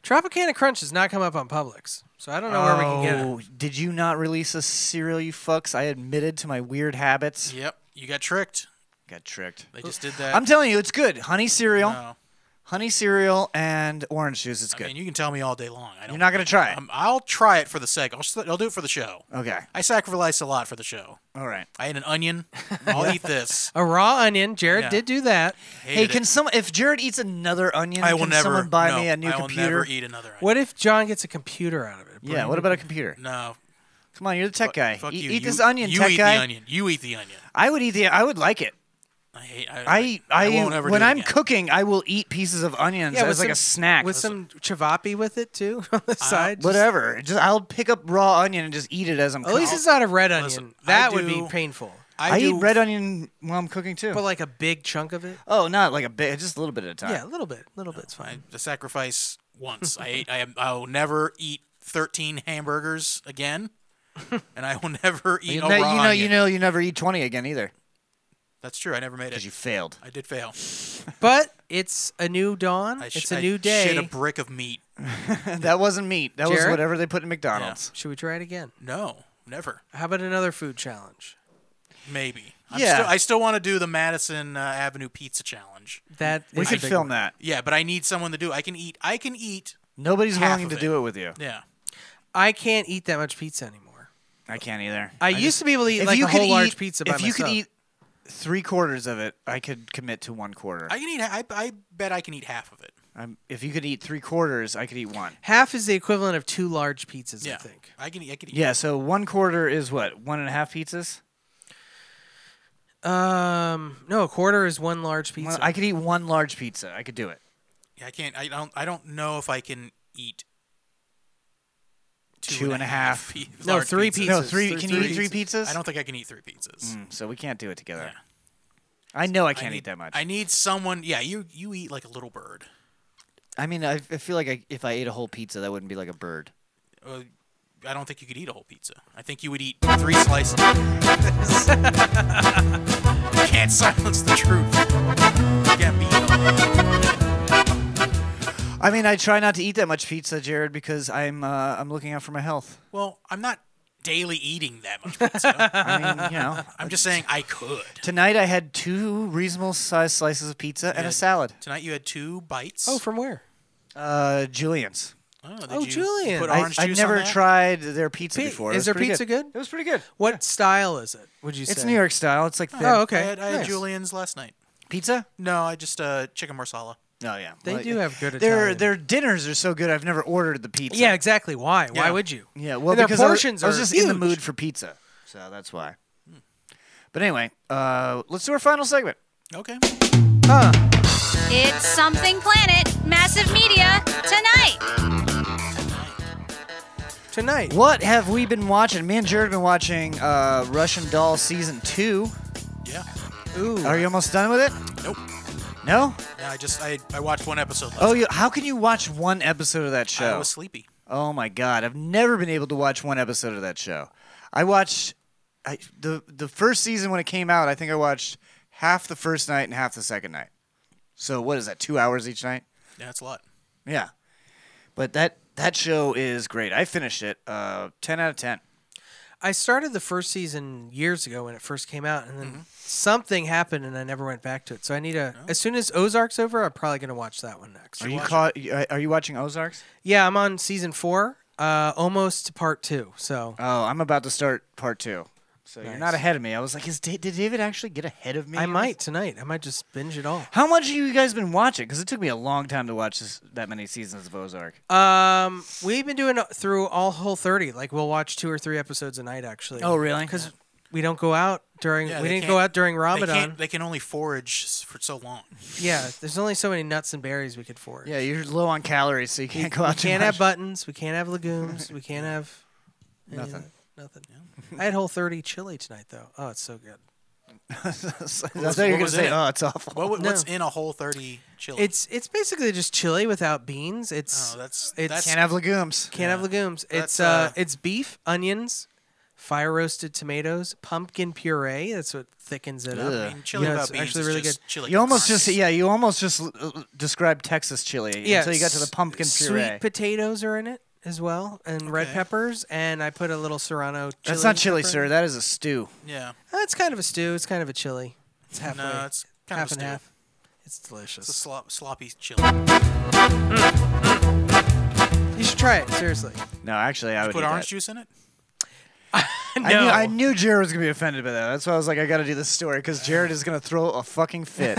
Tropicana Crunch has not come up on Publix, so I don't know where we can get it. Oh, did you not release a cereal, you fucks? I admitted to my weird habits. Yep, you got tricked. Got tricked. They just did that. Oh, I'm telling you, it's good. Honey cereal, No. honey cereal, and orange juice. It's I good. mean, you can tell me all day long. I don't. You're not gonna try it. Um, I'll try it for the sake. I'll, s- I'll do it for the show. okay. I sacrifice a lot for the show. All right. I ate an <laughs> onion. I'll eat this. A raw onion. Jared Yeah. did do that. Hey, Hated can it. some if Jared eats another onion, I will can never someone buy no, me a new I will computer? never eat another. Onion. What if John gets a computer out of it? yeah. What about a computer? No, Come on, you're the tech guy. fuck eat you. eat You- this onion, You tech eat guy. the onion. You eat the onion. I would eat the. I would like it. I hate. I. I I, won't ever. when do it I'm again. cooking, I will eat pieces of onions Yeah, as with like a some- snack. Uh, with some chavapi with it too <laughs> on the side. Just- Whatever. Just I'll pick up raw onion and just eat it as I'm At cooking. least it's not a red onion. Listen, I that would be do- painful. I, I, eat do- red onion while I'm cooking too. But like a big chunk of it. oh, not like a bit, just a little bit at a time. Yeah, a little bit. A little bit's I fine. the sacrifice once. I ate. I am. I will never eat thirteen hamburgers <laughs> again, and I will never eat. You, know, a raw you know, you onion. know, you never eat twenty again either That's true. I never made it. because <laughs> you failed. I did fail. But it's a new dawn. I sh- it's a I new Shit day. a brick of meat. that wasn't meat. That was Jared? whatever they put in McDonald's. Should we try it again? No, never. How about another food challenge? Maybe. I'm Yeah. Still, I still want to do the Madison uh, Avenue Pizza Challenge. That We is a could big film one. that. Yeah, but I need someone to do. I can eat. I can eat. Nobody's Half willing of to it. do it with you. Yeah. I can't eat that much pizza anymore. I can't either. I, used to be able to eat If like you a could whole large eat- pizza If by you myself. could eat three quarters of it, I could commit to one quarter. I can eat. I, I bet I can eat half of it. I'm, if you could eat three quarters, I could eat one. Half is the equivalent of two large pizzas, Yeah. I think. I can. eat- I can eat. Yeah. So one quarter is what? One and a half pizzas. Um, no, a quarter is one large pizza. Well, I could eat one large pizza. I could do it. Yeah, I can't. I don't. I don't know if I can eat Two and a half. pi- No, large three pizzas. pizzas. No, three. Three- Can three you eat three pizzas? I don't think I can eat three pizzas. Mm, So we can't do it together. Yeah. I know I can't need- eat that much. I need someone. Yeah, you you eat like a little bird. I mean, I, I feel like I, if I ate a whole pizza, that wouldn't be like a bird. Uh, I don't think you could eat a whole pizza. I think you would eat three slices. <laughs> Can't silence the truth. You got me. I mean, I try not to eat that much pizza, Jared, because I'm uh, I'm looking out for my health. Well, I'm not daily eating that much <laughs> pizza. I mean, you know, I'm just saying I could. tonight I had two reasonable sized slices of pizza and Yeah. a salad. Tonight you had two bites. oh, from where? Uh, Julian's. oh, did oh, you Julian. Put I- I, orange I've juice never on that? tried their pizza Pi- before. It is was their pretty pizza good? It was pretty good. What style is it? Would you say? It's New York style. It's like thin. Oh, okay. I had, I had Nice. Julian's last night. Pizza? No, I just uh, chicken marsala. Oh yeah. They Well, do have good Their Italian. their dinners are so good. I've never ordered the pizza. Yeah, exactly. Why? Why Yeah. would you? Yeah, well, And their because I was- portions I was, are just in the huge. mood for pizza, so that's why. But anyway, uh, let's do our final segment. Okay. It's Something Planet, Massive Media, tonight. Tonight. What have we been watching? Me and Jared have been watching uh, Russian Doll season two. Yeah. Ooh. Are you almost done with it? Nope. No? Yeah, I just I, I watched one episode. Last Oh, night. you, how can you watch one episode of that I show? was sleepy. Oh my god, I've never been able to watch one episode of that show. I watched I, the the first season when it came out. I think I watched half the first night and half the second night. So what is that? Two hours each night. Yeah, it's a lot. Yeah, but that that show is great. I finished it. Uh, ten out of ten. I started the first season years ago when it first came out, and then Mm-hmm. something happened, and I never went back to it. So I need to. Oh. As soon as Ozark's over, I'm probably gonna watch that one next. Are you caught? Are you watching Ozarks? Yeah, I'm on season four, uh, almost to part two. So Oh, I'm about to start part two. So you're not Nice. ahead of me. I was like, is Da- did David actually get ahead of me? I on this? might tonight. I might just binge it all. How much have you guys been watching? Because it took me a long time to watch this, that many seasons of Ozark. Um, we've been doing it through all whole thirty. Like we'll watch two or three episodes a night actually. Oh, really? Because we don't go out during. Oh, Yeah, we they didn't can't- go out during They, can't, Ramadan. they can only forage s- for so long. Yeah, there's only so many nuts and berries we could forage. Yeah, you're low on calories, so you can't go we out too can't much. have buttons. We can't <laughs> have legumes. We can't have any of Nothing. that. Nothing. I had whole thirty chili tonight though. Oh, it's so good. <laughs> I thought you were What gonna was say, in it? "Oh, it's awful." What, would- No. What's in a whole 30 chili? It's it's basically just chili without beans. It's Oh, that's- it's that's- Can't have legumes. can't have legumes. It's That's, uh, uh, it's beef, onions, fire roasted tomatoes, pumpkin puree. That's what thickens it I up. mean, chili Yeah, without it's beans actually is really just good. chili. You almost carne. just yeah, you almost just l- l- described Texas chili Yeah, until you got to the s- pumpkin puree. Sweet potatoes are in it as well, and red Okay. peppers. And I put a little serrano. Chili That's not chili, pepper. sir. That is a stew. Yeah. Uh, it's kind of a stew. It's kind of a chili. It's halfway. No, it's kind half of and a stew. half. It's It's a delicious. slop, sloppy chili. Put You should try it seriously. No, actually, I would eat orange that. juice in it? I knew, I knew Jared was gonna be offended by that. That's why I was like, I gotta do this story because Jared is gonna throw a <laughs> fucking fit.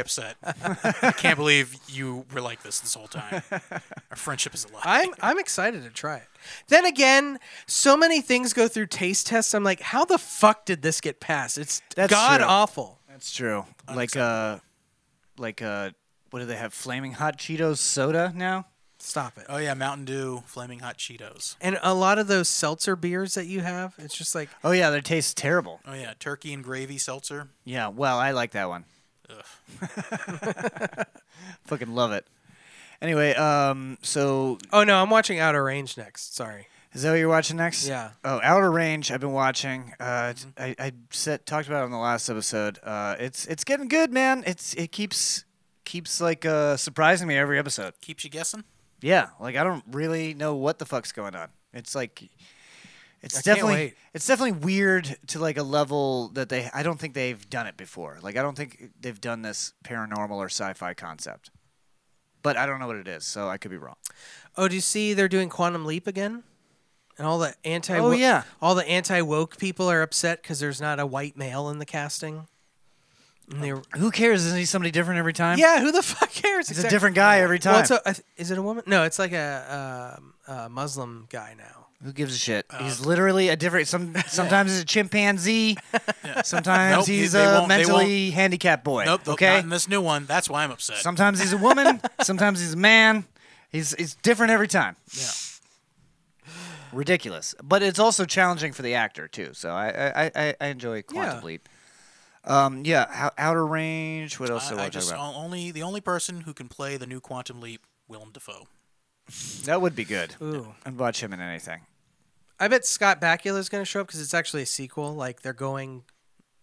<laughs> upset. I can't believe you were like this this whole time. Our friendship is a lie. I'm I'm excited to try it. Then again, so many things go through taste tests. I'm like, how the fuck did this get passed? It's That's god true. awful. That's true. Like uh, like uh, what do they have? Flaming hot Cheetos soda now. Stop it. Uh, Oh yeah, Mountain Dew, Flaming Hot Cheetos. And a lot of those seltzer beers that you have, it's just like Oh yeah, they taste terrible. Oh yeah, turkey and gravy seltzer. Yeah, well, I like that one. Ugh. <laughs> Fucking love it. Anyway, um, so Oh no, I'm watching Outer Range next. Sorry. is that what you're watching next? Yeah. Oh, Outer Range. I've been watching. Uh, t- I, I said talked about it on the last episode. Uh, it's it's getting good, man. It's it keeps keeps like uh, surprising me every episode. Keeps you guessing. Yeah, like I don't really know what the fuck's going on. It's like it's I can't definitely wait. it's definitely weird to like a level that they I don't think they've done it before. Like I don't think they've done this paranormal or sci-fi concept. But I don't know what it is, so I could be wrong. Oh, do you see they're doing Quantum Leap again? And all the anti Oh, yeah. all the anti woke people are upset because there's not a white male in the casting. And they were- Who cares? Isn't he somebody different every time? yeah, who the fuck cares? Oh. It's a different guy every time. Well, it's a, I th- is it a woman? No, it's like a, um a Muslim guy now. Who gives a shit? Uh, He's literally a different. <laughs> Some sometimes he's a chimpanzee. Sometimes Nope, he's they a won't- they mentally handicapped boy. Nope, nope, okay. not in this new one. That's why I'm upset. sometimes he's a <laughs> woman. sometimes he's a man. He's it's different every time. Yeah. Ridiculous, but it's also challenging for the actor too. So I I, I- I, I enjoy Quantum Yeah. Leap. Um, yeah, Ou- Outer Range. What else? do I, I, I wanna talk just about? only the only person who can play the new Quantum Leap, Willem Dafoe. That would be good. Ooh. I'd watch him in anything. I bet Scott Bakula is going to show up because it's actually a sequel. Like they're going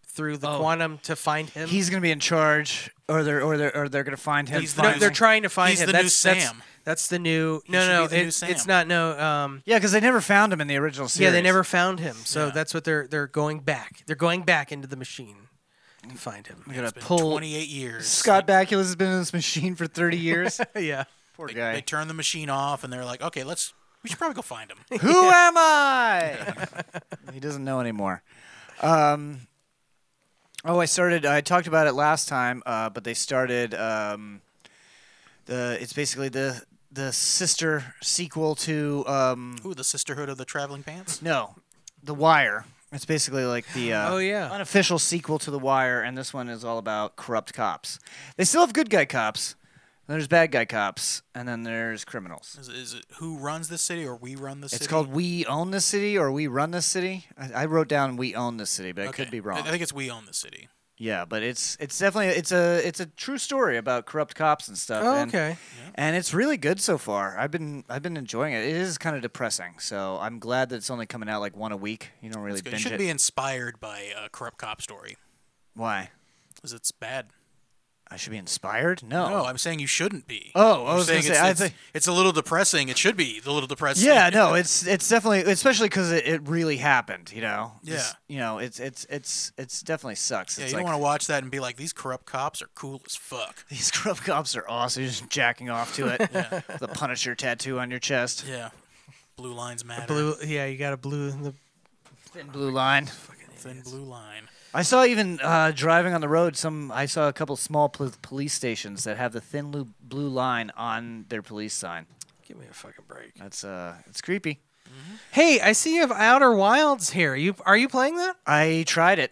through Oh. the quantum to find him. He's gonna be in charge, or they're or they're or they're gonna find him. He's the- they're, finally- they're trying to find He's him. the new that's, that's- Sam. That's the new. No, should no, be the new it- Sam. it's not. No. Um, yeah, because they never found him in the original series. yeah, they never found him. So that's what they're they're going back. They're going back into the machine to find him. We're gonna It's been pull 28 years. Scott Bakula has been in this machine for 30 years. <laughs> yeah. <laughs> Poor They guy. turn the machine off, and they're like, "Okay, let's. We should probably go find him." <laughs> Who am I? he doesn't know anymore. Um, oh, I started. I talked about it last time, uh, but they started. Um, the it's basically the the sister sequel to um, Ooh, the Sisterhood of the Traveling Pants. no, The Wire. It's basically like the uh, Oh, yeah. unofficial sequel to The Wire, and this one is all about corrupt cops. They still have good guy cops. and There's bad guy cops, and then there's criminals. Is, is it who runs this city or we run the city? It's called "We Own the City" or "We Run the City." I, I wrote down "We Own the City," but I Okay. could be I, wrong. I think it's we own the city. yeah, but it's it's definitely it's a it's a true story about corrupt cops and stuff. Oh, and, okay. And it's really good so far. I've been I've been enjoying it. It is kind of depressing, so I'm glad that it's only coming out like one a week. You don't really It's good. It binge should it. be inspired by a corrupt cop story, Why? because it's bad. I should be inspired? No. No, Oh, I'm saying you shouldn't be. Oh, I I'm was gonna saying say, it's, I it's, think- it's a little depressing. It should be a little <laughs> depressing. yeah, <laughs> no, it's it's definitely especially because it, it really happened. You know. Yeah. It's- you know, it's it's it's it's definitely sucks. Yeah, it's you like, don't want to watch that and be like, these corrupt cops are cool as fuck. <laughs> These grub cops are awesome. You're just jacking off to <laughs> it. The Punisher tattoo on your chest. Yeah. Blue lines matter. Blue. Yeah, you got a blue. In the, Thin blue line. Thin blue line. I saw even uh, driving on the road. Some I saw a couple small pol- police stations that have the thin lu- blue line on their police sign. give me a fucking break. That's uh, it's creepy. Hey, I see you have Outer Wilds here. You are you playing that? I tried it.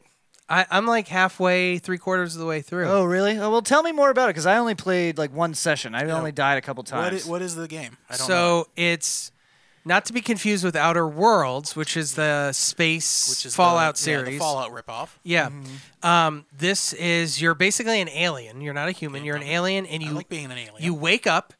I, I'm like halfway, three quarters of the way through. Oh really? Oh, well, tell me more about it because I only played like one session. I only died a couple What times. is, what is the game? I don't know. so it's not to be confused with Outer Worlds, which is the space Which is the- Fallout yeah, series. the Fallout Mm-hmm. ripoff. Yeah. Um, this is you're basically an alien. You're not a human. You're an alien, and I you like being an alien. you wake up,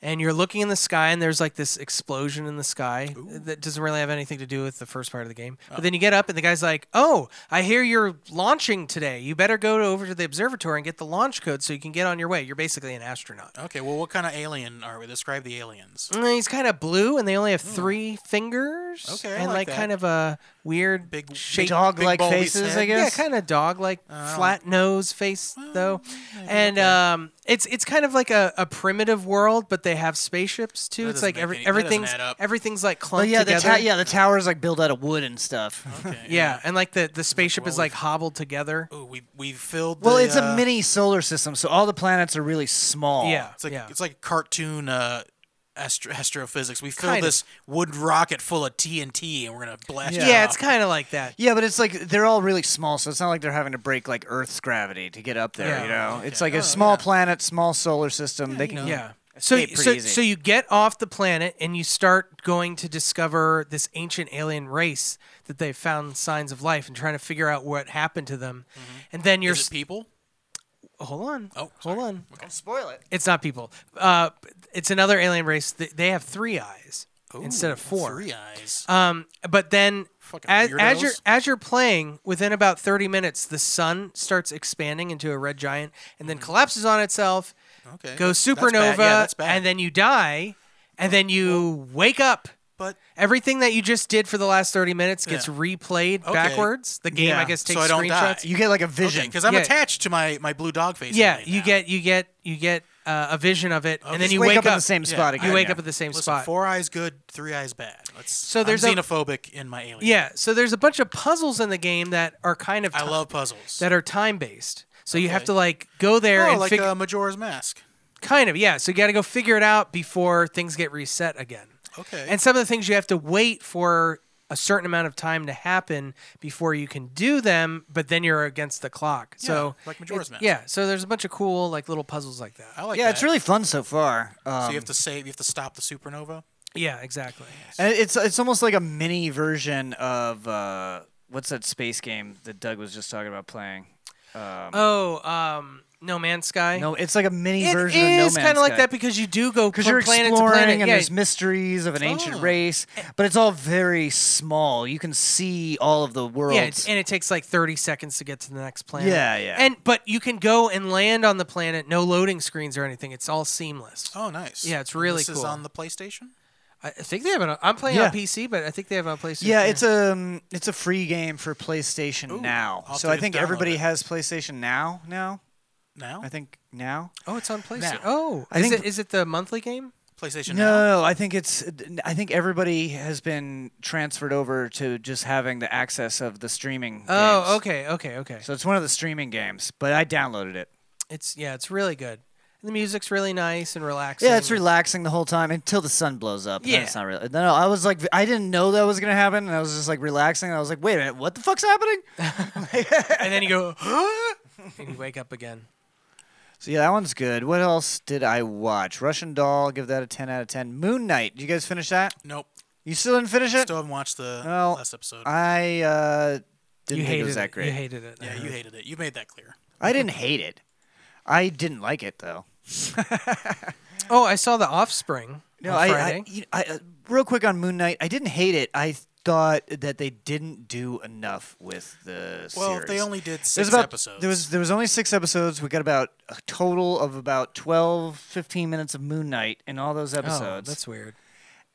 and you're looking in the sky, and there's like this explosion in the sky that doesn't really have anything to do with the first part of the game. Oh. But then you get up, and the guy's like, "Oh, I hear you're launching today. You better go over to the observatory and get the launch code so you can get on your way." You're basically an astronaut. Okay, well, what kind of alien are we? Describe the aliens. Mm, He's kind of blue, and they only have three fingers. Hmm. Okay, I and like that. kind of a weird Big- shape. Dog-like Big Bulby's faces, head. I guess. Yeah, kind of dog like Oh. flat nose face though. And um, it's it's kind of like a, a primitive world, but they have spaceships too. That it's doesn't like make every, any- that doesn't everything's add up. everything's like clumped Oh yeah, the together. ta- yeah the towers like built out of wood and stuff. Yeah, and like the, the spaceship is like hobbled together. Ooh, we we filled. Well, the, it's a uh, mini solar system, so all the planets are really small. Yeah, It's like yeah. it's like a cartoon uh, astro- astrophysics. We filled Kind of. this wood rocket full of TNT, and we're gonna blast. yeah. it it's off. kind of like that. Yeah, but it's like they're all really small, so it's not like they're having to break like Earth's gravity to get up there. Yeah. Oh, You know, it's like a small planet, small solar system. they can Yeah. So, escape so, pretty easy. so you get off the planet and you start going to discover this ancient alien race that they've found signs of life and trying to figure out what happened to them. And then you're Mm-hmm. Is it people? hold on. Oh, hold on. spoil it. It's not people. Uh, it's another alien race. Th- They have three eyes instead of four. Three eyes. Um, but then Fucking as, as you're weirdos. as you're playing, within about thirty minutes, the sun starts expanding into a red giant and then collapses on itself, Mm. okay. goes that's bad. supernova, Yeah, that's bad. and then you die, and then you wake up. but Everything that you just did for the last thirty minutes gets Yeah. replayed backwards. The game, Yeah, I guess, so takes I don't die. screenshots. You get like a vision because I'm Yeah. attached to my my blue dog face. Yeah, alien you now. get you get you get uh, a vision of it, and then Just you wake wake, up in the same spot You again, wake yeah. up at the same Listen, spot. Four eyes good, three eyes bad. Let's, so there's there's a- xenophobic in my alien. Yeah, so there's a bunch of puzzles in the game that are kind of I ti- love puzzles. that are time based. So you have to like go there oh, and like figure uh, Majora's Mask. kind of yeah. So you got to go figure it out before things get reset again. Okay. And some of the things you have to wait for a certain amount of time to happen before you can do them, but then you're against the clock. so like Majora's Mask. Yeah, so there's a bunch of cool like little puzzles like that. I like yeah, that. it's really fun so far. Um, So you have to save. You have to stop the supernova. Yeah, exactly. And it's it's almost like a mini version of uh, what's that space game that Doug was just talking about playing? Oh, um, No Man's Sky. No, it's like a mini it version of No Man's is kind of like Sky. that because you do go because from you're planet exploring to planet. and yeah, Oh. there's mysteries of an ancient race, but it's all very small. You can see all of the worlds. Yeah, it's- and it takes like 30 seconds to get to the next planet. Yeah, yeah. And but you can go and land on the planet, no loading screens or anything. It's all seamless. Oh, nice. Yeah, it's And really this Is cool. on the PlayStation. I I think they have it. On, I'm playing Yeah. on PC, but I think they have it on PlayStation. yeah, it's a um, it's a free game for PlayStation now. I'll have So to I just think download everybody it. has PlayStation now. Now Now I think now. oh, it's on PlayStation. Now. Oh, I is think- it is it the monthly game? PlayStation. Now. No, I think it's I think everybody has been transferred over to just having the access of the streaming. games. Oh, okay, okay, okay. So it's one of the streaming games, but I downloaded it. It's yeah, it's really good. And the music's really nice and relaxing. yeah, it's relaxing the whole time until the sun blows up. Yeah, Yeah. it's not real. No, no, I was like, I didn't know that was gonna happen, and I was just like relaxing. And I was like, wait a minute, what the fuck's happening? and then you go <gasps> and you wake up again. So yeah, that one's good. What else did I watch? Russian Doll, give that a ten out of ten. Moon Knight, did you guys finish that? Nope. You still didn't finish it? Still haven't watched the Well, last episode. I uh, <laughs> you didn't think hated it was that great. You hated it. yeah, you hated it. You made that clear. I didn't hate it. I didn't like it though. Oh, I saw The Offspring. No, on I, Friday. I, you- I uh, real quick on Moon Knight, I didn't hate it. I thought that they didn't do enough with the Well, series. they only did There's six about, episodes. There was there was only six episodes. We got about a total of about 12, 15 minutes of Moon Knight in all those episodes. oh, that's weird.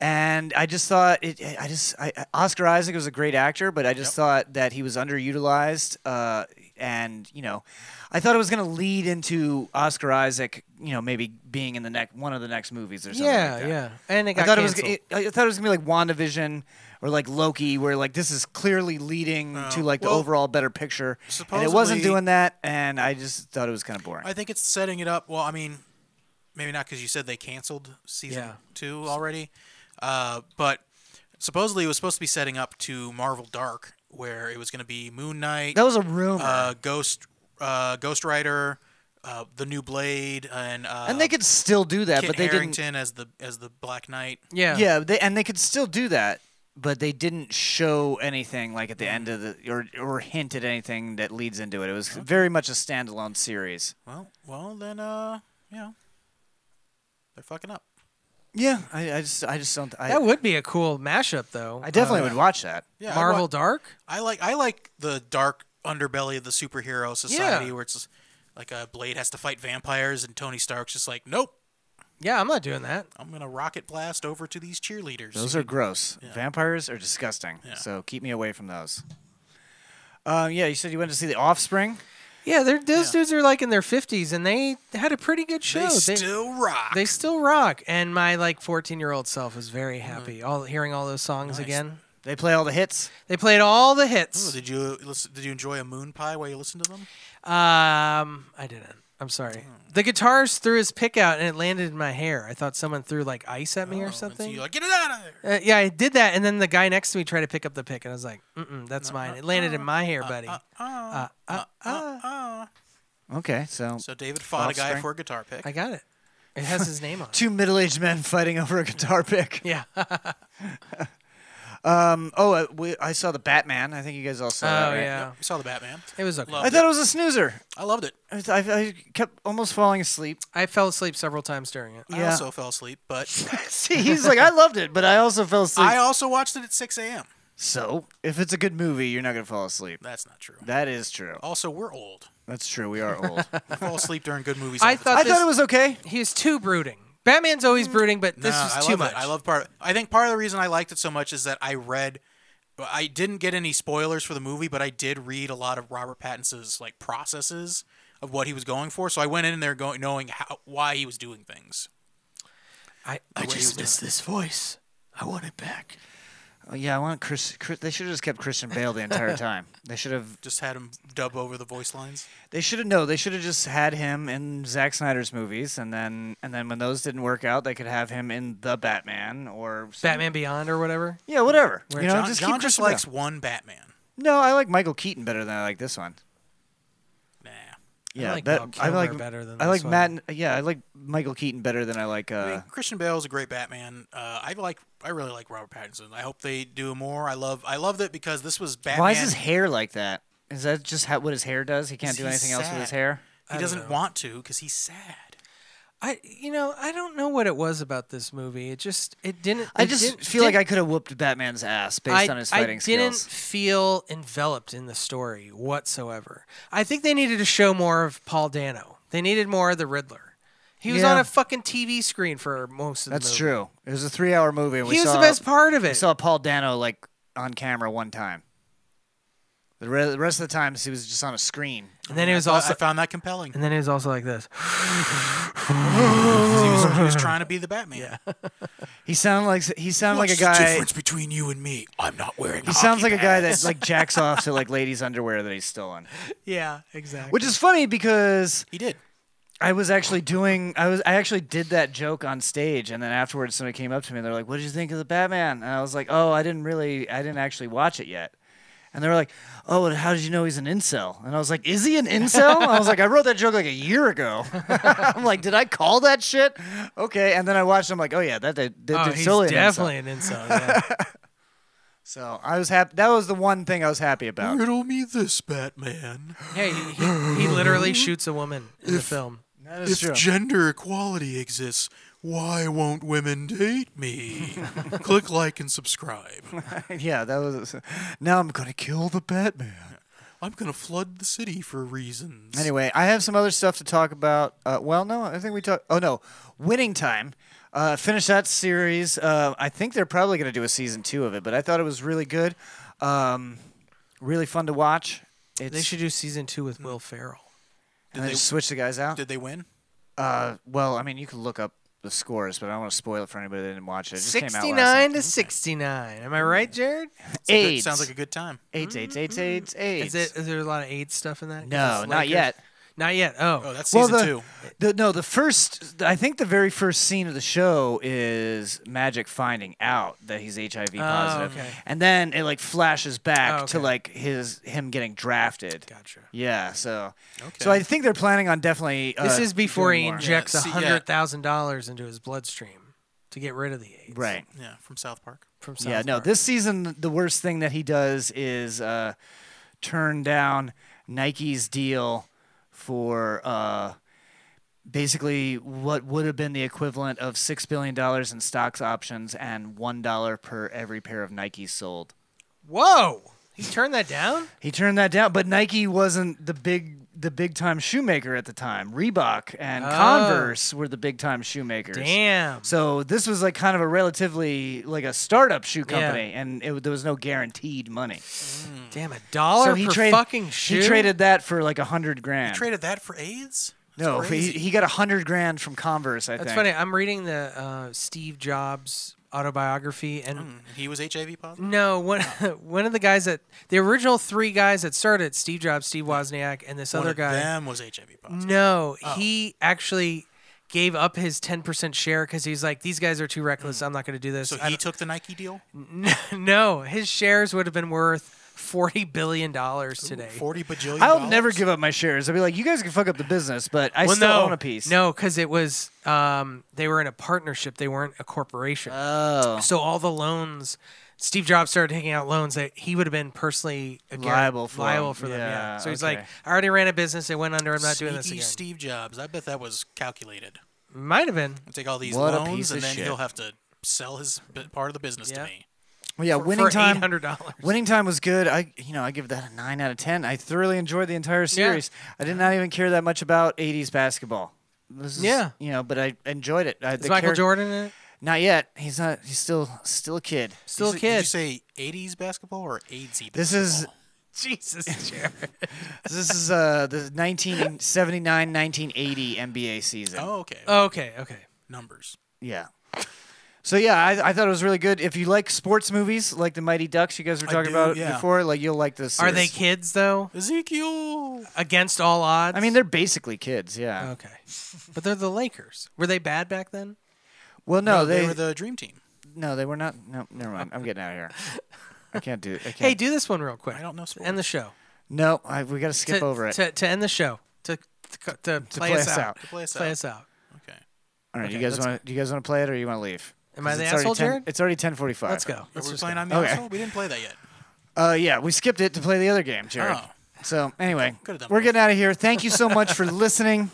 and I just thought it. I just I, I- Oscar Isaac was a great actor, but I just thought that he was underutilized. Uh, and you know, I thought it was going to lead into Oscar Isaac, you know, maybe being in the next one of the next movies or something. like Yeah, that. yeah. And it I got thought canceled. it was. It, I thought it was gonna be like WandaVision or like Loki, where like this is clearly leading to like the well, overall better picture, and it wasn't supposedly- doing that. And I just thought it was kind of boring. I think it's setting it up. Well, I mean, maybe not because you said they canceled season Yeah. two already, uh, but supposedly it was supposed to be setting up to Marvel Dark, where it was going to be Moon Knight, that was a rumor, uh, Ghost, uh, Ghost Rider, uh, the new Blade, and uh, and they could still do that, Kit but they Harington as the as the Black Knight. yeah. didn't. Yeah, they, and they could still do that, but they didn't show anything like at the end of the or or hint at anything that leads into it. It was very much a standalone series. Well, well then, uh, you know, they're fucking up. Yeah, I, I just I just don't. I, That would be a cool mashup, though. I definitely Uh, would watch that. Yeah, I Marvel wa- Dark. I like I like the dark underbelly of the superhero society Yeah. where it's like a Blade has to fight vampires and Tony Stark's just like, nope, Yeah, I'm not doing that. I'm gonna rocket blast over to these cheerleaders. Those are gross. Vampires are disgusting. Yeah. So keep me away from those. Um, yeah, you said you went to see The Offspring. Yeah, they're, those dudes are like in their 50s, and they had a pretty good show. they still rock. they still rock. Oh And my like 14 year old self was very happy all hearing all those songs again. They play all the hits. They played all the Oh, hits. did you listen, did you enjoy a moon pie while you listened to them? Um, I didn't. I'm sorry. The guitarist threw his pick out and it landed in my hair. I thought someone threw like ice at me or So something. you're like, get it out of there. Uh, yeah, I did that, and then the guy next to me tried to pick up the pick, and I was like, "Mm-mm, that's mine." It landed in my hair, buddy. Okay, so, So David fought a guy Offspring. for a guitar pick. I got it. It has his <laughs> name on. it. two middle-aged men fighting <laughs> over a guitar pick. Yeah. <laughs> Um, oh, uh, we, I saw the Batman. I think you guys all saw that. Oh right? yeah. We saw the Batman. It was okay. Love I thought it was a snoozer. I loved it. I, I, I kept almost falling asleep. <laughs> I fell asleep several times during it. I Yeah. also fell asleep, <laughs> but See, he's like, I loved it, but I also fell asleep. I also watched it at 6 a.m. so, if it's a good movie, you're not gonna fall asleep. That's not true. That is true. Also, we're old. That's true. We are old. We fall asleep during good movies. all I the thought I this, thought it was okay. he was too brooding. Batman's Mm. always brooding, but this Nah, was I too love much. It. I love part. I think part of the reason I liked it so much is that I read. I didn't get any spoilers for the movie, but I did read a lot of Robert Pattinson's like processes of what he was going for. So I went in there going knowing how why he was doing things. I, I just miss this voice. I want it back. Oh, yeah, I want Chris. Chris they should have just kept Christian Bale <laughs> the entire time. They should have. Just had him dub over the voice lines. They should have no. They should have just had him in Zack Snyder's movies, and then and then when those didn't work out, they could have him in the Batman or some- Batman Beyond or whatever. Yeah, whatever. you know, John just John keep just Christian likes Bale. one Batman. No, I like Michael Keaton better than I like this one. Nah. Yeah, like Val that, I like Kilmer better than I like this one. Matt. Yeah, I like Michael Keaton better than I like. Uh, I mean, Christian Bale's a great Batman. Uh, I like. I really like Robert Pattinson. I hope they do more. I love. I love that because this was Batman. why is his hair like that? Is that just how, what his hair does? He can't do he's anything else with his sad. hair. He doesn't want to because he's sad. I you know I don't know what it was about this movie. It just it didn't. I it just didn't- feel like didn't- I could have whooped Batman's ass based I, on his I fighting didn't skills. feel enveloped in the story whatsoever. I think they needed to show more of Paul Dano. They needed more of the Riddler. He was Yeah. on a fucking TV screen for most of the That's movie. true. It was a three-hour movie. and we He was saw, the best part of We it. saw Paul Dano like on camera one time. The, re- the rest of the times he was just on a screen. and then it was I- also I found that compelling. and then it was also like this. 'cause He was, he <laughs> was trying to be the Batman. He sounded like he sounded What's like a the guy. difference between you and me? I'm not wearing. He sounds like a guy that like jacks off to like ladies' underwear that he's stolen. Yeah, exactly. Which is funny because He did. I was actually doing I was I actually did that joke on stage and then afterwards somebody came up to me and they're like, What did you think of the Batman? And I was like, Oh, I didn't really I didn't actually watch it yet. And they were like, Oh, and how did you know he's an incel? And I was like, Is he an incel? I was like, I wrote that joke like a year ago. <laughs> I'm like, Did I call that shit? Okay. And then I watched I'm like, Oh yeah, that did that, oh, did he's totally an incel." definitely an insult. <laughs> Yeah. So I was happy that was the one thing I was happy about. <laughs> Riddle me this, Batman. yeah, he, he, he literally shoots a woman in the film. That is true. gender equality exists, why won't women <laughs> date me? Click like and subscribe. yeah, that was now I'm gonna kill the Batman. I'm gonna flood the city for reasons. Anyway, I have some other stuff to talk about. Uh, well, no, I think we talked. Oh no, winning time. Uh, finish that series. Uh, I think they're probably going to do a season two of it, but I thought it was really good, um, really fun to watch. It's, They should do season two with Will Ferrell. and they just switch the guys out. Did they win? Uh, well, I mean, you can look up the scores, but I don't want to spoil it for anybody that didn't watch it. it just came out last Sixty night. nine to sixty nine. Am I right, Jared? Good- AIDS. Sounds like a good time. AIDS. AIDS. AIDS. AIDS. Is AIDS. it? Is there a lot of AIDS stuff in that? 'Cause No, it's not like a- yet. not yet. Oh, Oh, that's season the, two. the- no, the first, I think the very first scene of the show is Magic finding out that he's HIV positive, Oh, okay. and then it like flashes back Oh, to okay. like his him getting drafted. gotcha. Yeah, so so I think they're planning on definitely. This uh, is before doing he more. injects Yeah, a see, yeah. hundred thousand dollars into his bloodstream to get rid of the AIDS. right. Yeah, from South Park. From South Yeah, no. Park. This season, the worst thing that he does is uh, turn down Nike's deal for uh, basically what would have been the equivalent of six billion dollars in stocks options and one dollar per every pair of Nikes sold. Whoa! He turned that down. He turned that down, but Nike wasn't the big the big time shoemaker at the time. Reebok and Oh. Converse were the big time shoemakers. Damn. So this was like kind of a relatively like a startup shoe Yeah. company, and it, there was no guaranteed money. Damn a dollar he per traded fucking shoe. He traded that for like a hundred grand. Traded that for AIDS? That's no, he, crazy. he got a hundred grand from Converse. I That's think. funny. I'm reading the uh, Steve Jobs autobiography, and He was HIV positive. No, one <laughs> one of the guys that the original three guys that started it, Steve Jobs, Steve Wozniak, and this One other of guy. them Oh. was HIV positive. No, he actually gave up his ten percent share because he's like, these guys are too reckless. I'm not going to do this. Hmm. So I he took the Nike deal. don't- <laughs> no, his shares would have been worth forty billion dollars today. Forty bajillion. I'll never dollars? give up my shares. I'll be like, you guys can fuck up the business, but I well, still no, own a piece. No, because it was um, they were in a partnership. They weren't a corporation. Oh, so all the loans. Steve Jobs started taking out loans that he would have been personally uh, guaran- Liable for liable them. for them. Yeah. Yeah, So he's okay. like, I already ran a business. It went under. I'm not doing this Sneaky again. Steve Jobs. I bet that was calculated. Might have been. I'll take all these What a piece loans, of and then shit. he'll have to sell his b- part of the business Yeah. to me. well, yeah, for- winning for time. $800. Winning time was good. I, you know, I give that a nine out of ten. I thoroughly enjoyed the entire series. I did not even care that much about '80s basketball. This is, Yeah. you know, but I enjoyed it. I, Is Michael Jordan <laughs> in it? Not yet. He's not. He's still still a kid. Still a Did you- kid. Did you say 80s basketball or 80s? This is <laughs> Jesus, Jared. this is uh the 1979 1980 NBA season. Oh, okay. okay, okay. Numbers. Yeah. So yeah, I, I thought it was really good. If you like sports movies, like the Mighty Ducks, you guys were I talking do, about yeah. before, like you'll like this. Are they series. kids though? Oh, Ezekiel. Against all odds. I mean, they're basically kids. Yeah. okay, but they're the Lakers. Were they bad back then? well, no, they, they, were the dream team. no, they were not. No, never mind. I'm getting <laughs> out of here. I can't do. it. I can't. Hey, do this one real quick. I don't know End the show. no, I, we got to skip to, over it. To, to end the show. To to, co- to, play, us out. To play us Play out. us out. Okay. All right, you Okay, guys let's- want to? Do you guys want to play it or you want to leave? Am I 'Cause the it's already asshole, 10 Jared? It's already 10:45. Let's go. Are Let's we just playing go. on the Okay. asshole? We didn't play that yet. Uh, yeah, we skipped it to play the other game, Jared. Oh. So anyway, Could've done we're both. getting out of here. Thank you <laughs> so much for listening.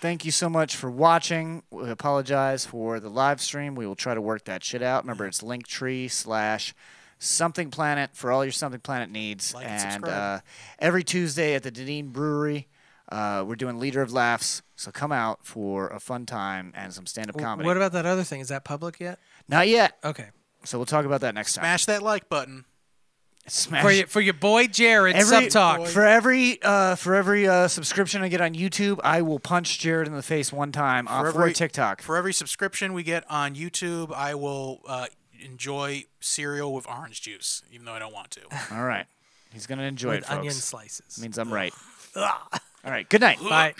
Thank you so much for watching. We apologize for the live stream. We will try to work that shit out. Remember, it's Linktree slash Something Planet for all your Something Planet needs. Like and and subscribe. uh, every Tuesday at the Deneen Brewery, uh, we're doing Leader of Laughs. So come out for a fun time and some stand up comedy. What about that other thing? Is that public yet? Not yet. Okay. So we'll talk about that next time. Smash that like button. Smash. For your, for your boy Jared, sub Every, talk. for every uh, for every uh, subscription I get on YouTube, I will punch Jared in the face one time for, for a TikTok. For every subscription we get on YouTube, I will uh, enjoy cereal with orange juice, even though I don't want to. All right, he's gonna enjoy it, With folks. onion slices. Means I'm right. All right, good night. Bye.